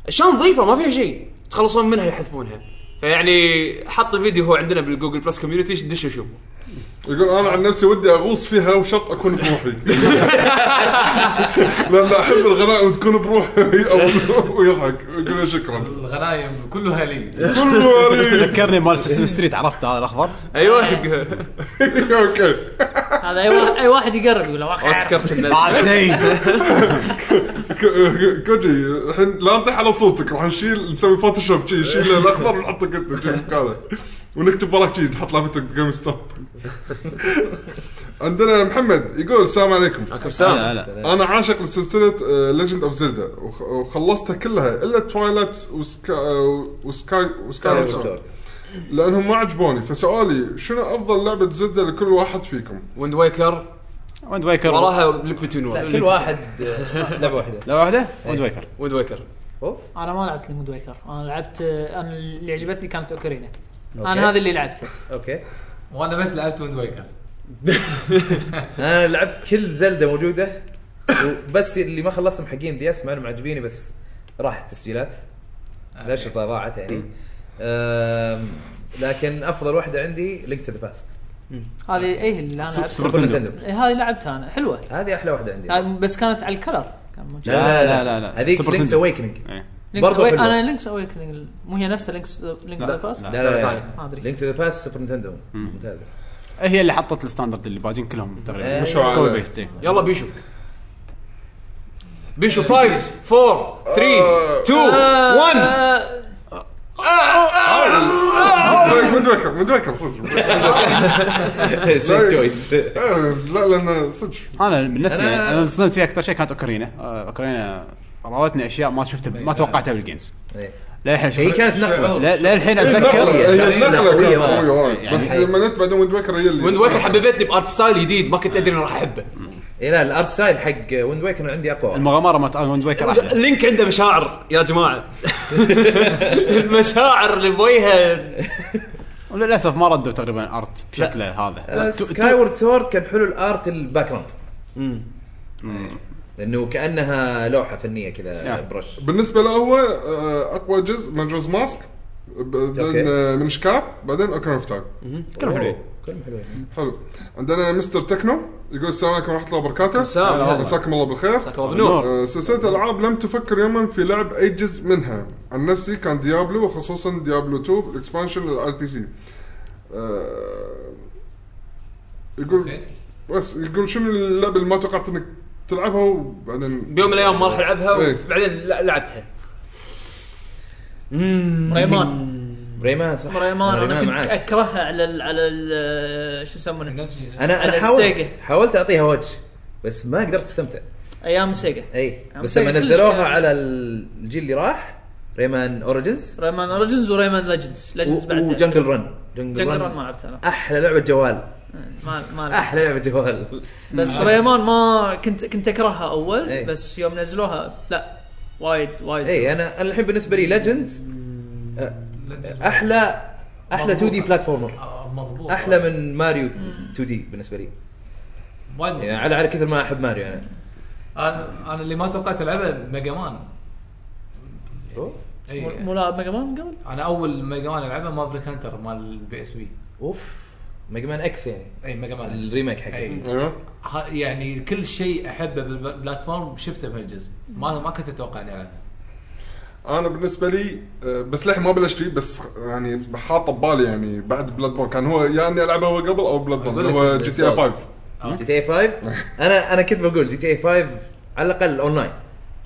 اشياء نظيفه ما فيها شيء تخلصون منها يحذفونها فيعني حط الفيديو هو عندنا بالجوجل بلس كوميونتي دشوا شوفوا يقول انا عن نفسي ودي اغوص فيها وشرط اكون بروحي لان احب الغنائم تكون بروحي أو- ويضحك يقول له شكرا الغنايم كلها لي كله لي. ذكرني مال سيسم ستريت عرفت هذا الاخضر ايوه اوكي هذا اي واحد اي واحد يقرب يقول إيه. "أخ، اوسكار كنا- عرفتي ك- كوجي الحين لا نطيح على صوتك راح نشيل نسوي فوتوشوب شي نشيل الاخضر ونحطك انت شي مكانه ونكتب وراك شي نحط لافتك جيم ستوب عندنا محمد يقول السلام عليكم عليكم السلام لا لا انا عاشق آه، لسلسله ليجند اوف زلدا وخلصتها كلها الا توايلايت وسكاي وسكاي Skyward Sword. لانهم ما عجبوني فسؤالي شنو افضل لعبه زلده لكل واحد فيكم؟ ويند ويكر وند ويكر وراها لينك بتوين لا كل واحد آه، لعبه واحده لا واحده إيه. وند ويكر ويند ويكر اوف انا ما لعبت لينك ويكر انا لعبت آه، انا اللي عجبتني كانت اوكرينا أوكي. انا هذا اللي لعبته اوكي وانا بس لعبت ويند ويكر انا لعبت كل زلده موجوده وبس اللي ما خلصتهم حقين دي اس ما أنا معجبيني بس راحت التسجيلات الاشرطه ضاعت يعني آم، لكن افضل واحده عندي لينك تو ذا باست هذه اي اللي انا سوبر لعبتها تندم. نينتندو. إيه، هذه لعبتها انا حلوه هذه احلى واحده عندي آه، بس كانت على الكلر كان موجود. لا، لا، لا، لا. هذيك سوبر لينكس نينتندو. اويكنينج إيه. لينكس برضو أوي- حلوة. انا لينكس اويكنينج آه، مو هي نفسها لينكس لينكس لا، ذا باست لا. لا لا ما لا أدري. لينك تو ذا باست سوبر نينتندو ممتازه هي اللي حطت الستاندرد اللي باجين كلهم تقريبا إيه. مش مشوا عليه. كوبي بيست إيه. يلا بيشو بيشو 5 4 3 آه. 2 1 ويند ويكر ويند ويكر صدق سيف تشويس آه، لا لان صدق انا من نفسي أنا- انا انصدمت فيها اكثر شيء كانت اوكرينا آه، اوكرينا راوتني اشياء ما شفتها ما توقعتها بالجيمز للحين إيه. هي كانت نقله لا- للحين النقلة، اتذكر هي النقله قويه قوية مرة. قويه وايد يعني- بس لما نت بعدين ويند ويكر هي اللي ويند ويكر حببتني بارت ستايل جديد ما كنت ادري اني راح احبه اي إيه، لا الارت ستايل حق ويند ويكر عندي اقوى المغامره مالت ويند ويكر احلى لينك عنده مشاعر يا جماعه المشاعر اللي بوجهه وللاسف ما ردوا تقريبا ارت بشكله آه، هذا تو- سكاي وورد سورد كان حلو الارت الباك جراوند لانه كانها لوحه فنيه كذا Yeah. برش بالنسبه له هو آه، اقوى جزء ماجرز ماسك بعدين أوكي. آه، من شكاب بعدين اوكرين اوف تايم كلهم حلوين كلهم حلوين حلو عندنا مستر تكنو يقول السلام عليكم ورحمه الله وبركاته السلام. آه، مساكم الله بالخير بالنور آه، سلسله العاب لم تفكر يوما في لعب اي جزء منها عن نفسي كان ديابلو وخصوصا ديابلو 2 الاكسبانشن للار بي سي آه، يقول أوكي. بس يقول شنو اللعبه اللي ما توقعت انك تلعبها وبعدين بيوم من الايام ما راح العبها إيه. وبعدين لا- لعبتها ريمان ريمان صح ريمان انا كنت معاك. اكرهها على ال على ال شو يسمونه على انا انا حاولت السيجا. حاولت اعطيها وجه بس ما قدرت استمتع ايام سيجا اي عم بس لما تسوي كل نزلوها شيء. على الجيل اللي راح ريمان اوريجنز ريمان اوريجنز وريمان ليجندز ليجندز بعد وجنجل رن جنجل رن ما لعبتها لا احلى لعبه جوال ما ما لعبتها. احلى لعبه جوال بس ريمان ما كنت كنت اكرهها اول إيه. بس يوم نزلوها لا وايد وايد اي انا انا إيه، الحين بالنسبه لي ليجندز احلى احلى 2 دي بلاتفورمر آه، مضبوط احلى من ماريو 2 دي بالنسبه لي وايد مضبوط. يعني على على كثر ما احب ماريو انا انا انا اللي ما توقعت العبه ميجا مان أوه. اي مو لاعب ميجا مان من قبل انا اول ميجا مان العبها مافريك هانتر مال البي اس بي اوف ميجا مان اكس يعني اي ميجا مان الريميك حقه. أي. ايوه ها- إيه. يعني كل شيء احبه بالبلاتفورم شفته بهالجزء ما ما كنت اتوقع اني العبها انا بالنسبه لي آه، بس للحين ما بلشت فيه بس يعني حاطه ببالي يعني بعد بلاد بورن كان هو يا اني العبها هو قبل او بلاد بورن أقول لك هو جي تي إيه اي 5 جي تي اي 5 انا انا كنت بقول جي تي اي 5 على الاقل اونلاين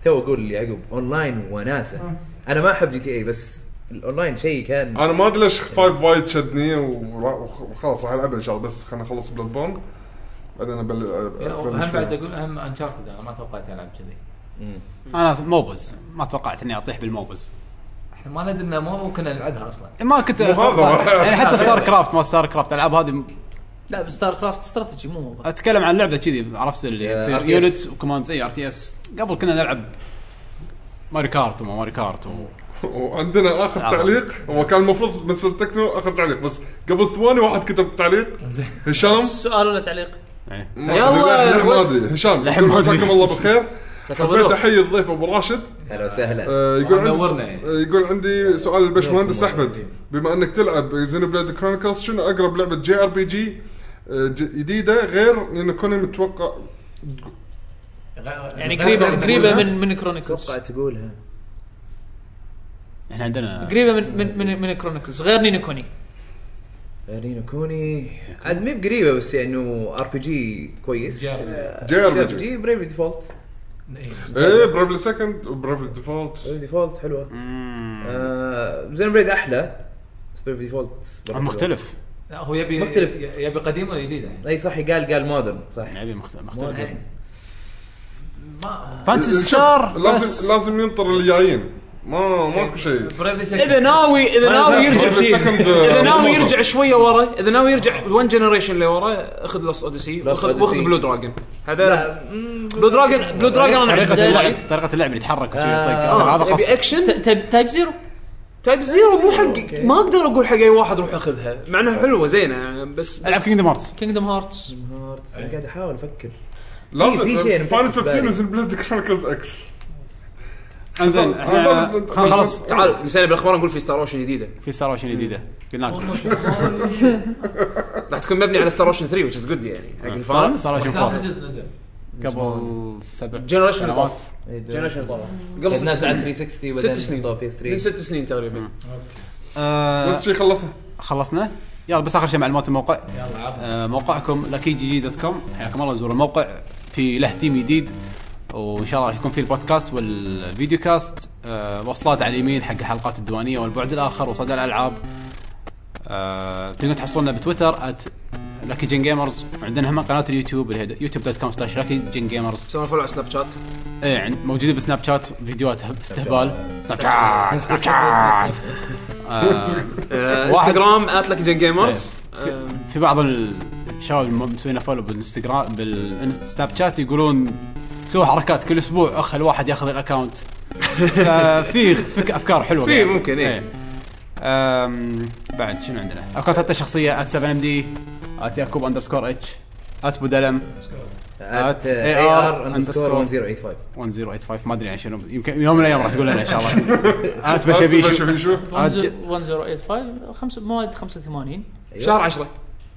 تو اقول ليعقوب اونلاين وناسه انا ما احب جي تي اي بس الاونلاين شيء كان انا ما ادري ليش 5 وايد شدني ورا- وخلاص راح العبها ان شاء الله بس خلينا نخلص بلاد بورن بعدين أبل- ابلش هم بعد فيها. اقول هم انشارتد انا ما توقعت العب كذي انا موبز ما توقعت اني اطيح بالموبز احنا ما ندري انه ما ممكن نلعبها اصلا ما كنت مو أتوقع- هذا. يعني حتى ستار كرافت ما ستار كرافت العاب هذه لا بس ستار كرافت استراتيجي مو موبايل أه. اتكلم عن لعبه كذي عرفت اللي يا تصير إيه، RTS. يونتس وكوماندز اي ار تي اس قبل كنا نلعب ماري كارت وما ماري كارت و... وعندنا اخر آه. تعليق هو كان المفروض مثل تكنو اخر تعليق بس قبل ثواني واحد كتب تعليق هشام سؤال ولا تعليق؟ إيه. ما يلا، أدري، للحين ما الوقت. ادري هشام للحين ما يقول أدري. مساكم الله بالخير حبيت بالخير. احيي الضيف ابو راشد هلا وسهلا آه، يقول نورنا عندي يعني. آه، يقول عندي سؤال للبشمهندس نورنا. احمد بما انك تلعب زين بلاد كرونيكلز شنو اقرب لعبه جي ار بي جي آه، ج- جديده غير لان كوني متوقع يعني قريبه قريبه من من كرونيكلز اتوقع تقولها احنا عندنا قريبه من من من, من كرونيكلز غير نينو كوني رينو كوني عاد مي بقريبه بس يعني انه ار بي جي كويس آه، جي آر بي. جي ار بي جي جي بريفلي ديفولت إيه. ايه برافلي سكند وبرافلي ديفولت بريفلي ديفولت حلوه مم. آه زين بريد احلى بس بريفلي ديفولت برضه مختلف لا هو يبي مختلف. يبي قديم ولا جديد يعني حلوة. اي صح قال قال مودرن صح يعني مخت- مختلف ما فانتسي ستار لازم بس لازم ينطر اللي جايين ما ماكو إيه، شيء بريفلي اذا ناوي اذا ناوي يرجع Bravely Second، اذا آه، ناوي موضوع. يرجع شويه ورا اذا ناوي يرجع وان جنريشن لورا اخذ لوس اوديسي Lost واخذ واخذ Odyssey. بلو دراجون آه، هذا لا مم، بلو دراجون بلو دراجون انا طريقه عجبتني اللعب وايد طريقه اللعب اللي يتحرك وشي آه. يطق. آه، هذا تبي قصدي اكشن ت- تايب تايب زيرو تايب زيرو مو حق ما اقدر اقول حق اي واحد روح اخذها مع انها حلوه زينه يعني بس بس- العب كينجدم هارتس كينجدم هارتس هارتس. أنا قاعد احاول افكر لازم آه، في شيء أنا فاينل مفكر في 15 بالي. نزل بلاد كرونيكلز اكس انزين آه، احنا آه، آه، خلاص تعال نسينا بالاخبار نقول في ستار اوشن جديده في ستار اوشن جديده قلنا لكم راح تكون مبني على ستار اوشن 3 which is good يعني حق ستار الفانز ستار اوشن اخر 4 جزء نزل قبل سبع جنريشن سنوات طاف جنريشن جنريشن طاف قبل ست طيب، نازل سنين على 360 ست وبعدين سنين. طلعوا PS3 من ست سنين تقريبا آه، نفس الشيء خلصنا خلصنا يلا بس اخر شيء معلومات الموقع يلا عرض آه، موقعكم لكيجي دوت كوم حياكم الله زوروا الموقع في له ثيم جديد وان شاء الله راح يكون في البودكاست والفيديو كاست آه، وصلات على اليمين حق حلقات الديوانيه والبعد الاخر وصدى الالعاب آه، تقدرون تحصلونا بتويتر @lucky جن جيمرز عندنا هم قناه اليوتيوب اللي هي يوتيوب دوت كوم سلاش لاكي جن جيمرز سوينا فولو على سناب شات ايه عند- موجودين بسناب شات فيديوهات استهبال سناب شات سناب شات آه، آه، واحد- إيه. انستغرام @lucky جيمرز في- في بعض الشباب اللي مسوين فولو بالانستغرام بالسناب شات يقولون سووا حركات كل اسبوع اخ الواحد ياخذ الاكونت ففي فك- افكار حلوه في قاعد. ممكن، إيه. أم، بعد شنو عندنا؟ اكونتات الشخصيه @7 md @يعقوب اندرسكور اتش @بودلم at at AR آه، underscore آه، underscore 1085 1085 ما ادري عن شنو يمكن يوم من الايام راح تقول لنا ان شاء الله آه، @بشبيشو شو 1085 5 مواد 85 أيوة. آه، شهر 10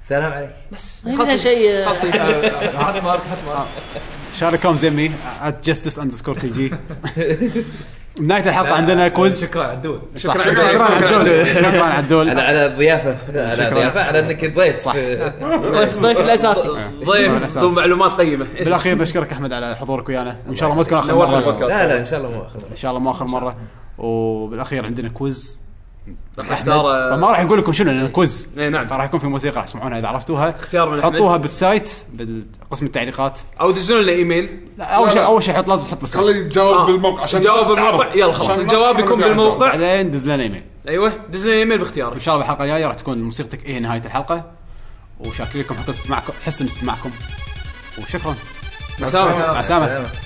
سلام عليك ما خاصة- عندنا شيء خاصة آه، حط مارك حط مارك شاركهم زمي @justice underscore تي جي نهايه الحلقه عندنا كوز شكرا على الدول صح. شكراً- شكرا شكراً على الدول شكرا على على الدول على الضيافه على الضيافه على انك ضيف صح. ضيف ضيف آه. الاساسي ضيف ذو معلومات قيمه بالاخير نشكرك احمد على حضورك ويانا وان شاء الله ما تكون اخر نورت مره البودكاست. لا لا ان شاء الله مو اخر ان شاء الله مو اخر مره وبالاخير عندنا كوز راح أحمد. اختار طب ما راح نقول لكم شنو لان كوز إيه نعم. فراح يكون في موسيقى راح تسمعونها اذا عرفتوها اختيار من أحمد. حطوها بالسايت بقسم التعليقات او دزلوا لنا ايميل لا اول لا، شيء لا. اول شيء حط لازم تحط بالسايت خليه يتجاوب آه. بالموقع عشان جواب الناس بالموقع تعرف. يلا عشان خلاص الناس الجواب تعرف يكون قاعد تعرف. بالموقع بعدين دز لنا ايميل ايوه دز لنا ايميل وان باختيارك شاء الله الحلقه الجايه راح تكون موسيقتك ايه نهايه الحلقه وشاكرين لكم حسن استماعكم حسن استماعكم وشكرا مع السلامه مع السلامه مره